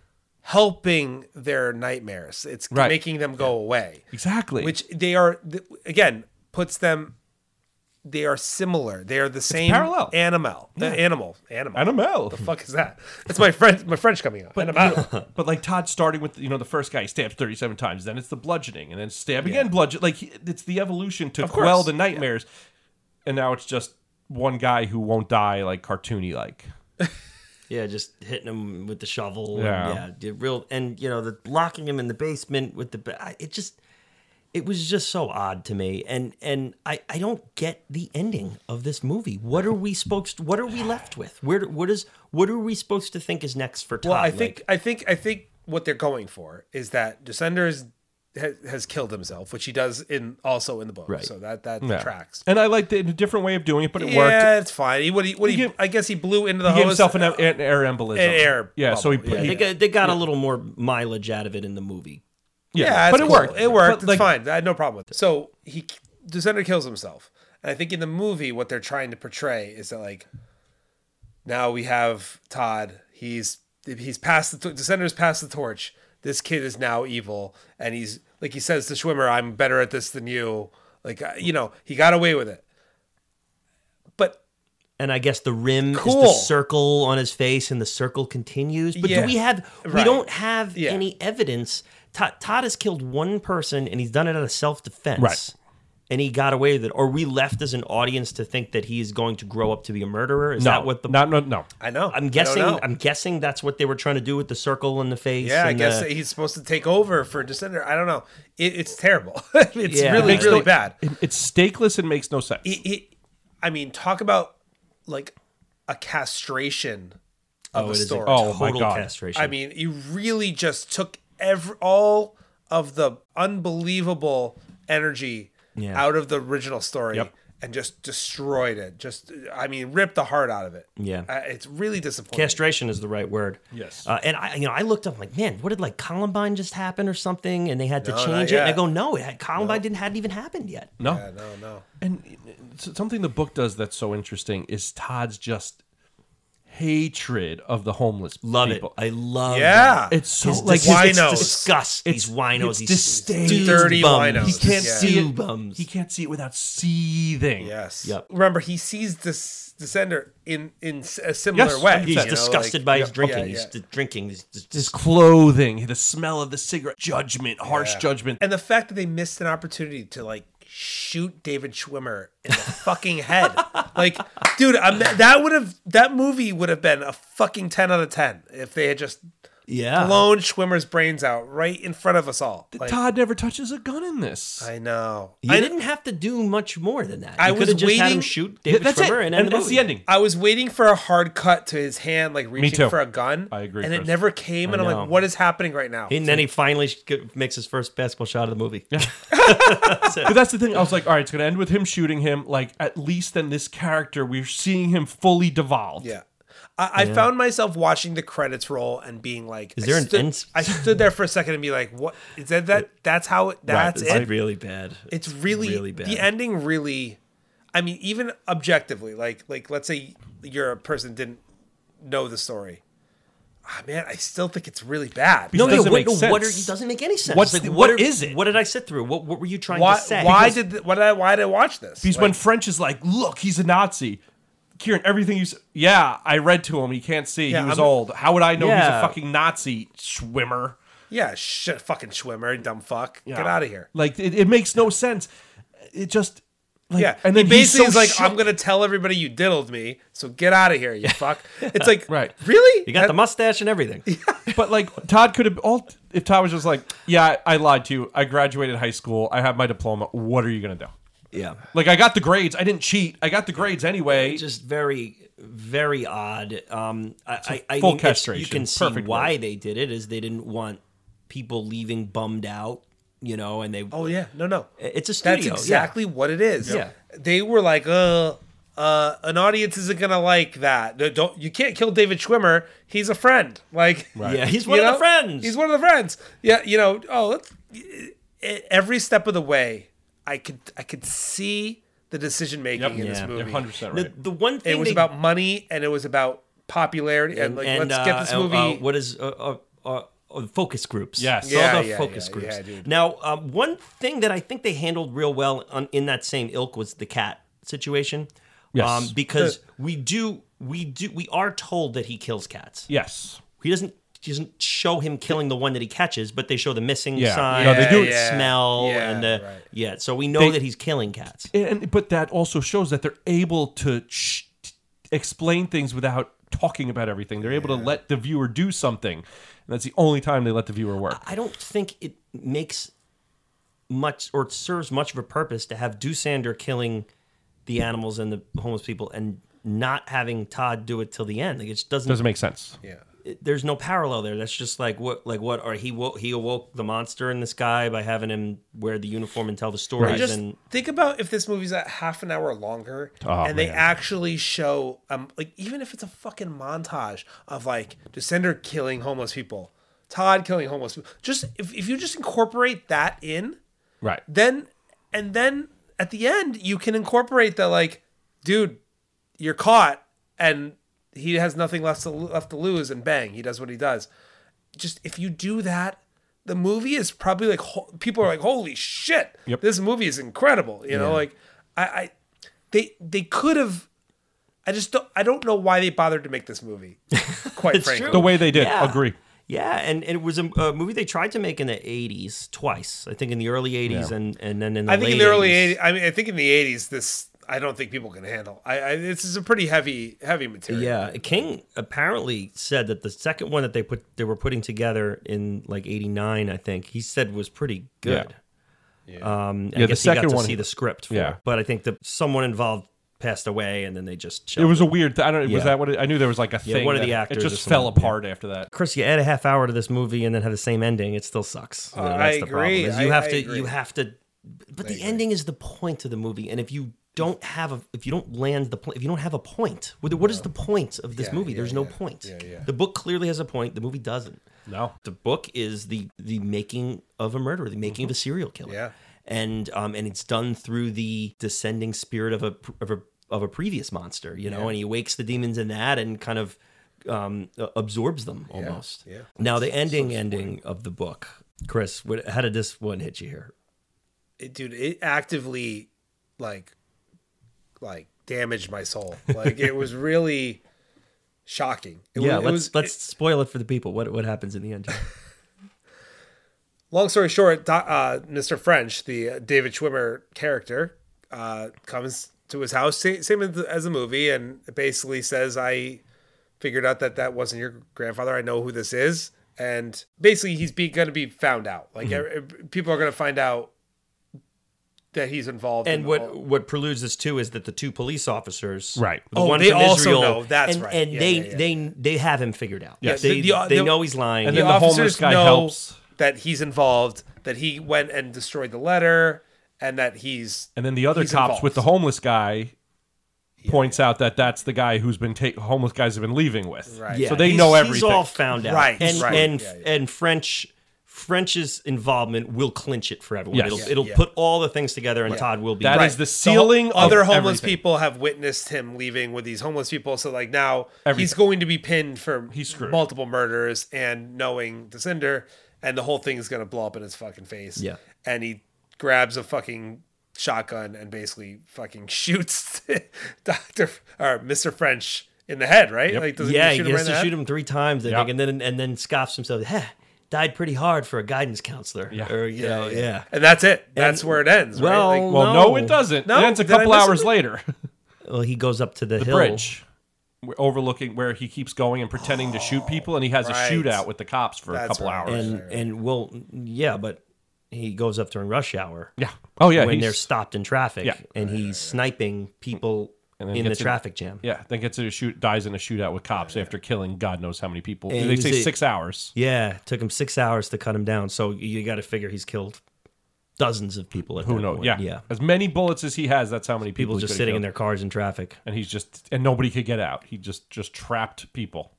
B: helping their nightmares. It's
C: Right.
B: making them go away.
C: Exactly.
B: Which they are th- again puts them. They are similar. They are the same
C: parallel.
B: animal. The animal. Animal.
C: Animal.
B: The fuck is that? That's my French. My French coming out. Animal.
C: But like Todd starting with you know the first guy he stabs thirty seven times, then it's the bludgeoning, and then stab again, bludgeon. Like he- it's the evolution to
B: course.
C: quell the nightmares, and now it's just one guy who won't die, like cartoony, like
A: Yeah, just hitting him with the shovel.
C: Yeah.
A: Yeah, yeah, the real, and you know, the locking him in the basement with the. ba- I- It just, it was just so odd to me, and and I I don't get the ending of this movie. What are we supposed? What are we left with? Where do- what is what are we supposed to think is next for Todd?
B: Well, I think
A: Like,
B: I think I think what they're going for is that Descenders has, has killed himself, which he does in also in the book.
A: Right.
B: So that that
C: yeah.
B: tracks.
C: And I liked it in a different way of doing it, but it worked.
B: Yeah, it's fine. He, what he, what he,
C: gave-
B: I guess he blew into the
C: He gave
B: hose.
C: himself an, an air embolism.
B: An air
C: Yeah, so he,
B: bubble, yeah.
C: he-
A: they got, they got a little more mileage out of it in the movie.
C: yeah,
B: Yeah,
C: but
B: it's
C: it
B: cool.
C: worked.
B: It worked.
C: But,
B: it's fine. I had no problem with it. So he Descender kills himself, and I think in the movie what they're trying to portray is that like now we have Todd. He's he's passed the Descender's passed the torch. This kid is now evil, and he's like he says to Schwimmer, "I'm better at this than you." Like uh, you know, he got away with it, but
A: And I guess the rim is
B: Cool.
A: the circle on his face, and the circle continues. But
B: Yeah.
A: do we have? We
B: Right.
A: don't have
B: Yeah.
A: any evidence. Todd, Todd has killed one person, and he's done it out of self defense.
C: Right.
A: And he got away with it. Or we left as an audience to think that he is going to grow up to be a murderer. Is
C: No,
A: that what the?
C: not, no, no.
B: I know. I
A: I'm
B: don't
A: guessing.
B: know.
A: I'm guessing that's what they were trying to do with the circle in the face.
B: yeah, I
A: and
B: guess
A: the-
B: that he's supposed to take over for Descender. I don't know. It, it's terrible. it's
A: Yeah.
B: really
A: Makes
B: really
C: no-
B: bad.
C: It, it's stakeless and makes no sense.
B: it, it I mean, talk about like a castration of
A: oh,
B: a
A: it is a
B: story.
C: Oh, my
A: total
C: God.
A: castration.
B: I mean, you really just took every all of the unbelievable energy
A: Yeah.
B: out of the original story
C: Yep.
B: and just destroyed it. Just I mean, ripped the heart out of it.
A: Yeah.
B: Uh, it's really disappointing.
A: Castration is the right word.
C: Yes.
A: Uh, and I, you know, I looked up like, man, what did like Columbine just happen or something? And they had to
B: No, not
A: change it. And I
B: yet.
A: go, no, it had, Columbine didn't hadn't even happened yet.
C: no,
B: Yeah, no, no.
C: And s- something the book does that's so interesting is Todd's just hatred of the homeless
A: Love
C: people.
A: it. I love.
B: Yeah.
A: that.
C: It's so
A: His
C: like
A: dis-
B: why
A: it's
B: winos.
A: disgust.
C: It's-
A: these winos.
C: it's
A: these
C: disdain.
A: dudes
B: Dirty
A: bums.
B: winos.
C: he can't
B: Yeah.
C: see
A: Stew
C: it.
A: bums.
C: He can't see it without seething.
B: Yes.
A: Yep.
B: Remember, he sees this descender in in s- a similar
C: Yes,
B: way.
A: He's
B: you know,
A: disgusted
B: like-
A: by his
B: Yeah,
A: drinking.
B: yeah,
A: He's
B: yeah.
A: d- drinking. He's d-
C: His clothing, the smell of the cigarette, judgment, harsh
B: Yeah.
C: judgment.
B: And the fact that they missed an opportunity to like shoot David Schwimmer in the fucking head. Like, dude, I'm, that would have that movie would have been a fucking 10 out of 10 if they had just
A: yeah.
B: blown Schwimmer's brains out right in front of us all. Like,
C: Todd never touches a gun in this.
B: I know.
A: You
B: I,
A: didn't have to do much more than that.
B: I
A: You
B: was
A: coulda just had him
B: waiting-
A: shoot
C: Th-
A: David
C: that's
A: Schwimmer
C: it.
A: and
C: And,
A: end the
C: that's
A: movie.
C: the ending.
B: I was waiting for a hard cut to his hand, like
C: too.
B: reaching for a gun.
C: I agree,
B: And
C: Chris.
B: it never came. And
A: I
B: I'm
A: know.
B: like, what is happening right now?
A: And then he finally sh- g- makes his first basketball shot of the movie.
C: But that's the thing. I was like, all right, it's going to end with him shooting him. Like, at least then this character, we're seeing him fully devolved.
B: Yeah. I, I found myself watching the credits roll and being like,
A: Is
B: I
A: there an
B: stood,
A: end-
B: I stood there for a second and be like, "What is that? That that's how it, that's
A: it's
B: it.
A: really bad.
B: it's really,
A: really bad.
B: the ending. Really, I mean, even objectively, like like let's say you're a person didn't know the story. Ah, man, I still think it's really bad.
C: No,
A: No,
C: doesn't
A: no,
C: make
A: what, no, what are,
C: sense.
A: it doesn't make any sense.
C: What's
A: Like,
C: the-
A: what,
C: what
A: are-
C: is it?
A: What did I sit through? What, what were you trying
B: why
A: to say?
B: why
A: Because-
B: did th- why did I why did I watch this?
C: Because
B: Like,
C: when French is like, look, he's a Nazi. Kieran, everything you said, yeah, I read to him. He can't see.
B: Yeah,
C: he was
B: I'm-
C: old. How would I know he's a
A: Yeah.
C: fucking Nazi swimmer?
B: yeah, shit, fucking Schwimmer, dumb fuck, get out of here.
C: Like, it, it makes no sense. It just,
E: Like,
B: yeah,
E: and
B: and
E: then
B: then he
E: he's
B: basically
E: so
B: is like,
E: shook.
B: "I'm gonna tell everybody you diddled me, so get out of here, you fuck." It's like,
C: Right.
B: Really?
A: You got the mustache and everything.
C: But like Todd could have all if Todd was just like, yeah, I lied to you. I graduated high school. I have my diploma. What are you gonna do?
A: Yeah.
C: Like I got the grades. I didn't cheat. I got the grades anyway.
A: just very very odd um i i, I
C: full
A: think it's- you
C: castration.
A: can see
C: Perfect
A: why they did it is they didn't want people leaving bummed out you know and they
B: Oh yeah, no, no.
A: it's a
B: That's
A: studio
B: exactly what it is.
A: Yeah.
B: They were like, uh, uh, an audience isn't gonna like that. No, Don't you can't kill David Schwimmer. He's a friend. Like,
A: yeah, yeah he's
B: you
A: one of
B: know?
A: the friends
B: He's one of the friends. Yeah, you know. Oh, let's, e- every step of the way, I could I could see the decision making in
A: Yeah.
B: this
C: You're
B: movie.
C: 100 percent
A: the,
C: right.
A: the one thing
B: It was
A: they-
B: about money and it was about popularity and, like
A: and,
B: let's
A: uh,
B: get this
A: uh,
B: movie.
A: uh, what is uh, uh, uh, uh, focus groups?
C: Yes.
A: All
B: Yeah,
A: the
B: yeah,
A: focus
B: yeah,
A: groups.
B: yeah, dude.
A: now, um, one thing that I think they handled real well on, in that same ilk was the cat situation. Um,
C: Yes.
A: because we do, we do, we are told that he kills cats.
C: Yes.
A: He doesn't. He doesn't show him killing the one that he catches, but they show the missing
C: Yeah.
A: sign,
C: No, they do
A: the
C: it-
B: Yeah,
A: smell,
B: yeah,
A: and the
B: right.
A: yeah. So we know
C: They-
A: that he's killing cats.
C: And, and- but that also shows that they're able to sh- t- explain things without talking about everything. They're able to let the viewer do something, and that's the only time they let the viewer work.
A: I don't think it makes much or it serves much of a purpose to have Dusander killing the animals and the homeless people and not having Todd do it till the end. Like it just doesn't.
C: Doesn't make sense.
B: yeah.
A: it- there's no parallel there. That's just like what like what or he wo- he awoke the monster in the sky by having him wear the uniform and tell the stories
B: Just
A: and
B: think about if this movie's at half an hour longer
C: Oh,
B: and they
C: man.
B: actually show um like even if it's a fucking montage of like Descender killing homeless people, Todd killing homeless people. Just if, if you just incorporate that in,
C: Right.
B: then and then at the end you can incorporate that like, dude, you're caught and he has nothing left to left to lose and bang, he does what he does. Just if you do that the movie is probably like ho- people are like holy shit
C: Yep.
B: this movie is incredible you know like I, I they they could have i just don't i don't know why they bothered to make this movie quite frankly
C: The way they did.
A: Yeah.
C: Agree.
A: Yeah, and, and it was a, a movie they tried to make in the '80s twice. I think in the early '80s and, and then in the
B: i think
A: late
B: in the early
A: 80s.
B: 80s i mean i think in the 80s this i don't think people can handle i, I this is a pretty heavy heavy material
A: Yeah, King apparently said that the second one that they put they were putting together in like '89, I think he said was pretty good. Um, and I
C: the
A: guess he
C: second
A: got to
C: one-
A: see the script. For
C: Yeah.
A: it. but I think that someone involved passed away, and then they just
C: It
A: shelved
C: was a weird. Th- I don't.
A: Yeah.
C: Was that what? It, I knew there was like a
A: Yeah,
C: thing.
A: one of the
C: that-
A: actors
C: It
A: or
C: just fell
A: something, yeah.
C: apart after that.
A: Chris, you add a half hour to this movie and then have the same ending. It still sucks. You know,
B: Uh,
A: that's
B: I
A: the problem.
B: agree.
A: Is you
B: I-
A: have
B: I
A: to.
B: agree.
A: You have to. But the ending is the point of the movie, and if you don't have a, if you don't land the, pl- if you don't have a point, what what is the point of this movie? There's no point. The book clearly has a point. The movie doesn't.
C: No.
A: The book is the the making of a murderer, the making of a serial killer.
B: Mm-hmm. Yeah.
A: And um and it's done through the descending spirit of a of a of a previous monster, you know, and he wakes the demons in that and kind of um uh, absorbs them almost. Yeah. Now the ending ending of the book. Chris, what, how did this one hit you here?
B: It- dude it actively like like damaged my soul like it was really shocking it
A: yeah,
B: was,
A: let's
B: it was,
A: let's spoil it for the people. What what happens in the end?
B: long story short, Do- uh, Mr. French, the uh, David Schwimmer character, uh, comes to his house, sa- same as the, as the movie, and basically says, "I figured out that that wasn't your grandfather. I know who this is." And basically, he's be, going to be found out. Like
C: Mm-hmm.
B: e- people are going to find out that he's involved.
A: and
B: in all-
A: what what preludes this too is that the two police officers,
C: Right.
A: The
B: Oh,
A: one
B: they
A: from
B: also
A: Israel,
B: know. That's
A: and,
B: right.
A: and
B: Yeah,
A: they
B: yeah, yeah,
A: they they have him figured out.
C: Yes.
A: they
B: The- the-
A: they
B: the-
A: know he's lying.
C: and
B: the
C: then the homeless
B: officers
C: guy
B: know
C: helps.
B: that he's involved. That he went and destroyed the letter, and that he's
C: And then the other
B: he's
C: cops with
B: involved.
C: the homeless guy points out that that's the guy who's been ta- homeless guys have been leaving with.
B: Right.
A: yeah,
C: So they
A: he's-
C: know
A: He's
C: everything.
A: all found out.
B: Right,
A: and
B: right.
A: and
B: Yeah, yeah.
A: and French French's involvement will clinch it for everyone.
C: Yes.
A: It'll
C: Yeah,
A: it'll
B: yeah.
A: put all the things together, and Todd will be
C: That
A: right.
C: is the ceiling.
B: The ho- other
C: of
B: homeless
C: everything.
B: people have witnessed him leaving with these homeless people. So like now he's
C: Everything.
B: going to be pinned for
C: He's screwed.
B: multiple murders and knowing the cinder, and the whole thing is going to blow up in his fucking face.
A: Yeah.
B: and he grabs a fucking shotgun and basically fucking shoots Doctor or Mister French in the head. Right? Like doesn't
A: yeah.
B: he
A: He
B: shoot him right
A: has
B: in
A: to
B: the head?
A: shoot him three times, I
C: Yeah.
A: think, and then and then scoffs himself. Heh, died pretty hard for a guidance counselor.
C: Yeah.
A: Or, you know, yeah.
B: and that's it. That's where it ends.
A: well,
B: right?
C: Well, no,
A: No.
C: it doesn't.
B: No,
C: it ends a
B: did I
C: couple
B: miss
C: hours
B: something?
C: later.
A: Well, he goes up to the,
C: The
A: hill.
C: bridge. We're overlooking where he keeps going and pretending to shoot people, and he has
B: right.
C: a shootout with the cops for a
B: That's
C: couple
B: right.
C: hours.
A: And and well, yeah, but he goes up during rush hour.
C: yeah. Oh yeah.
A: when
C: he's-
A: they're stopped in traffic,
C: Yeah.
A: and he's sniping people
C: then
A: in the
C: gets in-
A: traffic jam.
C: yeah. Then gets in a shoot, dies in a shootout with cops after killing God knows how many people.
A: And
C: they
A: he
C: say
A: was a-
C: six hours.
A: Yeah, it took him six hours to cut him down. So you got to figure he's killed dozens of people. At
C: Who
A: that
C: knows?
A: point.
C: Yeah.
A: yeah.
C: As many bullets as he has, that's how many people,
A: People
C: he
A: just
C: could've
A: sitting in
C: killed.
A: their cars in traffic.
C: and he's just and nobody could get out. He just just trapped people.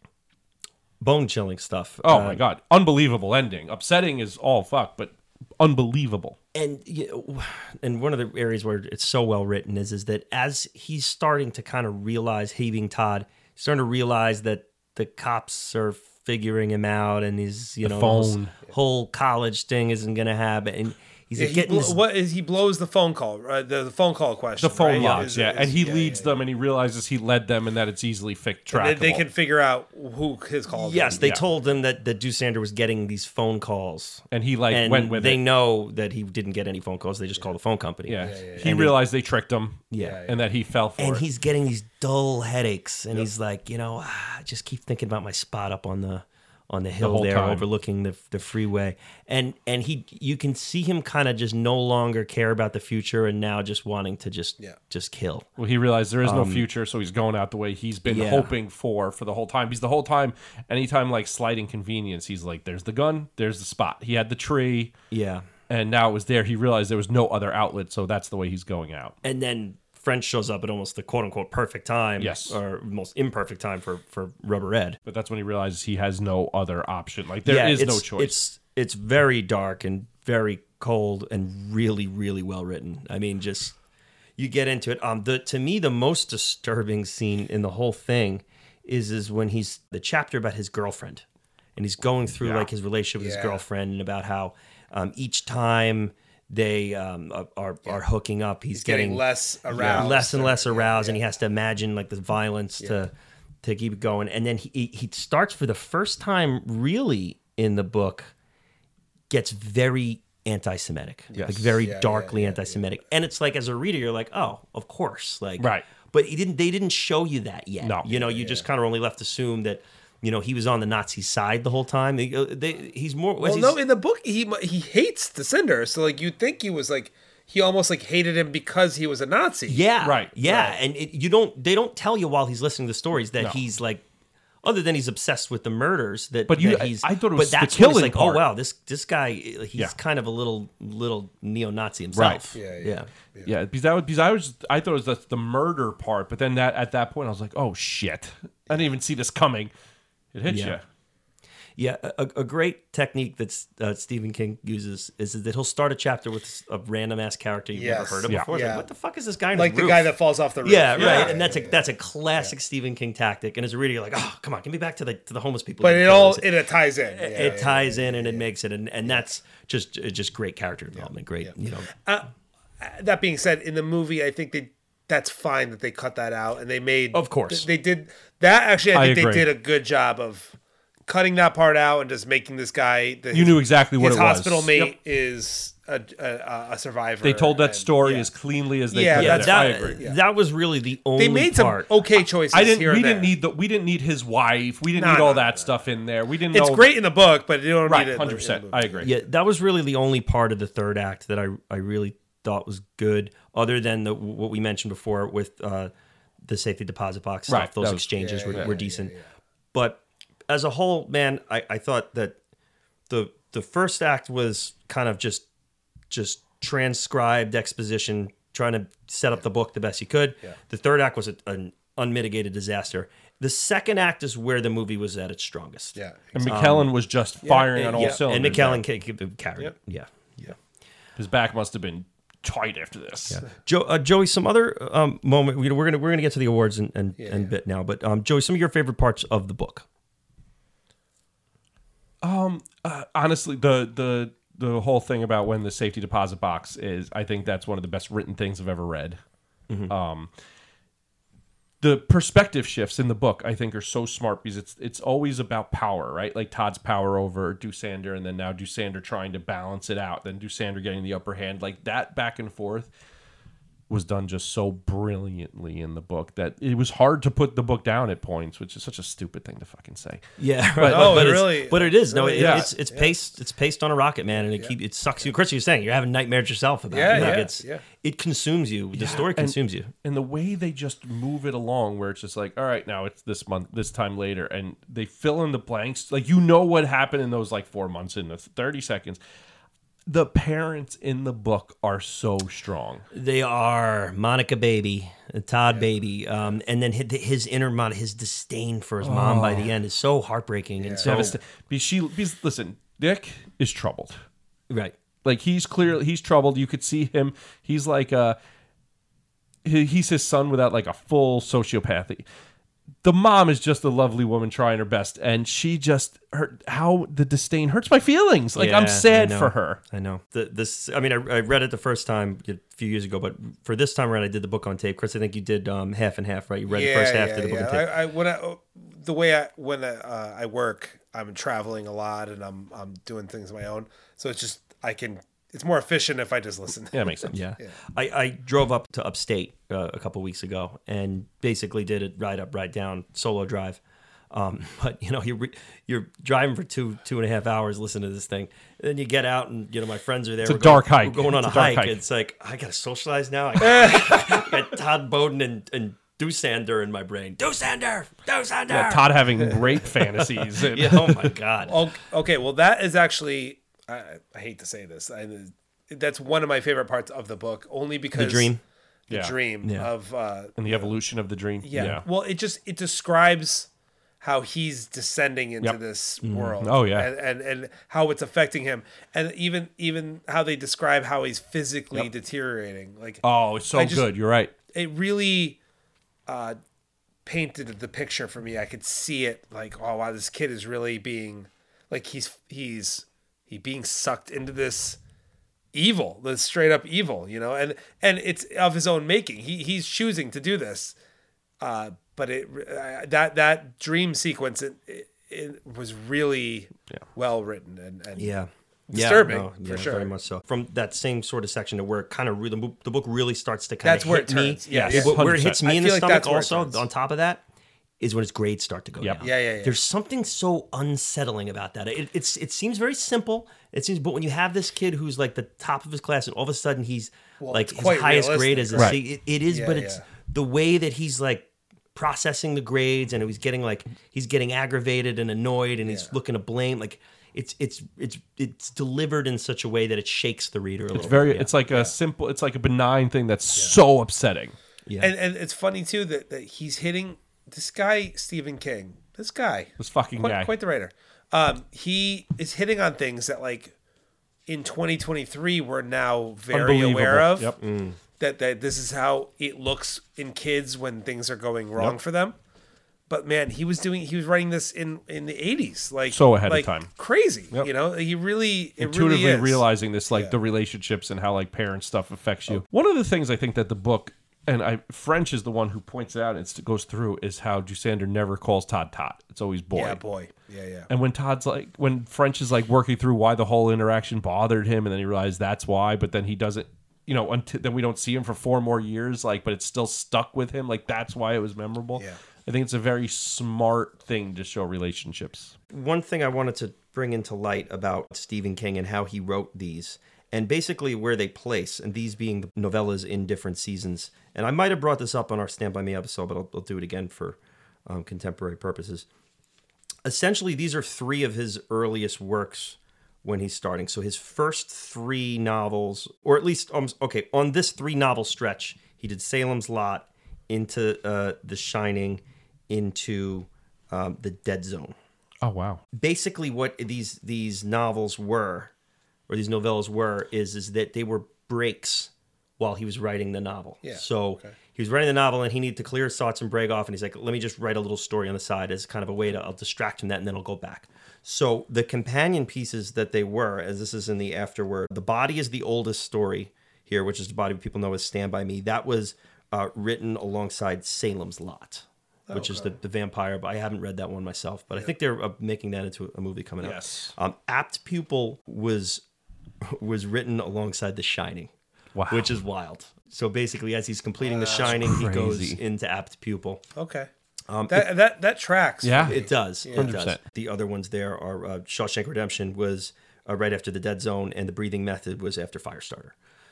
A: Bone chilling stuff.
C: Oh my god, unbelievable ending. Upsetting is all fuck, but unbelievable.
A: and you know, and one of the areas where it's so well written is is that as he's starting to kind of realize he being Todd, he's starting to realize that the cops are figuring him out, and he's you
C: The
A: know this
C: phone.
A: whole college thing isn't gonna happen, and he's
B: Yeah, he
A: getting
B: blo-
A: this-
B: what is he blows the phone call uh, the, the phone call question
C: The phone
B: right?
C: logs,
B: Is-
C: yeah,
B: is-
C: and he
B: yeah,
C: leads
B: yeah,
C: them, and he realizes he led them, and that it's easily fixed
B: yeah.
C: trackable.
B: They, they can figure out who his call.
A: Yes, they
C: Yeah.
A: told him that that Dusander was getting these phone calls,
C: and he like
A: and
C: went with
A: they
C: it.
A: know that he didn't get any phone calls. They just called the phone company.
C: Yeah, he realized they tricked him. Yeah, and that he fell for
A: and
C: it.
A: he's getting these dull headaches and he's like you know ah, I just keep thinking about my spot up on the on the hill
C: whole
A: there
C: time.
A: overlooking the, the freeway and and he you can see him kind of just no longer care about the future and now just wanting to just
B: Yeah.
A: just kill
C: Well, he realized there is no future, so he's going out the way he's been
A: Um, Yeah.
C: hoping for for the whole time. He's the whole time, anytime like slight inconvenience, he's like, "There's the gun, there's the spot." He had the tree,
A: yeah
C: and now it was there. He realized there was no other outlet, so that's the way he's going out.
A: and then French shows up at almost the quote unquote perfect time
C: Yes.
A: or most imperfect time for for Rubber Ed
C: But that's when he realizes he has no other option. Like there
A: Yeah,
C: is no
A: it's-
C: choice.
A: It's it's very dark and very cold and really really well written. I mean, just you get into it. Um, the to me the most disturbing scene in the whole thing is is when he's the chapter about his girlfriend, and he's going through like his relationship with his girlfriend and about how um, each time they um, are- are are hooking up, he's,
B: getting,
A: getting
B: less aroused.
A: less and less aroused, and he has to imagine like the violence to to keep it going. And then he he- he starts for the first time really in the book gets very anti-Semitic, like very darkly anti-Semitic. And it's like as a reader, you're like, oh, of course, like
C: Right.
A: But he didn't. They didn't show you that yet.
C: No.
A: you know, you just kind of only left to assume that. You know, he was on the Nazi side the whole time. They, uh, they, he's more.
B: Well, no, in the book he mu- he hates the Cinder, so like you'd think he was like he almost like hated him because he was a Nazi.
A: Yeah.
C: Right,
A: Yeah. And it, you don't, they don't tell you while he's listening to stories that
C: No.
A: he's like, other than he's obsessed with the murders that,
C: But you-
A: that he's,
C: I- I thought it was
A: but
C: the
A: that's when it's
C: killing
A: like,
C: part.
A: oh wow, this, this guy, uh, he's
C: Yeah.
A: kind of a little, little neo-Nazi himself.
C: Right.
B: Yeah, yeah.
C: yeah. because that was because I was I thought it was the, the murder part, but then that at that point I was like, oh shit, I didn't even see this coming. It hit
A: Yeah.
C: you.
A: Yeah. A, a great technique that uh, Stephen King uses is that he'll start a chapter with a random ass character you've never
B: Yes.
A: heard of
C: Yeah.
A: before. It's
B: Yeah.
A: Like, what the fuck is this guy? in
B: Like
A: his
B: the
A: roof?
B: guy that falls off the roof.
A: Yeah, right. and that's a that's a classic Stephen King tactic. And as a reader, you're like, oh, come on, get me back to the to the homeless people.
B: But
A: who
B: it
A: kill
B: all
A: us."
B: it, Eh, it ties in. Yeah,
A: it
B: yeah.
A: ties in and it makes it and, and that's just it's just great character development great you know
B: that being said, in the movie, I think they that's fine that they cut that out and they made
A: Of course.
B: they did that. Actually,
C: I
B: I think
C: agree.
B: they did a good job of cutting that part out and just making this guy. The,
C: You knew exactly what
B: his
C: it was.
B: hospital mate
C: Yep.
B: is a, a, a survivor.
C: They told that
B: and-
C: story
B: yeah.
C: as cleanly as they
B: Yeah,
C: could.
B: that's-
C: I
A: that,
C: agree.
A: that was really the only
B: They made some
A: part
B: okay choices.
C: I didn't.
B: Here
C: We
B: and
C: didn't
B: there.
C: need the. We didn't need his wife. We didn't
B: No,
C: need
B: no,
C: all
B: no,
C: that stuff in there. We didn't.
B: It's
C: know,
B: great in the book, but you don't
C: Right.
B: need it.
C: Hundred percent. I agree.
A: yeah that was really the only part of the third act that I I really thought was good other than the what we mentioned before with uh the safety deposit box stuff
C: Right,
A: those
C: that was-
A: exchanges were, were decent but as a whole man I, I thought that the the first act was kind of just just transcribed exposition, trying to set up the book the best you could. The third act was a, an unmitigated disaster. The second act is where the movie was at its strongest.
B: Yeah.
C: And McKellen
B: Um,
C: was just firing on all
A: yeah.
C: cylinders.
A: and McKellen ca- ca- carried. it. Yeah,
C: His back must have been tight after this.
A: Joe, uh, Joey, some other um, moment. we- We're gonna we're gonna get to the awards and and, and bit now, but um, Joey, some of your favorite parts of the book.
C: uh, honestly, the the the whole thing about when the safety deposit box is, I think that's one of the best written things I've ever read. Um, the perspective shifts in the book I think are so smart because it's it's always about power, right? Like Todd's power over Dusander and then now Dusander trying to balance it out, then Dusander getting the upper hand, like that back and forth was done just so brilliantly in the book that it was hard to put the book down at points, which is such a stupid thing to fucking say.
A: Yeah, right. but,
B: No,
A: but
B: it
A: it's-
B: Oh, really-
A: but it is no,
B: really
A: it, it's
B: is.
A: it's paced it's paced on a rocket, man, and it keep it sucks you. Chris, you're saying you're having nightmares yourself about
B: Yeah,
A: it. Like
B: yeah,
A: it's,
B: yeah.
A: It consumes you. The story
C: and-
A: consumes you.
C: and the way they just move it along where it's just like all right now it's this month this time later and they fill in the blanks like you know what happened in those like four months in the 30 seconds the parents in the book are so strong
A: They are Monica Baby, uh, Todd Baby, um, and then his, his inner mon, his disdain for his mom
B: Oh,
A: by the end is so heartbreaking and so
C: Devast- because she because, listen dick is troubled
A: right.
C: like he's clearly he's troubled you could see him he's like uh he- he's his son without like a full sociopathy the mom is just a lovely woman trying her best and she just her how the disdain hurts my feelings like
A: Yeah,
C: i'm sad
A: I know.
C: for her
A: I know. The, this, I mean, I, I read it the first time a few years ago, but for this time around, I did the book on tape. Chris, I think you did um, half and half, right? You read the first half, did the book on tape.
B: I, I when I the way I when I, uh, I work, I'm traveling a lot and I'm I'm doing things on my own. So it's just I can. It's more efficient if I just listen.
C: yeah that makes sense
A: Yeah. I, I drove up to upstate uh, a couple weeks ago and basically did it ride up, ride down, solo drive. Um, but you know, you're re- you're driving for two two and a half hours, listening to this thing. then you get out, and you know, my friends are there. It's
C: a dark hike.
A: We're going on
C: It's
A: a,
C: a dark
A: hike.
C: hike.
A: It's like I gotta socialize now. I got, I got Todd Bowden and and Deusander in my brain. Deusander, Deusander.
C: Yeah, Todd having rape fantasies. And
A: Yeah, oh my god.
B: O- Okay, well, that is actually I, I hate to say this. I, that's one of my favorite parts of the book, only because
A: dream?
B: the
C: Yeah.
B: dream of uh,
C: And the evolution of the dream.
B: yeah. Well, it just it describes how he's descending into
C: Yep.
B: this world.
C: Oh, yeah.
B: and, and and how it's affecting him, and even even how they describe how he's physically deteriorating. Like
C: Oh, it's so
B: I just-
C: good. You're right.
B: it really uh, painted the picture for me. I could see it like, oh wow, this kid is really being like he's he's he being sucked into this evil, this straight up evil, you know, and and it's of his own making. He he's choosing to do this, uh, but it uh, that that dream sequence it, it, it was really well written and, and
A: Yeah.
B: Disturbing,
A: yeah, no,
B: for
A: yeah,
B: sure.
A: Very much so. From that same sort of section to where it kind of really, the book- the book really starts to kind
B: That's
A: of
B: where
A: hit
B: it turns.
A: me.
B: Yeah,
A: Wh-
B: yeah.
A: Where, it
C: 100%.
A: hits me
B: I
A: in the
B: feel like
A: stomach.
B: that's where it
A: Also,
B: turns.
A: on top of that, is when its grades start to go down.
B: Yeah, yeah, yeah.
A: There's something so unsettling about that. It, it's it seems very simple. It seems, but when you have this kid who's like the top of his class, and all of a sudden he's like
B: it's
A: his
B: quite
A: highest grade is
B: realistic,
A: a
C: right?
A: C. It, it is,
B: Yeah,
A: but it's
B: yeah.
A: the way that he's like processing the grades and he's getting like he's getting aggravated and annoyed and he's looking to blame like it's it's it's it's delivered in such a way that it shakes the reader a little
C: It's very.
A: bit. Yeah.
C: It's like a simple. It's like a benign thing that's so upsetting.
B: and and it's funny too that that he's hitting this guy Stephen King. This guy,
C: This fucking
B: quite,
C: guy.
B: quite the writer. Um, he is hitting on things that like in 2023 we're now very
C: Unbelievable.
B: aware of.
C: Yep.
B: That that this is how it looks in kids when things are going wrong for them. But man, he was doing he was writing this in in the 80s, like
C: So ahead of
B: like
C: time.
B: crazy. You know, he really it
C: intuitively
B: really is.
C: realizing this like the relationships and how like parent stuff affects you one of the things i think that the book and i french is the one who points it out and it goes through is how Dusander never calls todd tot it's always boy
B: Yeah, boy. Yeah, yeah.
C: and when todd's like when french is like working through why the whole interaction bothered him and then he realized that's why but then he doesn't you know until then we don't see him for four more years like but it's still stuck with him like that's why it was memorable
B: Yeah.
C: i think it's a very smart thing to show relationships
A: one thing I wanted to bring into light about Stephen King and how he wrote these and basically where they place, and these being the novellas in different seasons. And I might have brought this up on our Stand By Me episode, but I'll, I'll do it again for um, contemporary purposes. Essentially, these are three of his earliest works when he's starting. So his first three novels, or at least, um, okay, on this three novel stretch, he did Salem's Lot, into uh, The Shining, into um, The Dead Zone
C: oh wow
A: basically what these these novels were or these novellas were is is that they were breaks while he was writing the novel. Yeah. So he was writing the novel and he needed to clear his thoughts and break off and he's like, let me just write a little story on the side as kind of a way to I'll distract from that and then I'll go back. So the companion pieces that they were, as this is in the afterword, the body is the oldest story here, which is the body people know as Stand By Me. That was uh, written alongside Salem's Lot, which is the, the vampire. But I haven't read that one myself. But I think they're uh, making that into a movie coming up.
F: Yes.
A: Um, Apt Pupil was was written alongside The Shining,
C: Wow.
A: which is wild. So basically, as he's completing The Shining, he goes
C: crazy.
A: into Apt Pupil.
B: Okay. that, that that tracks.
C: Yeah.
A: It does. It does.
C: 100%.
A: The other ones there are uh, Shawshank Redemption was uh, right after the Dead Zone, and the Breathing Method was after Firestarter.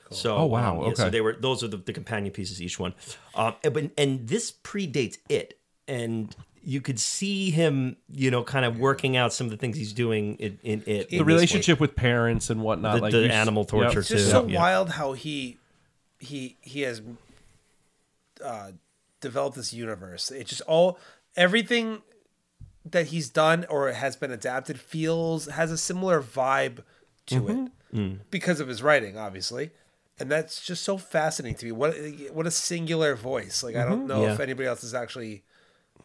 A: So, um,
C: Oh, wow.
A: yeah, so
C: Okay.
A: they were those are the, the companion pieces each one, um, and, but and this predates it, and you could see him, you know, kind of working out some of the things he's doing in, in it.
C: the relationship with parents and whatnot,
A: The-
C: like
A: the
C: you s-
A: animal torture
B: It's just
A: too.
B: so
A: Yeah.
B: wild how he he he has uh, developed this universe. It's just all everything that he's done or has been adapted feels has a similar vibe to
C: Mm-hmm.
B: it
C: Mm.
B: because of his writing, obviously. And that's just so fascinating to me. What what a singular voice! Like I don't know if
A: Yeah.
B: anybody else has actually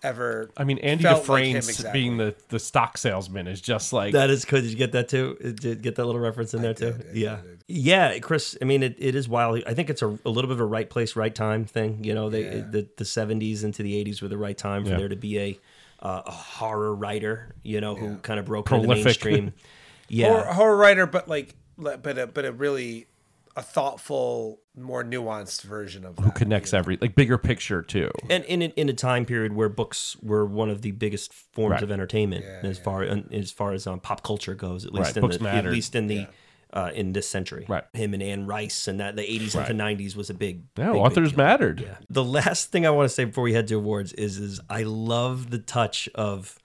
B: ever.
C: Mm-hmm. I mean, Andy
B: felt like
C: Dufresne
B: him
C: s-
B: exactly.
C: being the, the stock salesman is just like
A: That is good. Did you get that too? It Did get that little reference in there too? yeah, yeah, Chris. I mean, it, it is wild. I think it's a, a little bit of a right place, right time thing. You know, they, the the seventies into the eighties were the right time for there to be a uh, a horror writer. You know, who kind of broke into the
C: Prolific.
A: mainstream. Yeah,
B: horror, horror writer, but like, le- but a but a really a thoughtful, more nuanced version of that.
C: connects every like bigger picture too.
A: and in a- in a time period where books were one of the biggest forms of entertainment as far as far as um, pop culture goes, at least in
C: Books
A: the,
C: mattered.
A: at least in the. Uh, in this century,
C: Right.
A: him and Anne Rice and that the 80s into 90s was a big,
C: Yeah,
A: big, big
C: authors
A: deal.
C: mattered.
A: The last thing I want to say before we head to awards is is I love the touch of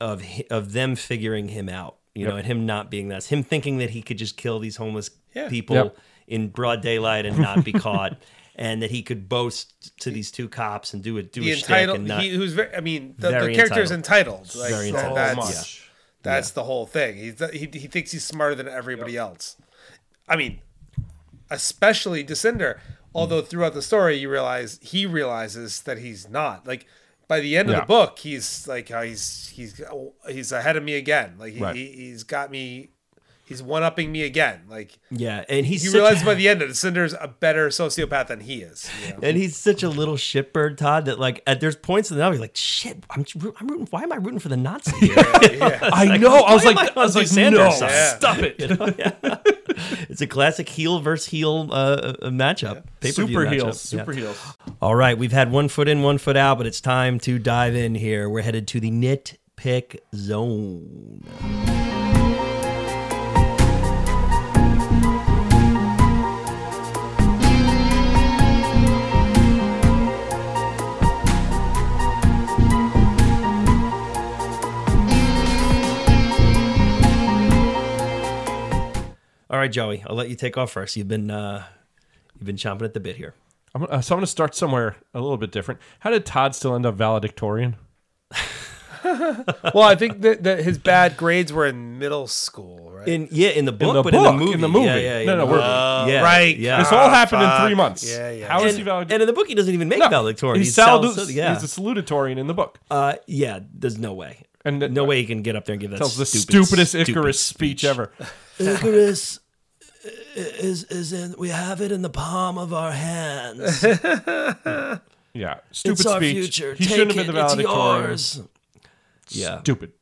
A: of hi- of them figuring him out, you know, and him not being that, him thinking that he could just kill these homeless people
C: Yep.
A: in broad daylight and not be caught, and that he could boast to these two cops and do a do
B: The
A: a shtick
B: entitled,
A: and not.
B: he, who's very, I mean, the, the
A: Very
B: character is entitled. Like,
A: Very
B: so
A: entitled.
B: That's,
A: Much.
B: that's the whole thing. He's, he, he thinks he's smarter than everybody else. I mean, especially Descender. Although throughout the story, you realize he realizes that he's not. Like by the end of
C: Yeah.
B: the book, he's like uh, he's he's he's ahead of me again. Like he,
C: Right.
B: he, he's got me. He's one upping me again. Like
A: yeah, and he's
B: you
A: such a-
B: realize by the end that Cinder's a better sociopath than he is. you know?
A: and he's such a little shitbird, Todd. That like, at, there's points in the novel, you're like, shit, I'm, I'm rooting. Why am I rooting for the Nazi? Here?
C: I know. I was
A: Why am
C: like,
A: I
C: I, was
A: on
C: like,
A: Sanders'
C: no,
A: side?
C: stop it.
A: It's a classic heel versus heel uh, uh, matchup. Pay-per-view
C: Super
A: matchup.
C: heels,
A: Yeah.
C: super heels.
A: All right, we've had one foot in, one foot out, but it's time to dive in here. We're headed to the nitpick zone. All right, Joey, I'll let you take off first. You've been uh, you've been chomping at the bit here.
C: I'm, uh, so I'm gonna start somewhere a little bit different. How did Todd still end up valedictorian?
B: well, I think that, that his bad grades were in middle school, right?
A: In yeah, in the book,
C: the
A: but in
C: book,
A: the movie,
C: in the movie.
A: Yeah, yeah,
C: No,
A: yeah.
C: no,
A: Uh,
C: we're-
A: yeah,
B: right.
A: Yeah.
C: This all happened in three
B: fuck.
C: months.
B: Yeah, yeah.
C: How is he
A: and,
C: valid?
A: and in the book, he doesn't even make valedictorian.
C: He's,
A: He's, sal-
C: saldu-
A: yeah,
C: he's a salutatorian in the book.
A: uh, yeah. There's no way.
C: And that-
A: no way he can get up there and give that
C: Tells the
A: stupid,
C: stupidest
A: stupid
C: Icarus speech ever.
A: Icarus is is in. We have it in the palm of our hands.
C: Yeah, stupid speech. He shouldn't have been the valedictorian.
A: Yeah.
C: Stupid.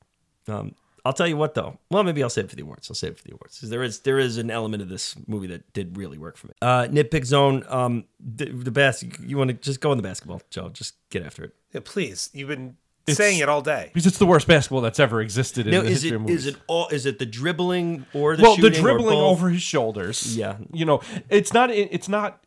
A: Um, I'll tell you what though. Well, maybe I'll save it for the awards. I'll save it for the awards 'Cause there is there is an element of this movie that did really work for me. Uh, nitpick zone. Um, the, the bas- You want to just go on the basketball, Joe? Just get after it.
B: Yeah, please, you've been saying it all day.
C: Because it's the worst basketball that's ever existed in
A: Now,
C: the
A: is
C: history
A: it
C: of movies.
A: is it all is it the dribbling or the
C: well, the
A: shooting or
C: dribbling
A: both?
C: over his shoulders.
A: Yeah.
C: you know, it's not. It's not.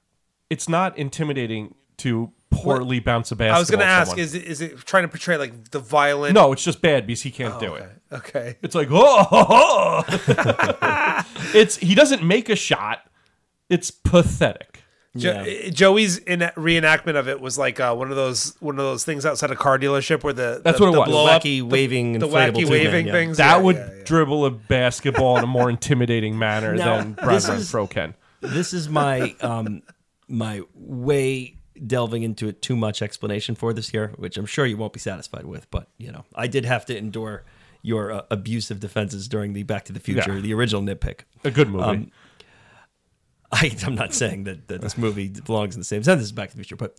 C: It's not intimidating to poorly bounce a basketball.
B: I was going to
C: at
B: ask:
C: someone.
B: Is it is it trying to portray like the violent?
C: no, it's just bad because he can't
A: Oh,
C: do it.
B: Okay.
C: It's like oh, ho, ho." it's he doesn't make a shot. It's pathetic.
B: Jo- eh, Joey's in- reenactment of it was like uh, one of those one of those things outside a car dealership where the
C: That's
B: the-
C: what it
B: the
C: was.
A: The
B: blow up,
A: wacky waving,
B: the
A: inflatable
B: wacky
A: two-man,
B: waving
A: yeah.
B: things
C: That
B: Yeah,
C: would
B: yeah, yeah.
C: dribble a basketball in a more intimidating manner
A: Now,
C: than
A: this
C: Bradford
A: is-
C: Fro can.
A: This is my um my way delving into it too much explanation for this year, which I'm sure you won't be satisfied with. But you know, I did have to endure your uh, abusive defenses during the Back to the Future,
C: Yeah.
A: Um, the original nitpick.
C: A good movie.
A: I, I'm not saying that, that this movie belongs in the same sentence as Back to the Future, but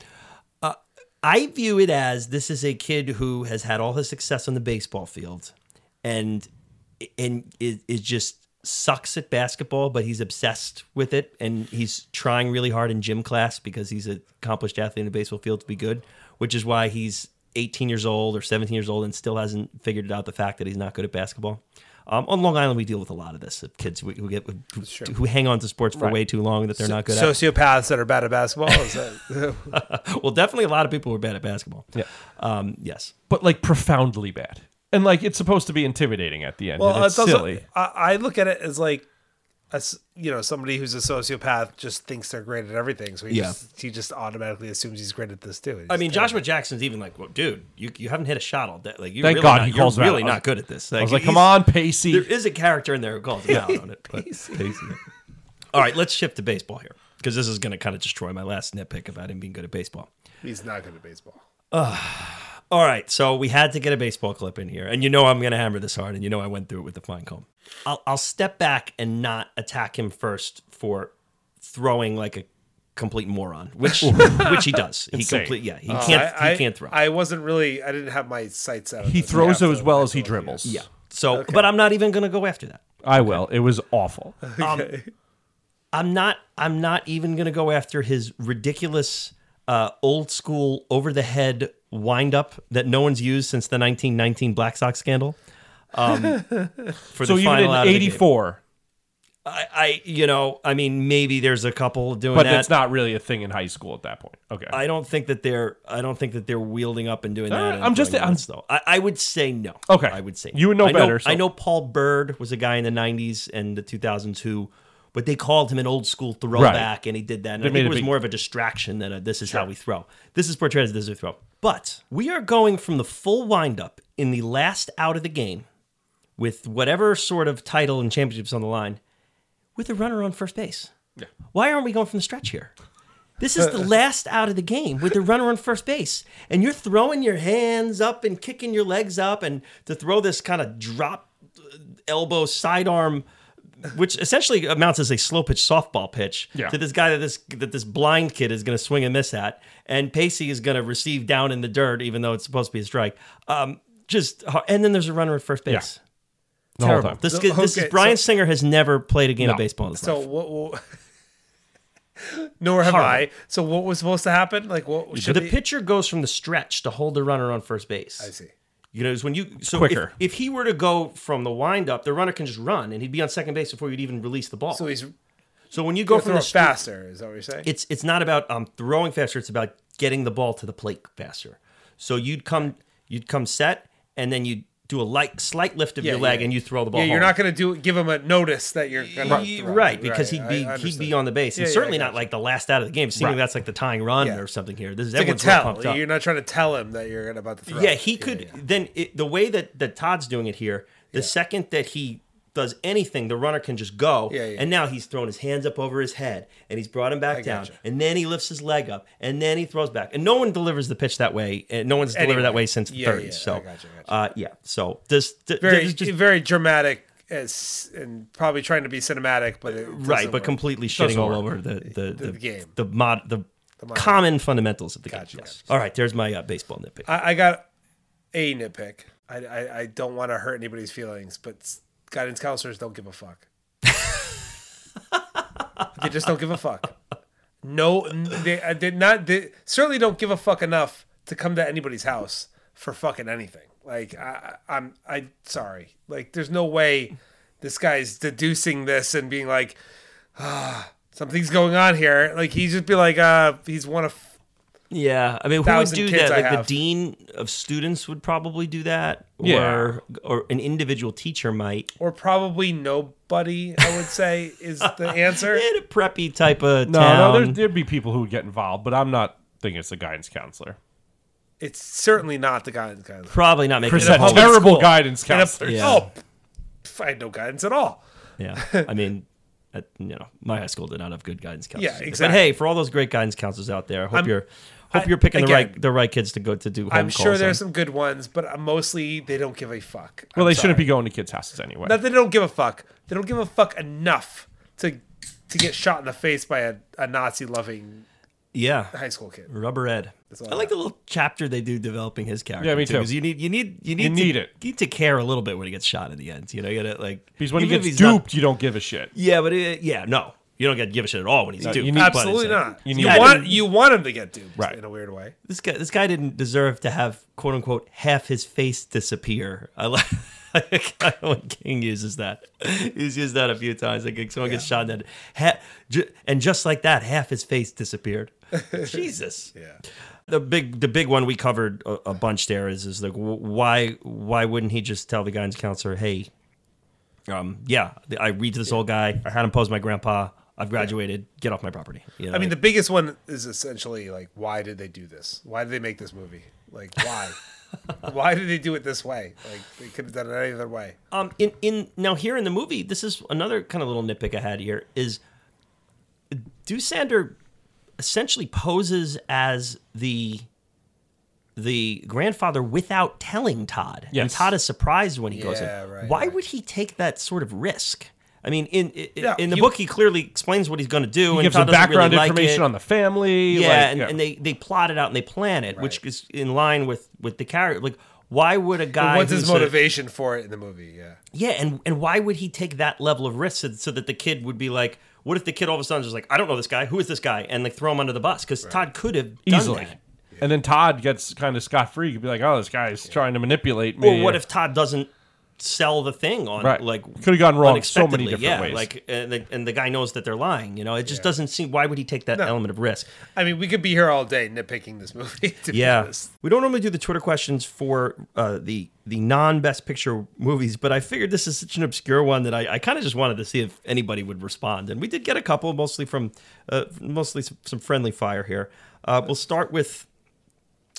A: uh, I view it as this is a kid who has had all his success on the baseball field, and and it, it just sucks at basketball, but he's obsessed with it, and he's trying really hard in gym class because he's an accomplished athlete in the baseball field to be good, which is why he's 18 years old or 17 years old and still hasn't figured out the fact that he's not good at basketball. Um, on Long Island, we deal with a lot of this of kids who, who get who, who hang on to sports for way too long that they're not good at.
B: Sociopaths that are bad at basketball. Is that,
A: Well, definitely a lot of people who are bad at basketball. Yeah. Um, yes.
C: but like profoundly bad. And like it's supposed to be intimidating at the end.
B: well,
C: and it's
B: it's also,
C: silly.
B: I, I look at it as like, as you know, somebody who's a sociopath just thinks they're great at everything. So he,
A: Yeah.
B: just, he just automatically assumes he's great at this too.
A: I mean, Joshua Jackson's even like, well, dude, you, you haven't hit a shot all day. Like, you're
C: Thank
A: really
C: God
A: not,
C: he
A: you're
C: calls him out.
A: really
C: I was-
A: not good at this.
C: I was
A: Like,
C: like, come
A: he's-
C: on, Pacey.
A: There is a character in there who calls him out on it. But. All right, let's shift to baseball here because this is going to kind of destroy my last nitpick about him being good at baseball.
B: he's not good at baseball.
A: All right, so we had to get a baseball clip in here, and you know I'm going to hammer this hard, and you know I went through it with a fine comb. I'll, I'll step back and not attack him first for throwing like a complete moron, which which he does. He complete yeah, he can't
B: I,
A: he can't throw.
B: I wasn't really. I didn't have my sights out.
C: he throws it as well as he dribbles.
A: yeah, so but I'm not even going to go after that.
C: I will. It was awful.
A: I'm not I'm not even gonna go after his ridiculous uh, old school over the head wind up that no one's used since the 1919 Black Sox scandal. Um, for
C: So
A: the
C: even
A: final
C: in
A: out of the game.
C: '84,
A: I, I you know I mean maybe there's a couple doing
C: but
A: that.
C: that's not really a thing in high school at that point. Okay.
A: I don't think that they're I don't think that they're wielding up and doing that.
C: right,
A: and
C: Uh, I'm just-
A: doing
C: I'm-
A: this, though. I, I would say no.
C: Okay.
A: I would say
C: You would
A: no.
C: know
A: I
C: better, so-
A: I know Paul Bird was a guy in the '90s and the 2000s who, but they called him an old school throwback, and he did that. And I
C: made
A: think it
C: a
A: was
C: big-
A: more of a distraction than a this is how we throw. This is portrayed as this is we throw. But we are going from the full windup in the last out of the game, with whatever sort of title and championships on the line, with a runner on first base. Yeah. Why aren't we going from the stretch here? This is
C: Uh,
A: the last out of the game with the runner on first base, and you're throwing your hands up and kicking your legs up, and to throw this kind of drop uh, elbow sidearm, which essentially amounts as a slow pitch softball pitch
C: Yeah.
A: to this guy that this that this blind kid is going to swing and miss at, and Pacey is going to receive down in the dirt, even though it's supposed to be a strike. Um, just and then there's a runner at first base.
C: The whole
A: Terrible.
C: time.
A: This,
B: No,
A: this
B: okay,
A: is Brian Singer has never played a game
C: No.
A: of baseball in his
B: So
A: life.
B: what? what nor have I. So what was supposed to happen? Like what should
A: the
B: he-
A: pitcher goes from the stretch to hold the runner on first base.
B: I see.
A: You know, is when you so if-
C: quicker.
A: If, he were to go from the windup, the runner can just run, and he'd be on second base before you'd even release the ball.
B: So
A: So,
B: he's
A: when you go from
B: throw
A: the
B: it
A: stretch,
B: faster. Is that what you're saying?
A: it's it's not about um, throwing faster; it's about getting the ball to the plate faster. So you'd come you'd come set, and then you'd do a light slight lift of
B: Yeah,
A: your leg,
B: yeah.
A: and you throw the ball.
B: yeah, you're
A: home.
B: not going to do give him a notice that you're going
A: Y-
B: to
A: right because he'd be he'd be on the base, and
B: Yeah, yeah, I
A: certainly not
B: gotcha.
A: like the last out of the game. Seemingly that's like the tying run
B: Yeah.
A: or something here. This is
B: They can
A: everyone's real
B: tell.
A: pumped up.
B: You're not trying to tell him that you're gonna about to throw.
A: Yeah, he could. Then it, the way that that Todd's doing it here, the second that he does anything, the runner can just go.
B: Yeah, yeah.
A: And now he's thrown his hands up over his head, and he's brought him back down,
B: gotcha.
A: and then he lifts his leg up, and then he throws back, and no one delivers the pitch that way. And no one's delivered that
B: Anyway.
A: way since the
B: Yeah,
A: 30s.
B: yeah,
A: so,
B: I gotcha, gotcha.
A: Uh, yeah. So this, th-
B: very
A: this is just-
B: very dramatic as, and probably trying to be cinematic, but it doesn't
A: right, but
B: work.
A: completely shitting all
C: work.
A: over the the, the, the
B: game.
A: the mod, the, common fundamentals of the game. Yes. All right, there's my uh, baseball nitpick.
B: I, I got a nitpick. I, I, I don't want to hurt anybody's feelings, but s- guidance counselors don't give a fuck. they just don't give a fuck. No, n- they I did not. They certainly don't give a fuck enough to come to anybody's house for fucking anything. Like I, I- I'm, I sorry. Like there's no way this guy's deducing this and being like, ah, something's going on here. Like he's just be like, uh, he's one of
A: Yeah, I mean, who would
B: thousand
A: do
B: kids
A: that?
B: I
A: Like
B: have.
A: the dean of students would probably do that,
C: Yeah.
A: or or an individual teacher might.
B: or probably nobody, I would say, is the answer.
A: In a preppy type of
C: no,
A: town.
C: no, there'd, there'd be people who would get involved, but I'm not thinking it's a guidance counselor.
B: It's certainly not the guidance counselor.
A: probably not making
C: It's
A: it
C: a
A: a public
C: terrible
A: school.
C: guidance
B: And
C: counselor.
B: a-
A: Yeah.
B: Oh, pff, I had no guidance at all.
A: Yeah, I mean, at, you know, my high school did not have good guidance counselors.
B: Yeah,
A: either. But
B: exactly.
A: hey, for all those great guidance counselors out there, I hope
B: I'm-
A: you're hope
B: I-
A: you're picking the
B: again,
A: right the right kids to go to do. Home
B: I'm sure
A: calls
B: there's
A: on.
B: some good ones, but uh, mostly they don't give a fuck.
C: Well,
B: I'm
C: they shouldn't
B: sorry.
C: be going to kids' houses anyway.
B: Not that they don't give a fuck. They don't give a fuck enough to to get shot in the face by a, a Nazi loving
A: Yeah.
B: high school kid.
A: Rubber Ed.
B: all
A: I like the little chapter they do developing his character.
C: Yeah, me too.
A: Because you need you need you need to,
C: need it.
A: You need to care a little bit when he gets shot in the end. You know, you gotta like
C: Because when he
A: even if
C: gets
A: he's not-
C: duped, you don't give a shit.
A: yeah, but it, yeah, no, you don't gotta give a shit at all when he's duped.
C: you need-
A: But it's
B: Absolutely
A: like,
B: not. You,
C: need-
B: want you want him to get duped
C: Right.
B: in a weird way.
A: This guy this guy didn't deserve to have quote unquote half his face disappear. I like. when King uses that, he's used that a few times. Like someone gets shot, and then, ha- ju- and just like that, half his face disappeared. Jesus.
B: Yeah.
A: the big the big one we covered a, a bunch there is is like wh- why why wouldn't he just tell the guidance counselor hey um yeah th- i read to this old guy i had him pose my grandpa i've graduated get off my property you know,
B: I mean, the
A: like,
B: biggest one is essentially like, why did they do this? Why did they make this movie? Like, why? why did they do it this way? Like, they could have done it any other way.
A: um in in now here in the movie this is another kind of little nitpick i had here is Dusander essentially poses as the the grandfather without telling Todd. And
C: Yes.
A: Todd is surprised when he goes
B: Yeah,
A: in.
B: right,
A: Why
B: right.
A: would he take that sort of risk? I mean, in in,
B: Yeah,
A: in the
B: he-
A: book, he clearly explains what he's going to do,
C: He
A: and
C: gives
A: Todd
C: some
A: doesn't
C: background
A: really like
C: information
A: it.
C: on the family.
A: yeah,
C: like,
A: and, and they they plot it out and they plan it, which
B: Right.
A: is in line with with the character. Like, why would a guy?
B: What's his
A: who's a-
B: motivation for it in the movie? Yeah.
A: yeah, and and why would he take that level of risk so, so that the kid would be like, what if the kid all of a sudden is like, I don't know this guy, who is this guy, and like throw him under the bus because Todd could have done
C: easily.
A: that.
C: And then Todd gets kind of scot free. Could be like, "Oh, this guy's trying to manipulate me."
A: Or what if Todd doesn't sell the thing on
C: Right.
A: like
C: Could've gone wrong so many
A: unexpectedly.
C: different
A: yeah,
C: ways.
A: Like and the, and the guy knows that they're lying. You know, it just doesn't seem. Why would he take that element of risk?
B: I mean, we could be here all day nitpicking this movie. To be
A: Yeah,
B: honest.
A: we don't normally do the Twitter questions for uh, the the non Best Picture movies, but I figured this is such an obscure one that I, I kind of just wanted to see if anybody would respond, and we did get a couple, mostly from uh, mostly some, some friendly fire here. Uh, we'll start with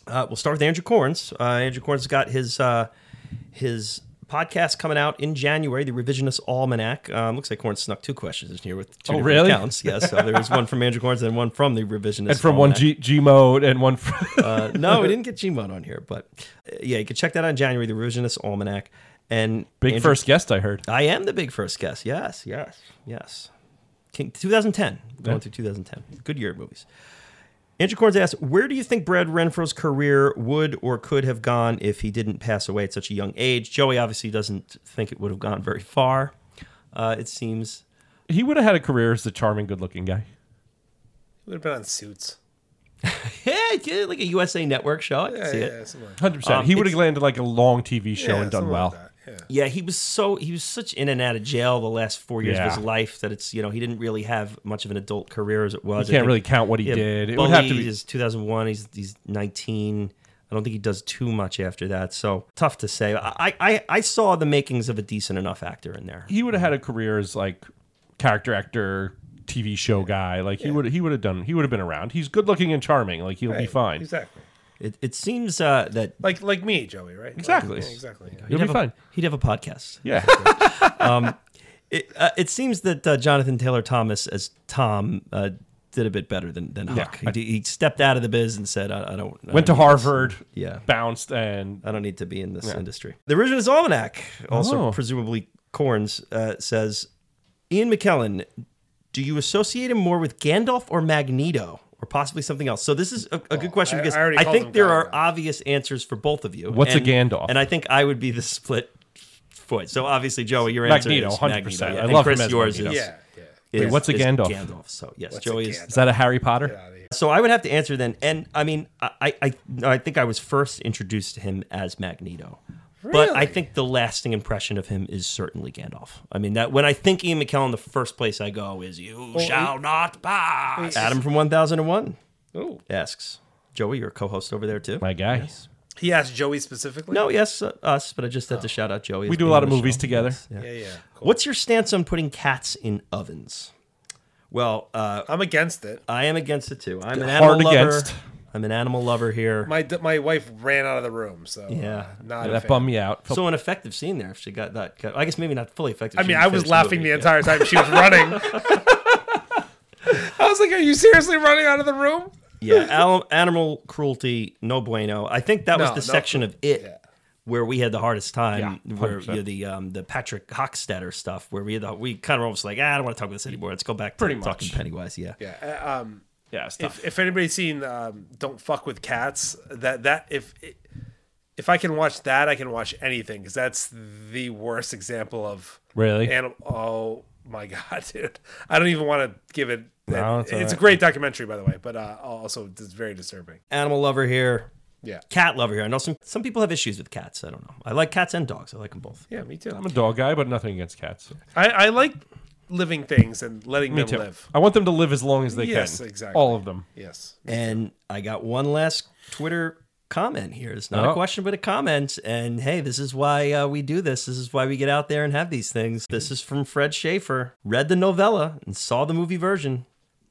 A: uh, we'll start with Andrew Corns. Uh, Andrew Corns has got his uh, his podcast coming out in January, the Revisionist Almanac. Um, looks like Corns snuck two questions in here with two different
C: Oh, really?
A: accounts. Yes, so there's one from Andrew Corns and one from the Revisionist.
C: And from one
A: Almanac.
C: G, G mode and one. From,
A: Uh, no, we didn't get Gmod on here, but uh, yeah, you can check that out in January, the Revisionist Almanac. And
C: Big
A: Andrew-
C: first guest I heard.
A: I am the big first guest. Yes, yes, yes. King, 2010, going through 2010. Good year of movies. Andrew Corns asked, "Where do you think Brad Renfro's career would or could have gone if he didn't pass away at such a young age?" Joey obviously doesn't think it would have gone very far. Uh, it seems.
C: He would have had a career as the charming, good-looking guy.
B: Would have been on suits.
A: Yeah, yeah, like a USA Network show. I can
B: Yeah,
A: see
B: yeah,
A: it.
B: yeah, something like that.
C: Hundred
A: Um,
C: percent. He would have landed like a long TV show
B: Yeah,
C: and done
B: something
C: well.
B: like that, yeah.
A: Yeah, he was so he was such in and out of jail the last four years of
C: Yeah.
A: his life that it's you know he didn't really have much of an adult career as it was.
C: You can't really count what he did. It would have to be-
A: is 2001. He's he's 19. I don't think he does too much after that. So tough to say. I I, I saw the makings of a decent enough actor in there.
C: He would have had a career as like character actor, TV show guy. Like he would he would have done. He would have been around. He's good-looking and charming. Like he'll be
B: Right,
C: fine.
B: Exactly.
A: It, it seems uh, that
B: Like like me, Joey, right? Like-
C: Exactly.
B: yeah, exactly. yeah.
C: He'll
A: he'd
C: be
A: have
C: fine.
A: A, he'd have a podcast.
C: Yeah.
A: It, uh, it seems that uh, Jonathan Taylor Thomas as Tom. Uh, did a bit better than than Huck. He, d- he stepped out of the biz and said, "I, I don't." I
C: Went to
A: don't need this."
C: Harvard.
A: Uh, Yeah.
C: Bounced and
A: I don't need to be in this industry. The Revisionist Almanac, also
C: Oh.
A: presumably Corns, uh, says Ian McKellen, do you associate him more with Gandalf or Magneto or possibly something else? So this is a, a
C: Oh,
A: good question
B: I-
A: because
B: I
A: I,
B: already called
A: think
B: him
A: there are
B: Gandalf.
A: obvious answers for both of you.
C: What's a Gandalf?
A: And I think I would be the split point. So obviously, Joey, your answer
C: Magneto,
A: is
C: 100%.
A: Magneto.
C: I
A: and
C: love him
A: Chris,
C: as
A: yours
C: Magneto.
A: is.
B: Yeah. yeah.
A: is-
C: Wait, what's a
A: is
C: Gandalf?
A: Gandalf. So yes,
B: a
A: Joey is
B: Gandalf?
C: is that a Harry Potter?
B: Out of here.
A: so I would have to answer then, and I mean, I I, I think I was first introduced to him as Magneto, but I
B: Really?
A: think the lasting impression of him is certainly Gandalf. I mean, that when I think Ian McKellen, the first place I go is "You shall not pass." Adam from One Thousand and One
B: Ooh.
A: asks Joey, your co-host over there too.
C: My guy.
B: He asked Joey specifically.
A: No, yes, uh, us, but I just had to shout out Joey.
C: We do a lot of movies together.
B: Yeah, yeah. Cool.
A: What's your stance on putting cats in ovens? Well, uh,
B: I'm against it.
A: I am against it too. I'm an animal
C: Hard
A: lover.
C: against.
A: I'm an animal lover here.
B: My my wife ran out of the room, so
A: Yeah.
B: yeah, not a
C: That
B: fan.
C: bummed me out.
A: So an effective scene there. If she got that, cut. I guess maybe not fully effective.
B: I
A: She
B: mean,
A: didn't
B: I was
A: finish
B: laughing
A: movie,
B: the
A: yeah.
B: entire time she was running. I was like, "Are you seriously running out of the room?"
A: Yeah, al- animal cruelty, no bueno. I think that was
B: No,
A: the
B: no
A: section of it where we had the hardest time,
C: Yeah,
A: where
C: 100%.
A: you know, the um, the Patrick Hochstetter stuff, where we had the, we kind of were almost like, ah, I don't want to talk about this anymore. Let's go back to
C: Pretty much.
A: talking Pennywise. Yeah.
B: Yeah. uh, Um,
C: Yeah, it's tough.
B: if, if anybody's seen um, "Don't Fuck with Cats," that that if if I can watch that, I can watch anything because that's the worst example of
C: Really?
B: animal. Oh my god, dude! I don't even want to give it.
C: No,
B: it's
C: it's all
B: a
C: right.
B: great documentary, by the way, but uh, also it's very disturbing.
A: Animal lover here.
B: Yeah.
A: Cat lover here. I know some some people have issues with cats. I don't know. I like cats and dogs. I like them both.
B: Yeah, me too.
C: I'm a dog guy, but nothing against cats.
B: I, I like living things and letting
C: Me
B: them
C: too.
B: live.
C: I want them to live as long as they
B: Yes,
C: can.
B: exactly.
C: All of them.
B: Yes.
A: And I got one last Twitter comment here. It's not a
C: Oh.
A: question, but a comment. And hey, this is why uh, we do this. This is why we get out there and have these things. This is from Fred Schaefer. Read the novella and saw the movie version.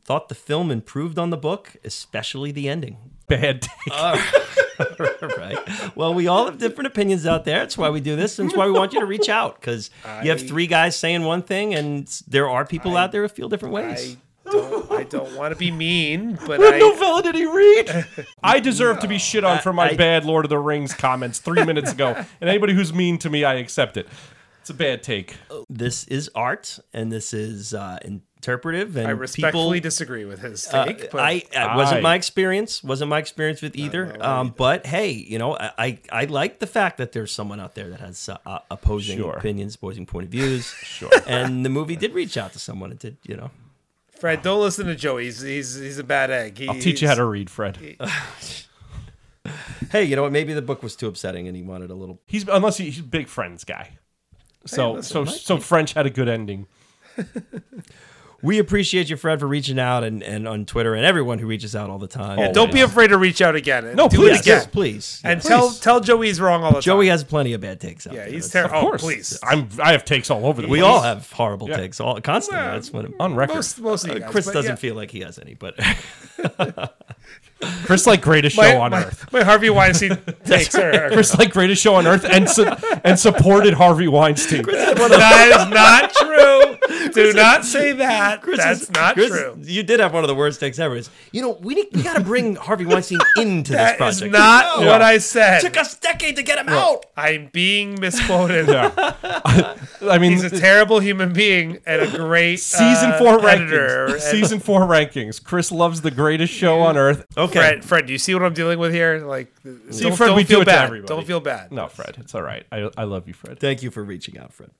A: Thought the film improved on the book, especially the ending.
C: Bad take.
A: right. Well, we all have different opinions out there. That's why we do this. And it's why we want you to reach out because you have three guys saying one thing, and there are people out there who feel different ways.
B: I don't, I don't want to be mean, but I,
C: novella did he read? I deserve to be shit on for my
A: I-
C: bad Lord of the Rings comments three minutes ago, and anybody who's mean to me, I accept it. It's a bad take.
A: this is art, and this is uh, interpretive, and
B: I
A: people.
B: respectfully disagree with his take. but
A: Uh, I, I wasn't
C: I-
A: my experience. Wasn't my experience with either. um, but hey, you know, I, I I like the fact that there's someone out there that has uh, uh, opposing
C: Sure.
A: opinions, opposing point of views. sure. And the movie did reach out to someone. It did, you know.
B: Fred, don't listen to Joey. He's he's, he's a bad egg. He,
C: I'll teach you how to read, Fred.
A: Hey, you know what? Maybe the book was too upsetting, and he wanted a little.
C: He's unless he, he's a big Friends guy. So
B: listen,
C: so so French had a good ending.
A: We appreciate you, Fred, for reaching out and, and on Twitter, and everyone who reaches out all the time.
B: Yeah, don't be afraid to reach out again. And
C: No,
B: do
C: please,
B: it
A: yes,
B: again.
A: yes, please.
B: And tell tell Joey he's wrong all the time.
A: Joey has plenty of bad takes out
B: yeah,
A: there.
B: he's
A: That's-
B: terrible. Oh,
C: course.
B: please,
C: I'm I have takes all over the
A: We
C: place.
A: all have horrible takes, all constantly.
B: Well,
A: That's what I'm-
C: on record.
B: most most of you guys,
A: Uh, Chris
B: but
A: doesn't
B: yeah.
A: feel like he has any, but
C: Chris like greatest show
B: my,
C: on
B: my,
C: earth.
B: my Harvey Weinstein takes her.
C: Chris like greatest show on earth and su- and supported Harvey Weinstein.
B: that is not true. Do not say that. That's
A: is-
B: not
A: Chris,
B: true.
A: You did have one of the worst takes ever. It's, you know, we need, we got to bring Harvey Weinstein into this
B: That is
A: project.
B: not
A: No.
B: what I said.
A: It took us a decade to get him out.
B: I'm being misquoted.
C: I mean
B: He's a terrible human being and a great
C: season
B: uh,
C: four
B: editor.
C: rankings.
B: And
C: Season four rankings. Chris loves the greatest show on earth.
A: Okay,
B: Fred, Fred, do you see what I'm dealing with here? Like, see, don't,
C: Fred,
B: don't
C: we do
B: feel
C: it to
B: bad.
C: everybody.
B: Don't feel bad.
C: No, Fred, it's all right. I, I love you, Fred.
A: thank you for reaching out, Fred,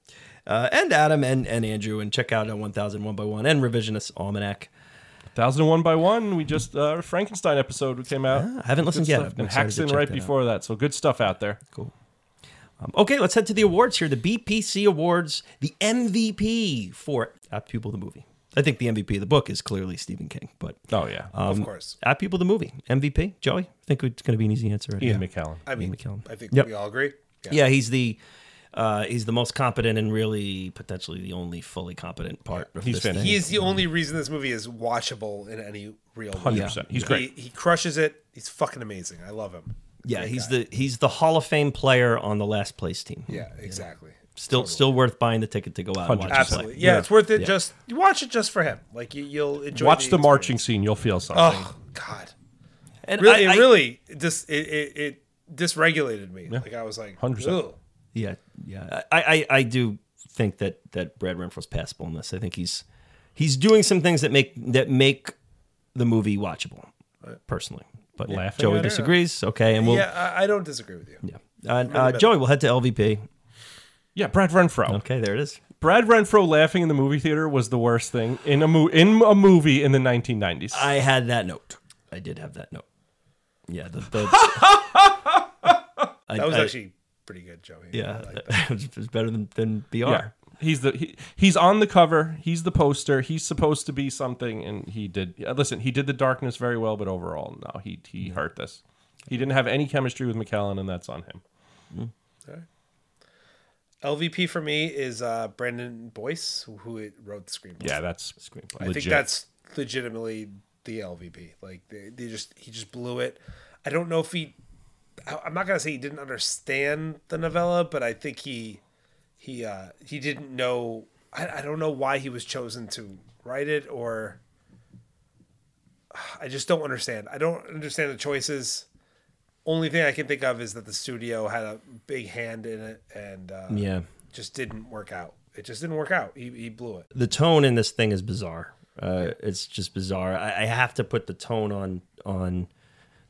A: uh, and Adam and and Andrew, and check out uh, 1001 by one and revisionist almanac.
C: Thousand and one by one. We just uh, Frankenstein episode came out.
A: I haven't listened
C: Good
A: yet.
C: stuff.
A: I'm
C: and
A: excited to
C: Haxon
A: check
C: right
A: that out.
C: before that. So good stuff out there.
A: Um, okay, let's head to the awards here. The BPC Awards, the MVP for At Pupil the movie. I think the MVP of the book is clearly Stephen King, but
C: Oh yeah,
B: of course.
A: At Pupil the movie MVP. Joey, I think it's going to be an easy answer. Right
C: Ian McKellen.
A: Uh,
B: I mean,
A: McKellen.
B: I think
A: Yep.
B: we all agree. Yeah.
A: yeah he's the uh, he's the most competent and really potentially the only fully competent part of
C: He's
A: this thing.
C: fantastic.
B: He is the only reason this movie is watchable in any real way.
C: 100%. He's great.
B: He, he crushes it. He's fucking amazing. I love him.
A: yeah he's the he's the hall of fame player on the last place team
B: Yeah, exactly.
A: still still worth buying the ticket to go out and watch him play.
B: Absolutely. Yeah, it's worth it. Just you watch it just for him. Like you, you'll enjoy.
C: Watch the,
B: experience.
C: marching scene. You'll feel something.
B: Oh God,
A: and
B: really,
A: I- I-
B: it really, dis, it, it, it dysregulated me. Like I was like,
C: 100%.
B: "Ugh."
A: yeah yeah I, I i do think that that brad renfro's passable in this i think he's he's doing some things that make that make the movie watchable personally but yeah,
C: Laughing
A: joey
C: at it?
A: disagrees okay and we'll
B: yeah, I, I don't disagree with you.
A: yeah. And, uh, joey we'll head to lvp
C: Yeah, Brad Renfro.
A: okay there it is
C: Brad Renfro laughing in the movie theater was the worst thing in a mo- in a movie in the 1990s.
A: I had that note. I did have that note. Yeah, the, the I-
B: That was
A: I-
B: actually pretty good, Joey.
A: yeah, it was better than than BR.
C: yeah. He's the he, he's on the cover. He's the poster. He's supposed to be something, and he did. yeah, Listen, he did the darkness very well, but overall, no, he he hurt this. He didn't have any chemistry with McKellen, and that's on him.
B: LVP for me is uh, Brandon Boyce, who it wrote the screenplay.
C: Yeah, that's
A: Screenplay.
B: I
C: legit.
B: think that's legitimately the LVP. Like they, they just he just blew it. I don't know if he. I- I'm not gonna say he didn't understand the novella, but I think he he uh, he didn't know. I, I don't know why he was chosen to write it, or I just don't understand. I don't understand the choices Only thing I can think of is that the studio had a big hand in it and uh,
A: Yeah.
B: just didn't work out. It just didn't work out. He, he blew it.
A: the tone in this thing is bizarre. Uh, It's just bizarre. I, I have to put the tone on on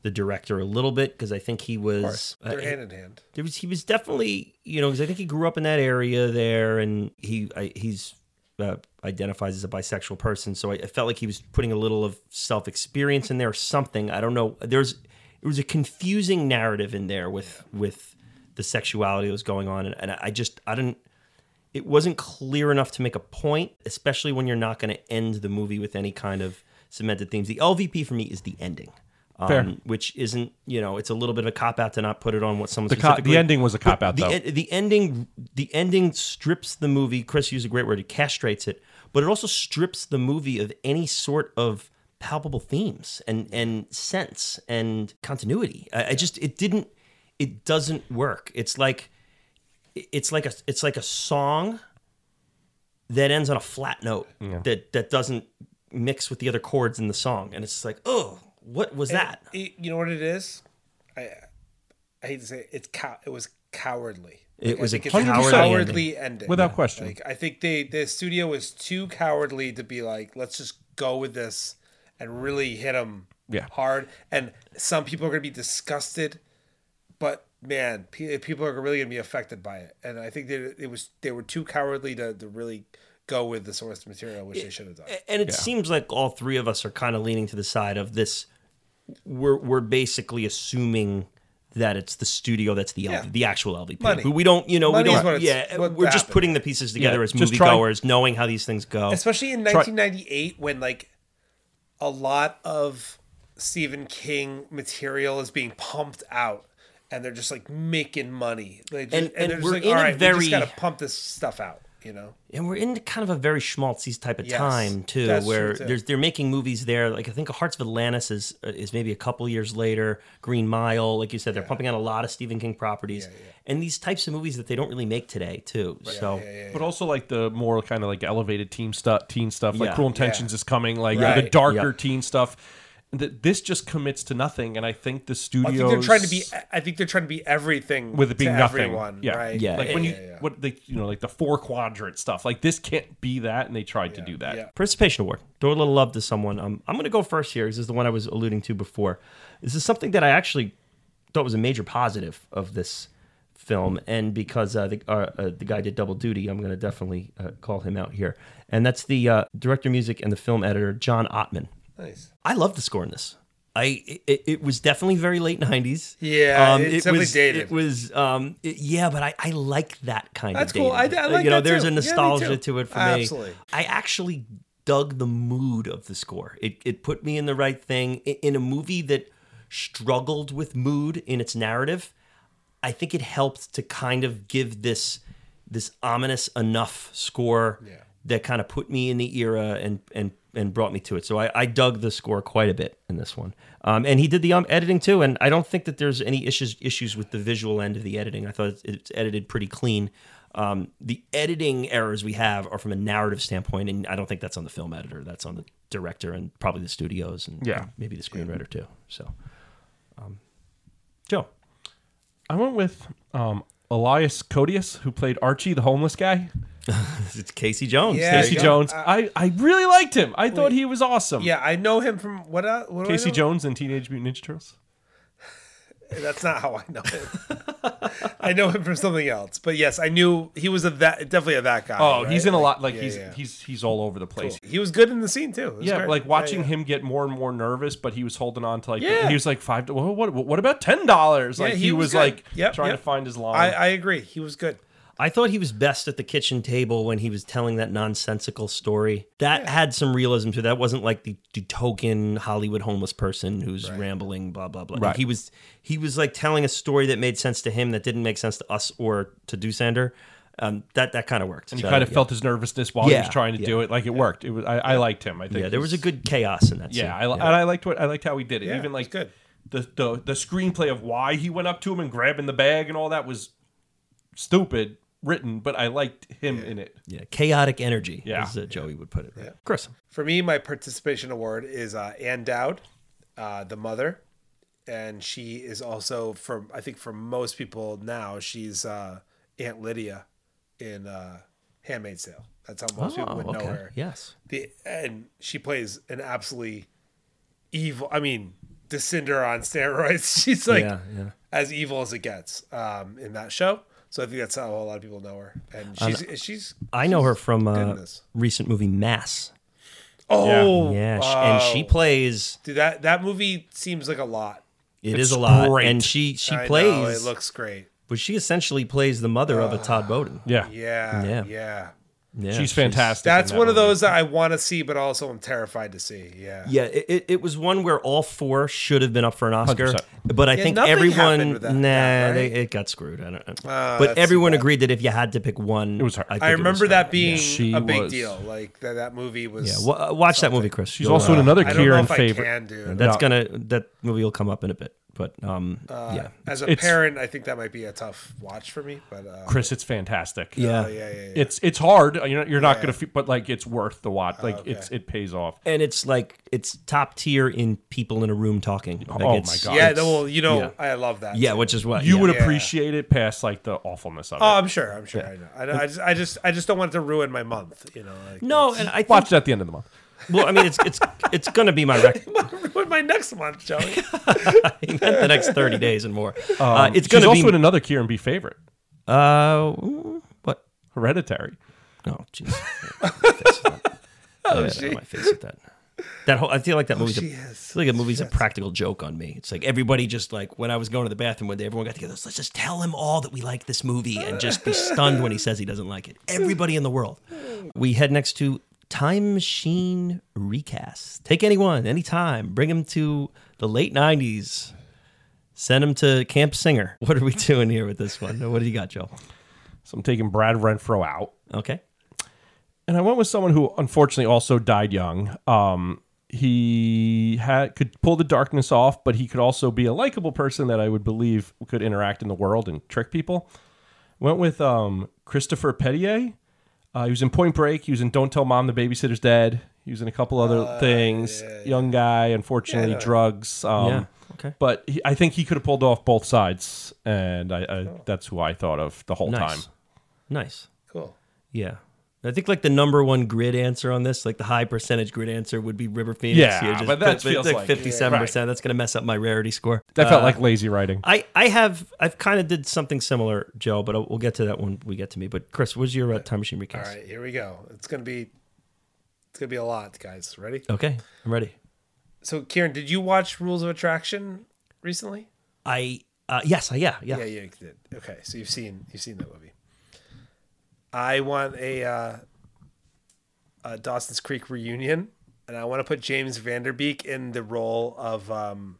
A: the director a little bit because I think he was uh,
B: They're hand in hand.
A: there was he was definitely you know because I think he grew up in that area there and he I, he's uh, identifies as a bisexual person so I, I felt like he was putting a little of self experience in there or something I don't know there's it was a confusing narrative in there with with the sexuality that was going on and, and I I just I didn't it wasn't clear enough to make a point especially when you're not going to end the movie with any kind of cemented themes the LVP for me is the ending. Um,
C: Fair.
A: Which isn't, you know, it's a little bit of a cop out to not put it on what someone
C: The, co-
A: specifically-
C: the ending was a cop out
A: the,
C: though.
A: en- the ending the ending strips the movie chris used a great word it castrates it but it also strips the movie of any sort of palpable themes and and sense and continuity i, I just it didn't it doesn't work it's like it's like a it's like a song that ends on a flat note that that doesn't mix with the other chords in the song and it's like oh what was that
B: It- you know what it is? I I hate to say it, it's cow. It was cowardly.
A: It
B: I
A: was a
B: think it's a
A: cowardly
B: cowardly ending,
C: Without question.
B: Like, I think they the studio was too cowardly to be like, let's just go with this and really hit them
C: Yeah.
B: hard. And some people are gonna be disgusted, but man, pe- people are really gonna be affected by it. And I think that it was they were too cowardly to, to really go with the source material, which they should have done.
A: and it seems like all three of us are kind of leaning to the side of this. We're we're basically assuming that it's the studio that's the LV,
B: Yeah.
A: the actual LVP.
B: Money.
A: We don't, you know, we
B: Money is
A: don't.
B: what it's-
A: yeah,
B: what
A: we're just
B: happened.
A: putting the pieces together
C: Yeah,
A: as
C: just try-
A: moviegoers, knowing how these things go.
B: especially in 1998 when like a lot of Stephen King material is being pumped out and they're just like making money. They just,
A: And- and
B: they're just
A: we're
B: like,
A: in a
B: all right, we
A: very-
B: just gotta pump this stuff out, you know?
A: and we're in kind of a very schmaltzy type of
B: Yes,
A: time too,
B: that's
A: where
B: true, too.
A: there's they're making movies there. Like I think Hearts of Atlantis is is maybe a couple years later. Green Mile, like you said, they're pumping out a lot of Stephen King properties, and these types of movies that they don't really make today too. So
C: But also like the more kind of like elevated teen stuff, teen stuff like
A: Yeah.
C: Cruel Intentions is coming, like
B: Right.
C: the darker
A: Yep.
C: teen stuff. Th- This just commits to nothing, and I think the studio.
B: I think they're trying to be e, I think they're trying to be everything
C: with it being
B: to
C: nothing.
B: everyone.
C: yeah,
B: Right.
A: Yeah.
C: Like when you what they you know like the four quadrant stuff. Like this can't be that, and they tried to do that.
B: yeah.
A: Participation award. Throw a little love to someone. Um, I'm going to go first here. This is the one I was alluding to before. This is something that I actually thought was a major positive of this film, and because uh, the, uh, uh, the guy did double duty, I'm going to definitely uh, call him out here. And that's the uh, director of music and the film editor John Ottman.
B: Nice.
A: I love the score in this. I it, it was definitely very late '90s.
B: Yeah, it's definitely
A: was,
B: dated.
A: It was um, it- yeah, but I, I like that kind
B: That's
A: of dated.
B: cool. I- I like
A: you know.
B: that
A: there's
B: too.
A: a
B: Yeah, me
A: nostalgia
B: too.
A: to it for
B: Absolutely.
A: me. I actually dug the mood of the score. It it put me in the right thing I- in a movie that struggled with mood in its narrative. I think it helped to kind of give this this ominous enough score that kind of put me in the era and and and brought me to it. So I, I dug the score quite a bit in this one. Um, and he did the um, editing too. And I don't think that there's any issues issues with the visual end of the editing. I thought it's, it's edited pretty clean. Um, the editing errors we have are from a narrative standpoint, and I don't think that's on the film editor. That's on the director and probably the studios and
C: Yeah.
A: maybe the screenwriter too. So, um, Joe,
C: I went with um, Elias Codius, who played Archie, the homeless guy.
A: it's Casey Jones.
B: Yeah,
A: There's
C: Casey
B: yeah.
C: Jones. I, I really liked him. I thought he was awesome.
B: Uh, Yeah, I know him from what uh, what do I
C: Casey
B: know?
C: Jones and Teenage Mutant Ninja Turtles.
B: That's not how I know him. I know him from something else. But yes, I knew he was a that definitely a that guy.
C: Oh,
B: right?
C: he's in a
B: Like,
C: lot. Like
B: yeah,
C: he's
B: yeah.
C: he's he's all over the place.
B: He was good in the scene too. It was
C: Yeah,
B: great.
C: like watching
B: yeah.
C: him get more and more nervous, but he was holding on to like.
B: Yeah.
C: He was like five. To, well, what what about ten dollars?
B: Yeah,
C: Like he,
B: he was
C: was,
B: good.
C: like
B: Yep,
C: trying
B: yep.
C: to find his
B: I,
A: Um,
C: line.
B: I agree. He was good.
A: I thought he was best at the kitchen table when he was telling that nonsensical story. That had some realism to it. That wasn't like the, the token Hollywood homeless person who's rambling, blah blah blah. Like,
C: Right.
A: he was he was like telling a story that made sense to him that didn't make sense to us or to Deusander. Um, that that kind of worked.
C: and he
A: So,
C: kind of
A: yeah.
C: felt his nervousness while he
A: Yeah,
C: was trying to
A: yeah.
C: do it. Like it worked. It was. I, I liked him. I think.
A: yeah. There was a
C: he's-
A: good chaos in that.
C: Yeah, I,
A: scene.
C: and I liked what I liked how he did it.
B: Yeah,
C: Even like
B: it's good.
C: The, the the screenplay of why he went up to him and grabbing the bag and all that was stupid written, but I liked him in it.
A: yeah. Chaotic energy,
C: Yeah.
A: as uh, Joey would put it. Right? Chris,
B: For me, my participation award is uh, Anne Dowd, uh, the mother, and she is also for I think for most people now she's uh, Aunt Lydia in uh, Handmaid's Tale. That's how most people would know her.
A: Oh, Yes.
B: The and she plays an absolutely evil. I mean, Descender on steroids. She's like
A: yeah, yeah.
B: as evil as it gets um, in that show. So I think that's how a lot of people know her. And she's she's
A: I know her from uh,
B: goodness.
A: recent movie Mass.
B: oh
A: Yeah, sh- and she plays.
B: Dude, that that movie seems like a lot.
A: it's a lot, and she she
B: I know,
A: plays.
B: it looks Ah. great.
A: but she essentially plays the mother of a Todd Bowden.
C: Yeah,
B: Yeah,
A: Yeah.
B: yeah.
A: Yeah,
C: she's fantastic. in
B: That's
C: that
B: one of
C: movie.
B: those that I want to see, but also I'm terrified to see. Yeah.
A: Yeah, it, it, it was one where all four should have been up for an Oscar,
C: 100%.
A: but I
B: Yeah,
A: think
B: nothing happened
A: everyone
B: with that,
A: nah,
B: yeah,
A: they,
B: right?
A: it got screwed. I don't know,
B: Ah,
A: but
B: that's
A: everyone
B: too bad.
A: agreed that if you had to pick one,
C: It was her.
A: I, think
B: I
A: it was
B: remember
A: her.
B: that being
C: She
B: a big
C: was-
B: deal. Like that, that movie
A: Yeah,
B: was.
A: wa- uh, watch that movie, Chris.
C: She's also in another
B: I don't know
C: Kieran
B: if
C: favorite.
B: I can, dude.
A: That's gonna that movie will come up in a bit, but um,
B: Uh,
A: yeah,
B: As a
C: It's-
B: parent, I think that might be a tough watch for me. But uh,
C: Chris, it's fantastic.
A: yeah,
B: Oh, yeah, yeah, yeah.
C: It's it's hard. You're not, you're not gonna, fe- but like it's worth the watch. Like
B: Oh, okay.
C: it's it pays off.
A: and it's like it's top tier in people in a room talking. Like,
C: oh
A: it's-
C: my god!
B: yeah,
C: it's-
B: well, you know,
A: yeah.
B: I love that.
A: yeah,
B: too.
A: which is what
C: you
A: Uh, yeah.
C: would
B: Yeah.
C: appreciate it past like the awfulness of it.
B: Oh, I'm sure. I'm sure. I know. I, know. I just, I just, I just don't want it to ruin my month. You know, like,
A: no, and I think
C: Watch it at the end of the month.
A: well, I mean, it's it's it's gonna be my rec-
B: ruin my next month, Joey.
A: the next thirty days and more. uh, it's gonna
C: Um, She's
A: be
C: also in another Kieran B favorite,
A: Uh, what?
C: Hereditary.
A: Oh, jeez. My face with that.
B: oh,
A: Yeah,
B: gee. Oh,
A: my face with that. That whole, I feel like that movie's a,
B: she
A: I
B: is.
A: feel like that movie's a practical joke on me. It's like everybody just like when I was going to the bathroom one day, everyone got together. Let's just tell him all that we like this movie and just be stunned when he says he doesn't like it. Everybody in the world. We head next to Time Machine Recast. Take anyone, anytime, bring him to the late '90s. Send him to Camp Singer. What are we doing here with this one? What do you got, Joe?
C: So I'm taking Brad Renfro out.
A: Okay.
C: and I went with someone who unfortunately also died young. Um, he had could pull the darkness off, but he could also be a likable person that I would believe could interact in the world and trick people. Went with um, Christopher Pettier. Uh, he was in Point Break. He was in Don't Tell Mom the Babysitter's Dead. He was in a couple other things. Young guy, unfortunately, drugs. Um,
A: Yeah, okay.
C: But he, I think he could have pulled off both sides, and I, I, that's who I thought of the whole
A: Nice.
C: time.
A: Nice.
B: Cool.
A: Yeah. I think like the number one grid answer on this, like the high percentage grid answer would be River Phoenix.
C: Yeah,
A: You
C: but that
A: put- put,
C: feels
A: like
C: like-
A: fifty-seven percent. That's gonna mess up my rarity score.
C: That
B: Uh,
C: felt like lazy writing.
A: I I have I've kind of did something similar, Joe, but we'll get to that when we get to me. But Chris, what's your uh, time machine
B: All
A: recast?
B: right, here we go. It's gonna be, it's gonna be a lot, guys. Ready?
A: Okay, I'm ready.
B: So, Kieran, did you watch Rules of Attraction recently?
A: I uh, yes, I, yeah, yeah,
B: Yeah, yeah, you did. Okay, so you've seen you've seen that movie. I want a, uh, a Dawson's Creek reunion, and I want to put James Vanderbeek in the role of um.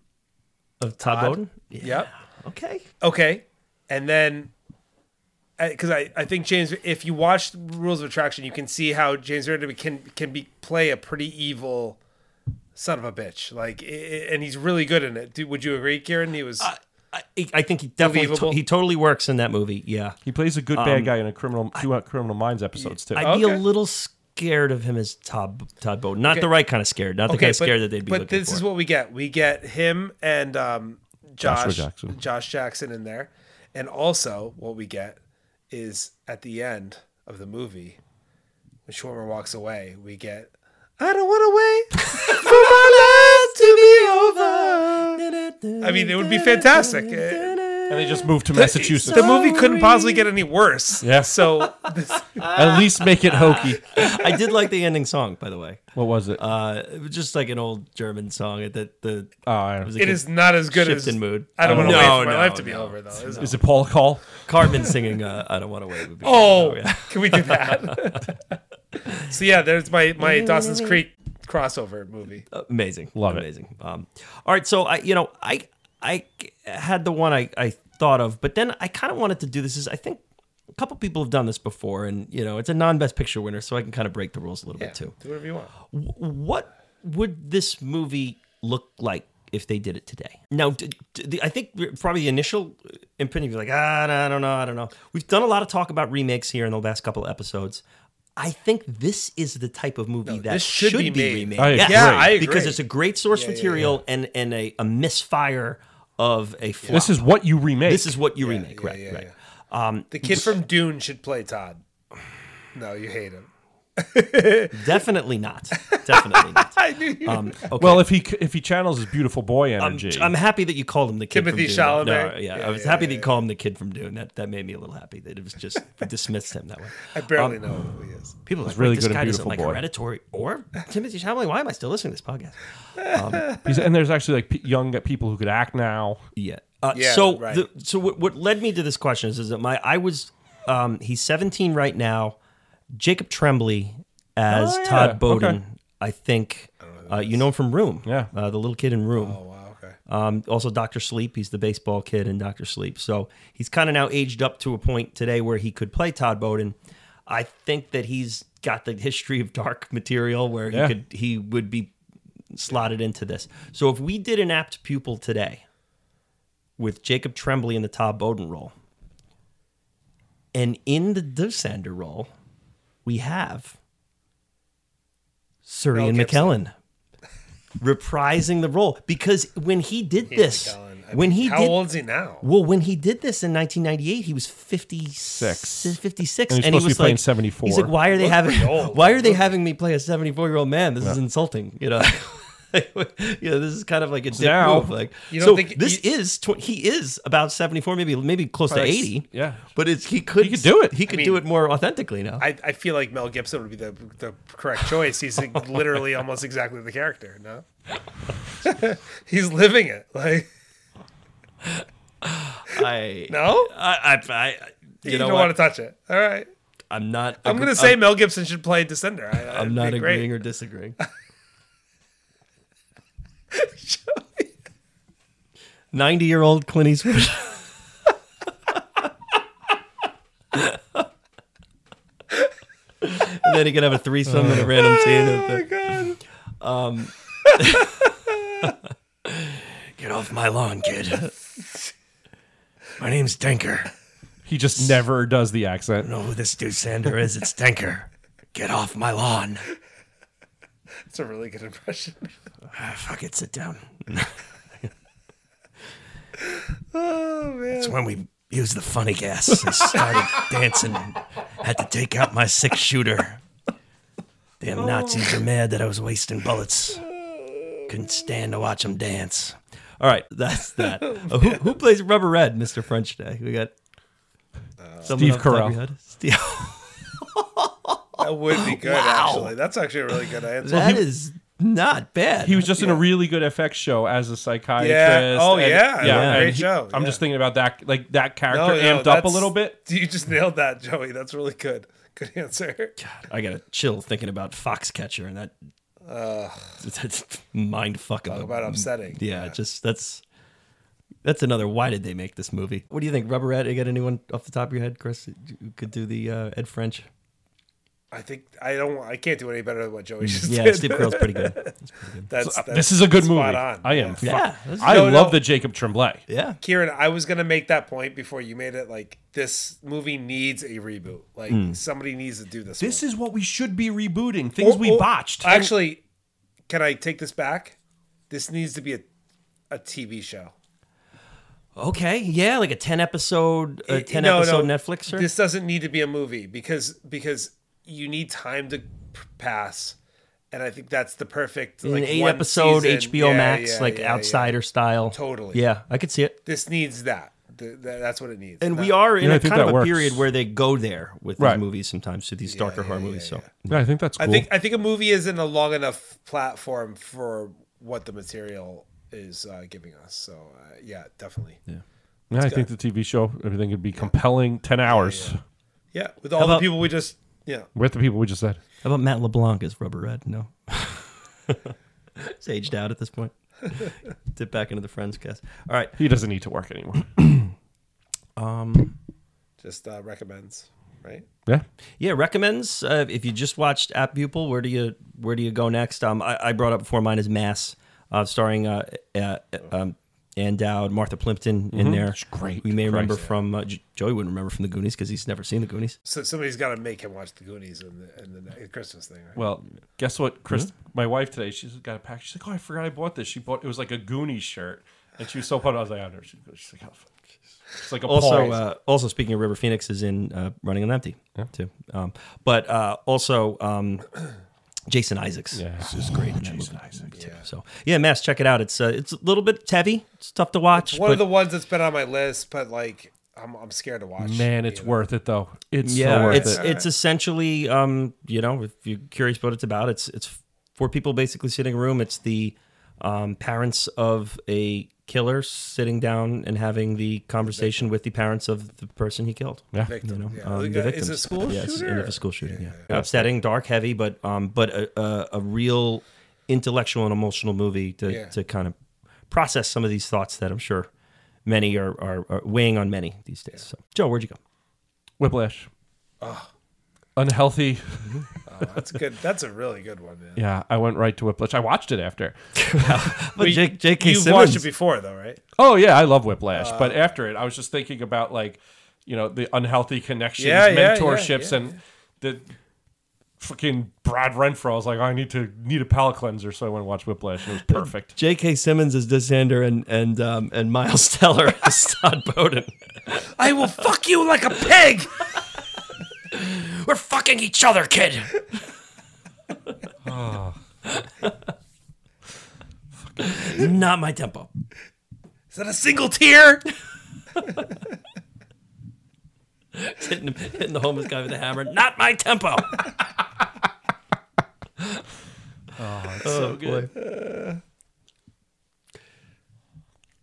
A: Of Todd Bowden. Yeah.
B: Yep.
A: Okay.
B: Okay, and then because I, I think James, if you watch Rules of Attraction, you can see how James Vanderbeek can can be play a pretty evil son of a bitch. Like, i- i- and he's really good in it. Do, would you agree, Kieran? He was.
A: I, I think he definitely to-
B: Believable.
A: he totally works in that movie. Yeah.
C: He plays a good
B: um,
C: bad guy in a criminal two uh, Criminal Minds episodes too. Oh,
A: I'd be a
B: Okay.
A: little scared of him as Todd Todd Bowden. Not the right kind of scared. Not the kind of scared that they'd be
B: But
A: looking
B: this
A: for.
B: is what we get. We get him and um, Josh
C: Joshua Jackson.
B: Josh Jackson in there, and also what we get is at the end of the movie when Schwarmer walks away, we get. I don't want to wait for my life to be over. I mean, it would be fantastic. Uh,
C: and they just moved to Massachusetts.
B: The movie couldn't possibly get any worse.
C: Yeah.
B: So this,
C: At least make it hokey.
A: I did like the ending song, by the way.
C: What was it?
A: Uh, it was just like an old German song. It- That the
C: oh, I don't
A: it was a
B: it
A: good
B: is not as good
A: shift
B: as.
A: in mood.
B: I don't want to
A: No,
B: wait for my
A: no,
B: life to be
A: no.
B: over, though. Is it?
C: is it Paul Call?
A: Cartman singing. Uh, I don't want to wait. would be-
B: Oh,
A: yeah.
B: can we do that? so yeah, there's my my Dawson's Creek crossover movie.
A: amazing,
C: Love it.
A: amazing. Um, all right, so I, you know, I I had the one I I thought of, but then I kind of wanted to do this. Is I think a couple people have done this before, and you know, it's a non best picture winner, so I can kind of break the rules a little
B: Yeah,
A: bit too.
B: do whatever you want.
A: what would this movie look like if they did it today? Now, d- d- the, I think probably the initial uh, opinion was like, ah, I don't know, I don't know. We've done a lot of talk about remakes here in the last couple episodes. I think this is the type of movie that
B: this
A: should,
B: should
A: be,
B: be made.
A: remade.
C: I
A: Yes.
C: agree. Yeah,
B: I
A: Because
B: agree.
A: it's a great source material and and a, a misfire of a flop.
C: This is what you remake.
A: This is what you remake, right? right.
B: The kid from Dune should play Todd. No, you hate him.
A: Definitely not. Definitely not.
B: I knew you.
A: Um, okay.
C: well, if he c- if he channels his beautiful boy
A: I'm,
C: energy,
A: I'm happy that you called him the kid
B: Timothy
A: from Dune. No,
B: Chalamet?
A: yeah,
B: Yeah,
A: I was
B: yeah,
A: happy that you called him the kid from Dune. That that made me a little happy that it was just dismissed him that way.
B: I barely know who he is.
A: People are like,
C: really
A: really this
C: good and
A: guy doesn't
C: beautiful
A: like
C: boy.
A: Hereditary or Timothy Chalamet. Why am I still listening to this podcast?
C: He's- and there's actually like p- young people who could act now.
A: Yeah. Uh,
B: Yeah,
A: so
B: right.
A: the, so what, what led me to this question is, is that my I was um, he's 17 right now. Jacob Tremblay as
C: Oh, yeah.
A: Todd Bowden,
C: Okay. Oh,
A: I think. Uh, you know him from Room.
C: Yeah.
A: Uh, the little kid in Room.
B: Oh, wow. Okay.
A: Um, also, Doctor Sleep. He's the baseball kid in Doctor Sleep. So he's kind of now aged up to a point today where he could play Todd Bowden. I think that he's got the history of dark material where
C: Yeah.
A: he could he would be slotted into this. So if we did an apt pupil today with Jacob Tremblay in the Todd Bowden role, and in the Deusander role, we have Sir
B: Mel
A: Ian
B: Gibson.
A: McKellen reprising the role because when he did this,
B: Colin, I
A: when
B: mean,
A: he
B: how
A: did,
B: old is he now?
A: well, when he did this in 1998, he was 56,
C: Six.
A: 56,
C: And he's
A: and he
C: supposed to be
A: was
C: playing
A: like
C: 74.
A: He's like, why are they
B: Looked
A: having
B: pretty old.
A: why are they having me play a 74 year old man? This is insulting, you know. you know, this is kind of like a dick
C: now-
A: move. Like,
B: You don't
A: so
B: think-
A: this is tw- he is about 74, maybe maybe close to
C: Probably like s-
A: 80.
C: yeah.
A: but it's he could
C: could do it.
A: He could
B: I
A: do
B: mean-
A: it more authentically now.
B: I, I feel like Mel Gibson would be the the correct choice. He's like, literally almost exactly the character. No, he's living it. Like
A: I
B: no,
A: I, I, I you,
B: you,
A: know
B: don't
A: what?
B: want to touch it. All right,
A: I'm not.
B: I'm
A: agree-
B: gonna say Mel Gibson should play Descender. I,
A: I'm,
B: I'd
A: not
B: be
A: agreeing
B: Great.
A: or disagreeing. Ninety-year-old Clint Eastwood. and then he could have a threesome in a random
B: Ah.
A: scene. Of the,
B: God.
A: Get off my lawn, kid. my name's Denker.
C: He just never does the accent.
A: Know who this dude Sander is? It's Denker. Get off my lawn.
B: It's a really good impression.
A: Ah, fuck it. Sit down.
B: Oh man,
A: It's when we used the funny gas and started dancing. Had to take out my six shooter. Damn Nazis are mad that I was wasting bullets. Couldn't stand to watch them dance. All right, that's that. Uh, who, who plays Rubber Red, Mr. French Day? We got someone
C: Steve
A: off the top of
C: Carell.
A: your head? Steve,
C: Oh,
B: that would be good. Actually, that's actually a really good answer.
A: that is not bad.
C: He was just in a really good FX show as a psychiatrist.
B: Yeah. Oh,
C: and-
B: yeah.
C: yeah.
B: Great
C: and he-
B: show.
C: I'm
B: Yeah.
C: just thinking about that, like that character
B: No, Oh, no,
C: amped up a
B: that's-
C: little bit.
B: You just nailed that, Joey. That's really good. Good answer.
A: I got a chill thinking about Foxcatcher and that. that's mind fucking.
B: Talk
C: mm,
B: about upsetting.
A: yeah, just that's that's another. Why did they make this movie? What do you think, Rubberette? You got anyone off the top of your head, Chris? Who could do the uh, Ed French?
B: I think I don't. I can't do any better than what
C: Mm,
B: Joey just
A: Yeah,
B: did.
A: Steve Carell's pretty good.
B: That's, that's
C: uh, This is a good
B: spot
C: movie.
B: On.
C: I am.
A: Yeah,
C: fuck-
A: that's-
C: I
B: No,
C: love
B: no.
C: the Jacob Tremblay.
A: yeah.
B: Kieran, I was gonna make that point before you made it. Like this movie needs a reboot. Like somebody needs to do this.
C: Mm. This
B: one.
C: is what we should be rebooting. Things we
B: Oh, oh,
C: botched.
B: Actually, can I take this back? This needs to be a, a TV show.
A: Okay. Yeah, like a ten episode, a
B: It-
A: ten
B: no, no,
A: episode Netflixer.
B: This doesn't need to be a movie because because you need time to p- pass, and I think that's the perfect
A: an
B: like
A: eight
B: one
A: episode
B: season.
A: HBO
B: Yeah,
A: Max,
B: yeah,
A: like
B: yeah, yeah.
A: outsider style.
B: Totally.
A: Yeah, I could see it.
B: This needs that. Th- th- that's what it needs.
A: And
B: That-
A: we are in
C: Yeah, I
A: a
C: think
A: kind of
C: that
A: a
C: works.
A: period where they go there with these
C: Right.
A: movies sometimes to these darker horror movies. so
C: Yeah, I think that's cool.
B: I think I think a movie isn't a long enough platform for what the material is uh, giving us. So uh, yeah, definitely. Yeah,
C: yeah, I think the TV show, everything would be compelling. 10 hours
B: with all
A: about-
B: the people we just yeah.
C: with the people we just said.
A: How about Matt LeBlanc as Rubber Red? No. it's aged out at this point. Dip back into the Friends cast. All right.
C: He doesn't need to work anymore.
B: Just uh, recommends, right?
C: Yeah.
A: Yeah, recommends. Uh, if you just watched App Pupil, where do you where do you go next? Um, I, I brought up before mine is Mass, uh, starring uh, uh, um, Ann Dowd, Martha Plimpton in there. It's
C: Mm-hmm. great.
A: We may remember
C: Christ.
A: from uh, J- Joey wouldn't remember from the Goonies because he's never seen the Goonies.
B: So somebody's got to make him watch the Goonies and the, and the Christmas thing. Right?
C: Well, Hmm? guess what, Chris? My wife today, she's got a pack. She's like, "Oh, I forgot I bought this." She bought it was like a Goonie shirt, And she was so pumped. I was like, I never should go. She's like, oh, fuck. It's like a
A: also
C: pause.
A: uh, also speaking of River Phoenix is in uh, Running on Empty too, um, but uh, also um, Jason Isaacs. Yeah, this is great. in that movie too. So yeah, Mass, check it out. It's uh, it's a little bit it's heavy. It's tough to watch.
B: One
A: but
B: of the ones that's been on my list, but like I'm, I'm scared to watch.
C: Man, it's worth it though. It's so
A: yeah,
C: worth
A: it's
C: it.
A: it's essentially um, you know if you're curious about what it's about, it's it's four people basically sitting in a room. It's the um, parents of a killer sitting down and having the conversation with the parents of the person he killed.
C: Yeah.
A: you know,
B: Yeah.
A: um,
B: Like,
A: the
B: uh, is it
A: victims.
B: school
A: Yeah, it's the
B: shooter?
A: end of a school shooting. Yeah, upsetting, dark, heavy, but um, but a, a, a real intellectual and emotional movie to,
B: Yeah.
A: to kind of process some of these thoughts that I'm sure many are, are, are weighing on many these days. So, Joe, where'd you go?
C: Whiplash. Unhealthy.
B: That's good. That's a really good one, man.
C: Yeah, I went right to Whiplash. I watched it after.
A: But Jake, J.K.
B: You've watched it before, though, right?
C: Oh yeah, I love Whiplash.
B: Uh,
C: but after it, I was just thinking about like, you know, the unhealthy connections,
B: Yeah, yeah, yeah,
C: mentorships,
B: yeah,
C: and the fucking Brad Renfro. I was like, "Oh, I need to need a palate cleanser, so I went and watched Whiplash. And it was perfect.
A: J.K. Simmons is Dysander and and um, and Miles Teller is Todd Bowden.
B: I will fuck you like a pig.
A: We're fucking each other, kid. Ah. Not my tempo.
B: Is that a single tear?
A: hitting, hitting the homeless guy with a hammer. Not my tempo. oh,
B: Oh,
A: so good.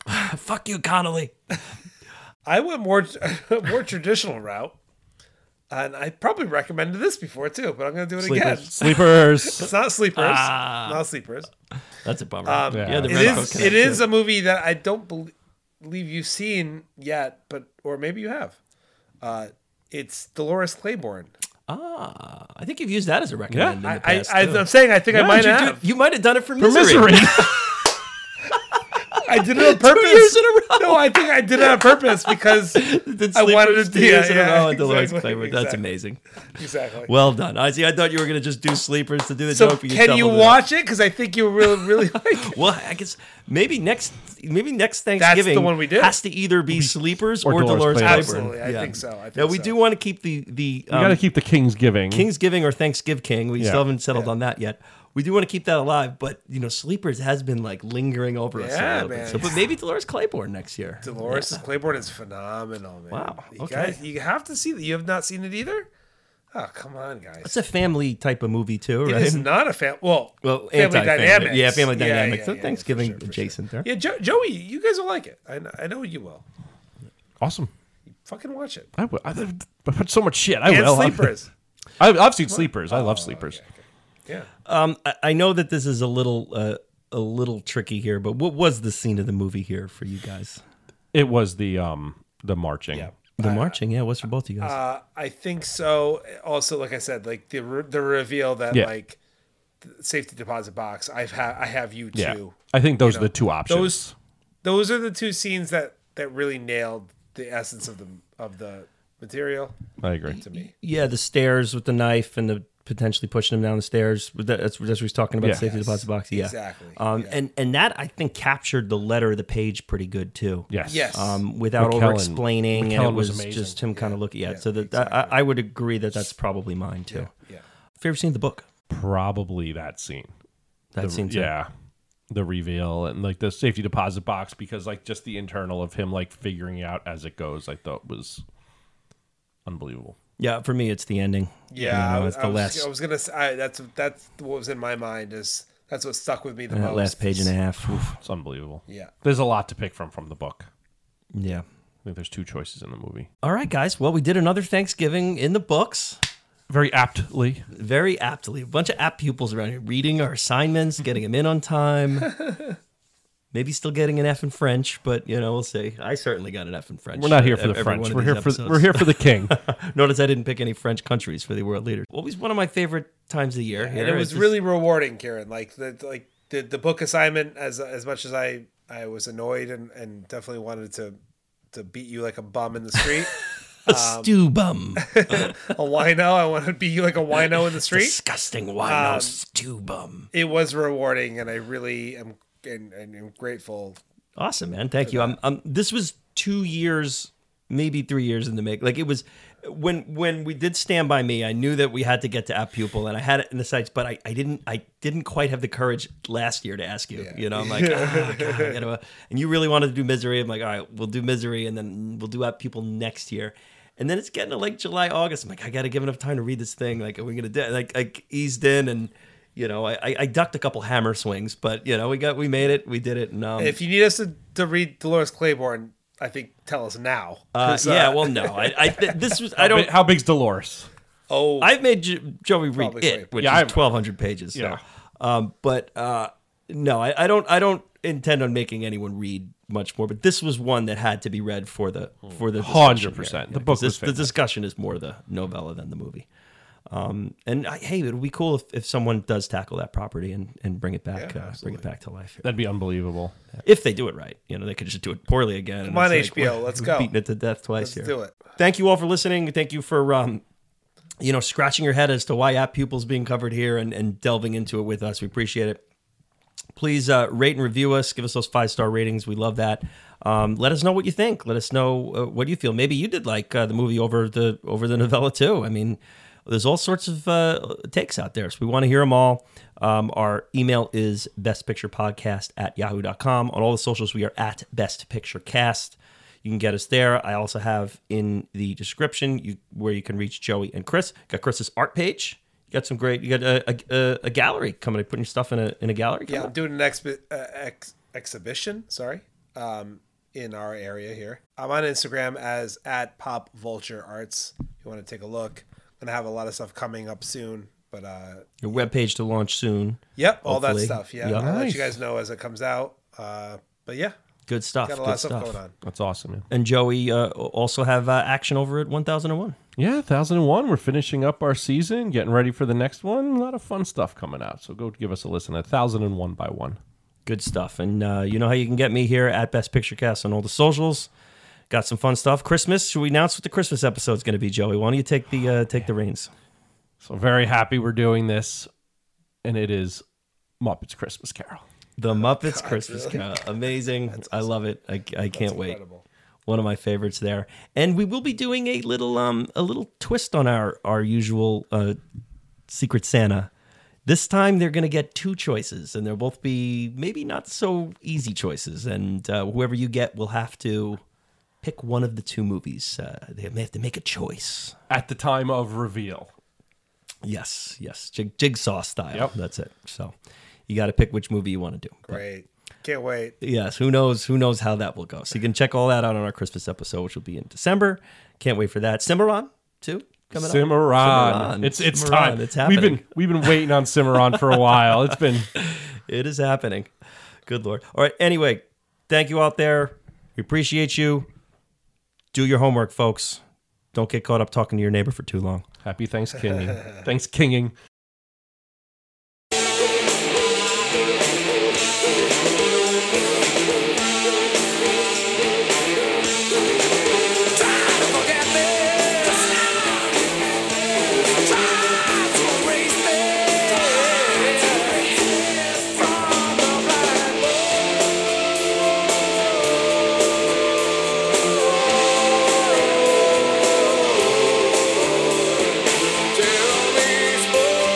A: Fuck you, Connolly.
B: I went more more traditional route, and I probably recommended this before too, but I'm gonna do it again.
C: Sleepers.
B: It's not sleepers. Not sleepers.
A: That's a bummer.
C: Yeah.
A: Ah. yeah, the
B: Um, It
A: red
B: is.
A: coat
B: It is a movie that I don't bel- believe you've seen yet, but or maybe you have. Uh, it's Dolores Claiborne.
A: Ah, I think you've used that as a recommend.
C: Yeah.
A: in the
B: I,
A: past,
B: I,
A: too.
B: I'm saying I think I might
A: you, do-
B: have.
A: you might have done it for
C: For
A: misery.
C: misery.
B: I did it on purpose.
A: years in a
B: No, I think I did it on purpose because
A: Did
B: I wanted
A: Sleepers
B: to-
A: two
B: yeah,
A: years in a
B: yeah,
A: row and Dolores
B: exactly,
A: Claiborne. That's
B: exactly.
A: amazing.
B: exactly.
A: Well done. I see. I thought you were going to just do sleepers to do the
B: so
A: joke. but
B: can you
A: doubled it up.
B: watch it? Because I think you really, really like. It.
A: Well, I guess maybe next maybe next Thanksgiving
B: the one we did.
A: has to either be sleepers or, Dolores
C: Dolores
A: Claiborne.
C: Claiborne.
B: Absolutely, I
A: Yeah.
B: think so. I think
A: Now we
B: so.
A: do want to keep the the
C: You got to
A: um,
C: keep the Kings giving.
A: Kingsgiving or Thanksgiving King. We
C: Yeah.
A: still haven't settled on that yet. We do want to keep that alive, but you know, sleepers has been like lingering over us a
B: Yeah,
A: little
B: man.
A: bit. So, but maybe Dolores Claiborne next year.
B: Dolores Claiborne is phenomenal, man.
A: Wow,
B: You
A: okay.
B: guys, you have to see that. You have not seen it either. Oh, come on, guys.
A: It's a family type of movie too,
B: It
A: right?
B: is not a family. Well,
A: well,
B: family
A: anti-family.
B: dynamics.
A: Yeah, family
B: Yeah, yeah,
A: dynamics.
B: yeah,
A: So
B: yeah, for
A: Thanksgiving
B: sure, for sure.
A: adjacent there.
B: Yeah, jo- Joey, you guys will like it. I know, I know you will.
C: Awesome.
B: Fucking watch it.
C: I w- I, I've heard so much shit. I
B: And
C: will.
B: sleepers. Oh,
C: I, I've seen Sleepers. I love Sleepers.
B: Yeah.
A: Um, I, I know that this is a little uh, a little tricky here, but what was the scene of the movie here for you guys?
C: It was the um the marching.
A: The marching, yeah, it was for both of you guys.
B: Uh, I think so. Also, like I said, like the re- the reveal that
C: Yeah.
B: like the safety deposit box. I've ha- I have you too.
C: Yeah. I think those
B: You
C: are the
B: know,
C: two options.
B: Those those are the two scenes that that really nailed the essence of the of the material
C: I agree.
B: to me.
A: Yeah, the stairs with the knife and the potentially pushing him down the stairs. That- That's, that's what he was talking about,
C: Yeah.
A: the safety deposit box. Yeah,
B: Exactly,
A: Um, And and that I think captured the letter, of the page pretty good too.
C: Yes.
B: Yes.
A: Um, without
C: McKellen-
A: over explaining, and it
C: McKellen
A: was,
C: was amazing.
A: just him kind of looking. Yeah, so that I, I would agree that that's probably mine too.
B: yeah.
A: Favorite scene in the book?
C: Probably that scene.
A: That
C: The-
A: scene too.
C: Yeah. The reveal and like the safety deposit box because like just the internal of him like figuring out as it goes, I thought was unbelievable.
A: Yeah, for me, it's the ending.
B: Yeah,
A: You
B: I
A: know,
B: was,
A: it's the
B: I was,
A: last
B: I was gonna. Say, I, that's that's what was in my mind. Is that's what stuck with me the
A: that
B: most.
A: last page and a half. Oof.
C: It's unbelievable.
B: Yeah.
C: There's a lot to pick from from the book.
A: Yeah.
C: I think there's two choices in the movie.
A: All right, guys. Well, we did another Thanksgiving in the books.
C: Very aptly.
A: very aptly. A bunch of apt pupils around here reading our
C: Mm-hmm.
A: assignments, getting them in on time. Maybe still getting an F in French, but you know we'll see. I certainly got an F in French.
C: We're not here for
A: Ev-
C: the
A: every one
C: French.
A: of
C: We're
A: these
C: here for
A: episodes.
C: we're here for the king.
A: Notice I didn't pick any French countries for the world leaders. Always one of my favorite times of the year.
B: and it was really rewarding, Karen. Like the like the, the book assignment, as as much as I I was annoyed and and definitely wanted to to beat you like a bum in the street,
A: a
C: um,
A: stew bum,
B: a wino. I wanted to beat you like a wino in the street.
A: disgusting wino
C: Um,
A: stew bum.
B: It was rewarding, and I really am and, and am grateful
A: Awesome, man. Thank you. I'm, I'm, this was two years, maybe three years in the make. Like it was when when we did Stand by Me. I knew that we had to get to App Pupil, and I had it in the sights, but I, I didn't I didn't quite have the courage last year to ask you. You know, I'm like, ah, God, I gotta, and you really wanted to do Misery. I'm like, all right, we'll do Misery, and then we'll do App Pupil next year. And then it's getting to like July, August. I'm like, I gotta give enough time to read this thing. Like, are we gonna do? it? Like, I eased in and. You know, I, I I ducked a couple hammer swings, but you know, we got we made it, we did it, and um,
B: If you need us to, to read Dolores Claiborne, I think tell us now.
A: Uh,
B: 'Cause,
A: yeah,
B: uh,
A: well, no, I, I th- this was I don't.
C: How big's Dolores?
B: oh,
A: I've made jo- Joey read
B: Probably
A: it,
B: right.
A: which
C: Yeah,
A: is
C: I've-
A: twelve hundred pages. So.
C: Yeah.
A: Um, but uh, no, I, I don't. I don't intend on making anyone read much more. But this was one that had to be read for the for the discussion here.
C: 100%. The
A: Yeah, 'cause
C: book was
A: This, the
C: fantastic.
A: discussion is more the novella than the movie. Um, and I, hey, it would be cool if, if someone does tackle that property and, and bring it back, uh, bring it back to life.
C: That'd be unbelievable.
A: If they do it right, you know, they could just do it poorly again. and
B: Come on,
A: it's like,
B: HBO,
A: we're-
B: let's
A: we've
B: go.
A: Beaten it to death twice
B: let's
A: here
B: do it.
A: thank you all for listening. Thank you for um, you know, scratching your head as to why app pupils being covered here and, and delving into it with us. We appreciate it. Please uh, rate and review us. Give us those five star ratings. We love that. Um, let us know what you think. Let us know uh, what you feel. Maybe you did like uh, the movie over the over the novella too. I mean, there's all sorts of uh, takes out there, so we want to hear them all. Um, our email is bestpicturepodcast at yahoo.com. On all the socials, we are at bestpicturecast. You can get us there. I also have in the description you, where you can reach Joey and Chris. Got Chris's art page. You got some great. You got a, a, a, a gallery coming. Putting your stuff in a in a gallery.
B: Yeah,
A: coming
B: I'm doing an expi- uh, ex- exhibition. Sorry, um, in our area here. I'm on Instagram as at Pop Vulture Arts. If you want to take a look, I'm gonna have a lot of stuff coming up soon. But uh,
A: Your webpage to launch soon.
B: yep, all that
A: Hopefully.
B: stuff. Yeah,
A: Yeah.
B: I'll let you guys know as it comes out. Uh, but yeah,
A: Good stuff.
B: got a
A: good
B: lot of stuff, going on.
C: That's awesome, man.
A: And Joey uh, also have uh, action over at 1001.
C: Yeah, 1001. We're finishing up our season, getting ready for the next one. A lot of fun stuff coming out. So go give us a listen. 1001 by one.
A: Good stuff. And uh, you know how you can get me here at Best Picture Cast on all the socials. Got some fun stuff. Christmas. Should we announce what the Christmas episode's going to be, Joey? Why don't you take the uh, take the reins?
C: So very happy we're doing this. And it is Muppets Christmas Carol.
A: The Muppets Christmas Carol. Amazing. I love it. I, I can't wait. One of my favorites there. And we will be doing a little um a little twist on our our usual uh Secret Santa. This time they're going to get two choices and they'll both be maybe not so easy choices and uh, whoever you get will have to pick one of the two movies. Uh, they may have to make a choice.
C: At the time of reveal.
A: Yes, yes. Jig- jigsaw style.
C: Yep.
A: That's it. So you got to pick which movie you want to do. But-
B: Great, can't wait.
A: yes who knows who knows how that will go so you can check all that out on our christmas episode which will be in december can't wait for that cimarron too coming
C: Cimarron. It's it's
A: Cimarron,
C: time.
A: it's
C: we've been
A: happening.
C: we've been waiting on Cimarron for a while. It's been
A: up it is happening good lord all right anyway thank you out there we appreciate you do your homework folks don't get caught up talking to your neighbor for too long
C: happy Thanksgiving. Thanksgiving.
G: Tell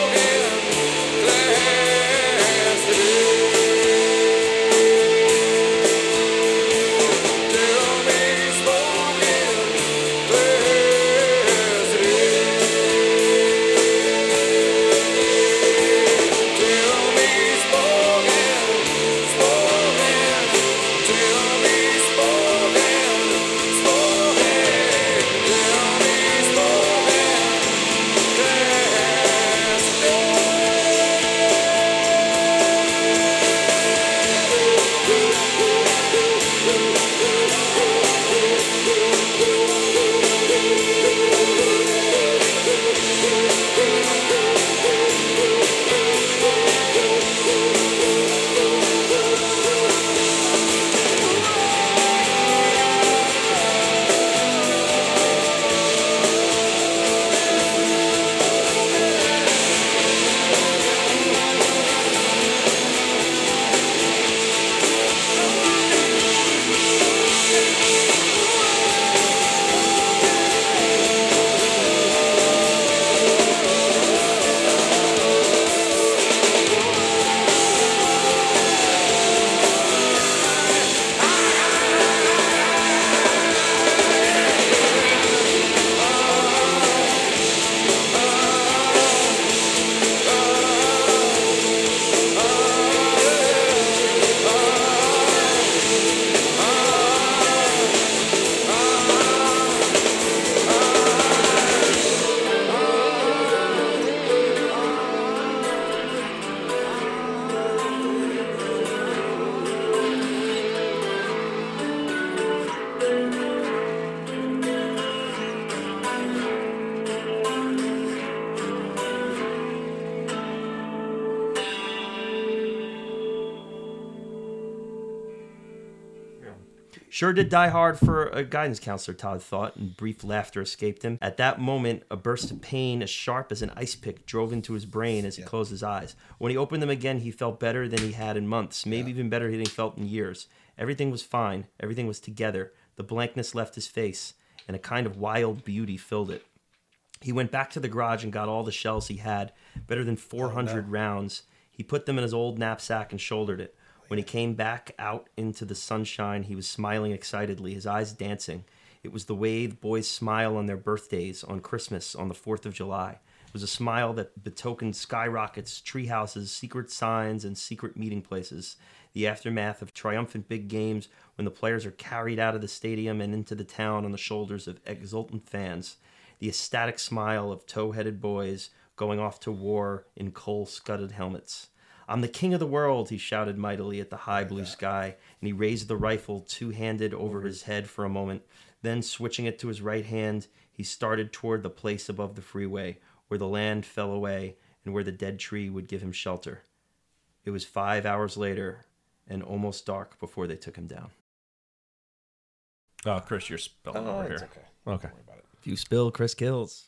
G: me, boy.
A: Sure did die hard for a guidance counselor, Todd thought, and brief laughter escaped him. At that moment, a burst of pain as sharp as an ice pick drove into his brain as he closed his eyes. When he opened them again, he felt better than he had in months, maybe even better than he felt in years. Everything was fine, everything was together. The blankness left his face, and a kind of wild beauty filled it. He went back to the garage and got all the shells he had, better than 400 rounds. He put them in his old knapsack and shouldered it. When he came back out into the sunshine, he was smiling excitedly, his eyes dancing. It was the way the boys smile on their birthdays, on Christmas, on the 4th of July. It was a smile that betokened skyrockets, tree houses, secret signs, and secret meeting places. The aftermath of triumphant big games when the players are carried out of the stadium and into the town on the shoulders of exultant fans the ecstatic smile of tow headed boys going off to war in coal scudded helmets. I'm the king of the world, he shouted mightily at the high blue sky, and he raised the rifle two handed over his head for a moment. Then, switching it to his right hand, he started toward the place above the freeway, where the land fell away and where the dead tree would give him shelter. It was five hours later and almost dark before they took him down.
H: Oh, Chris, you're spelling over here.
C: okay.
H: Okay.
C: Don't worry about it.
A: If you spill, Chris kills.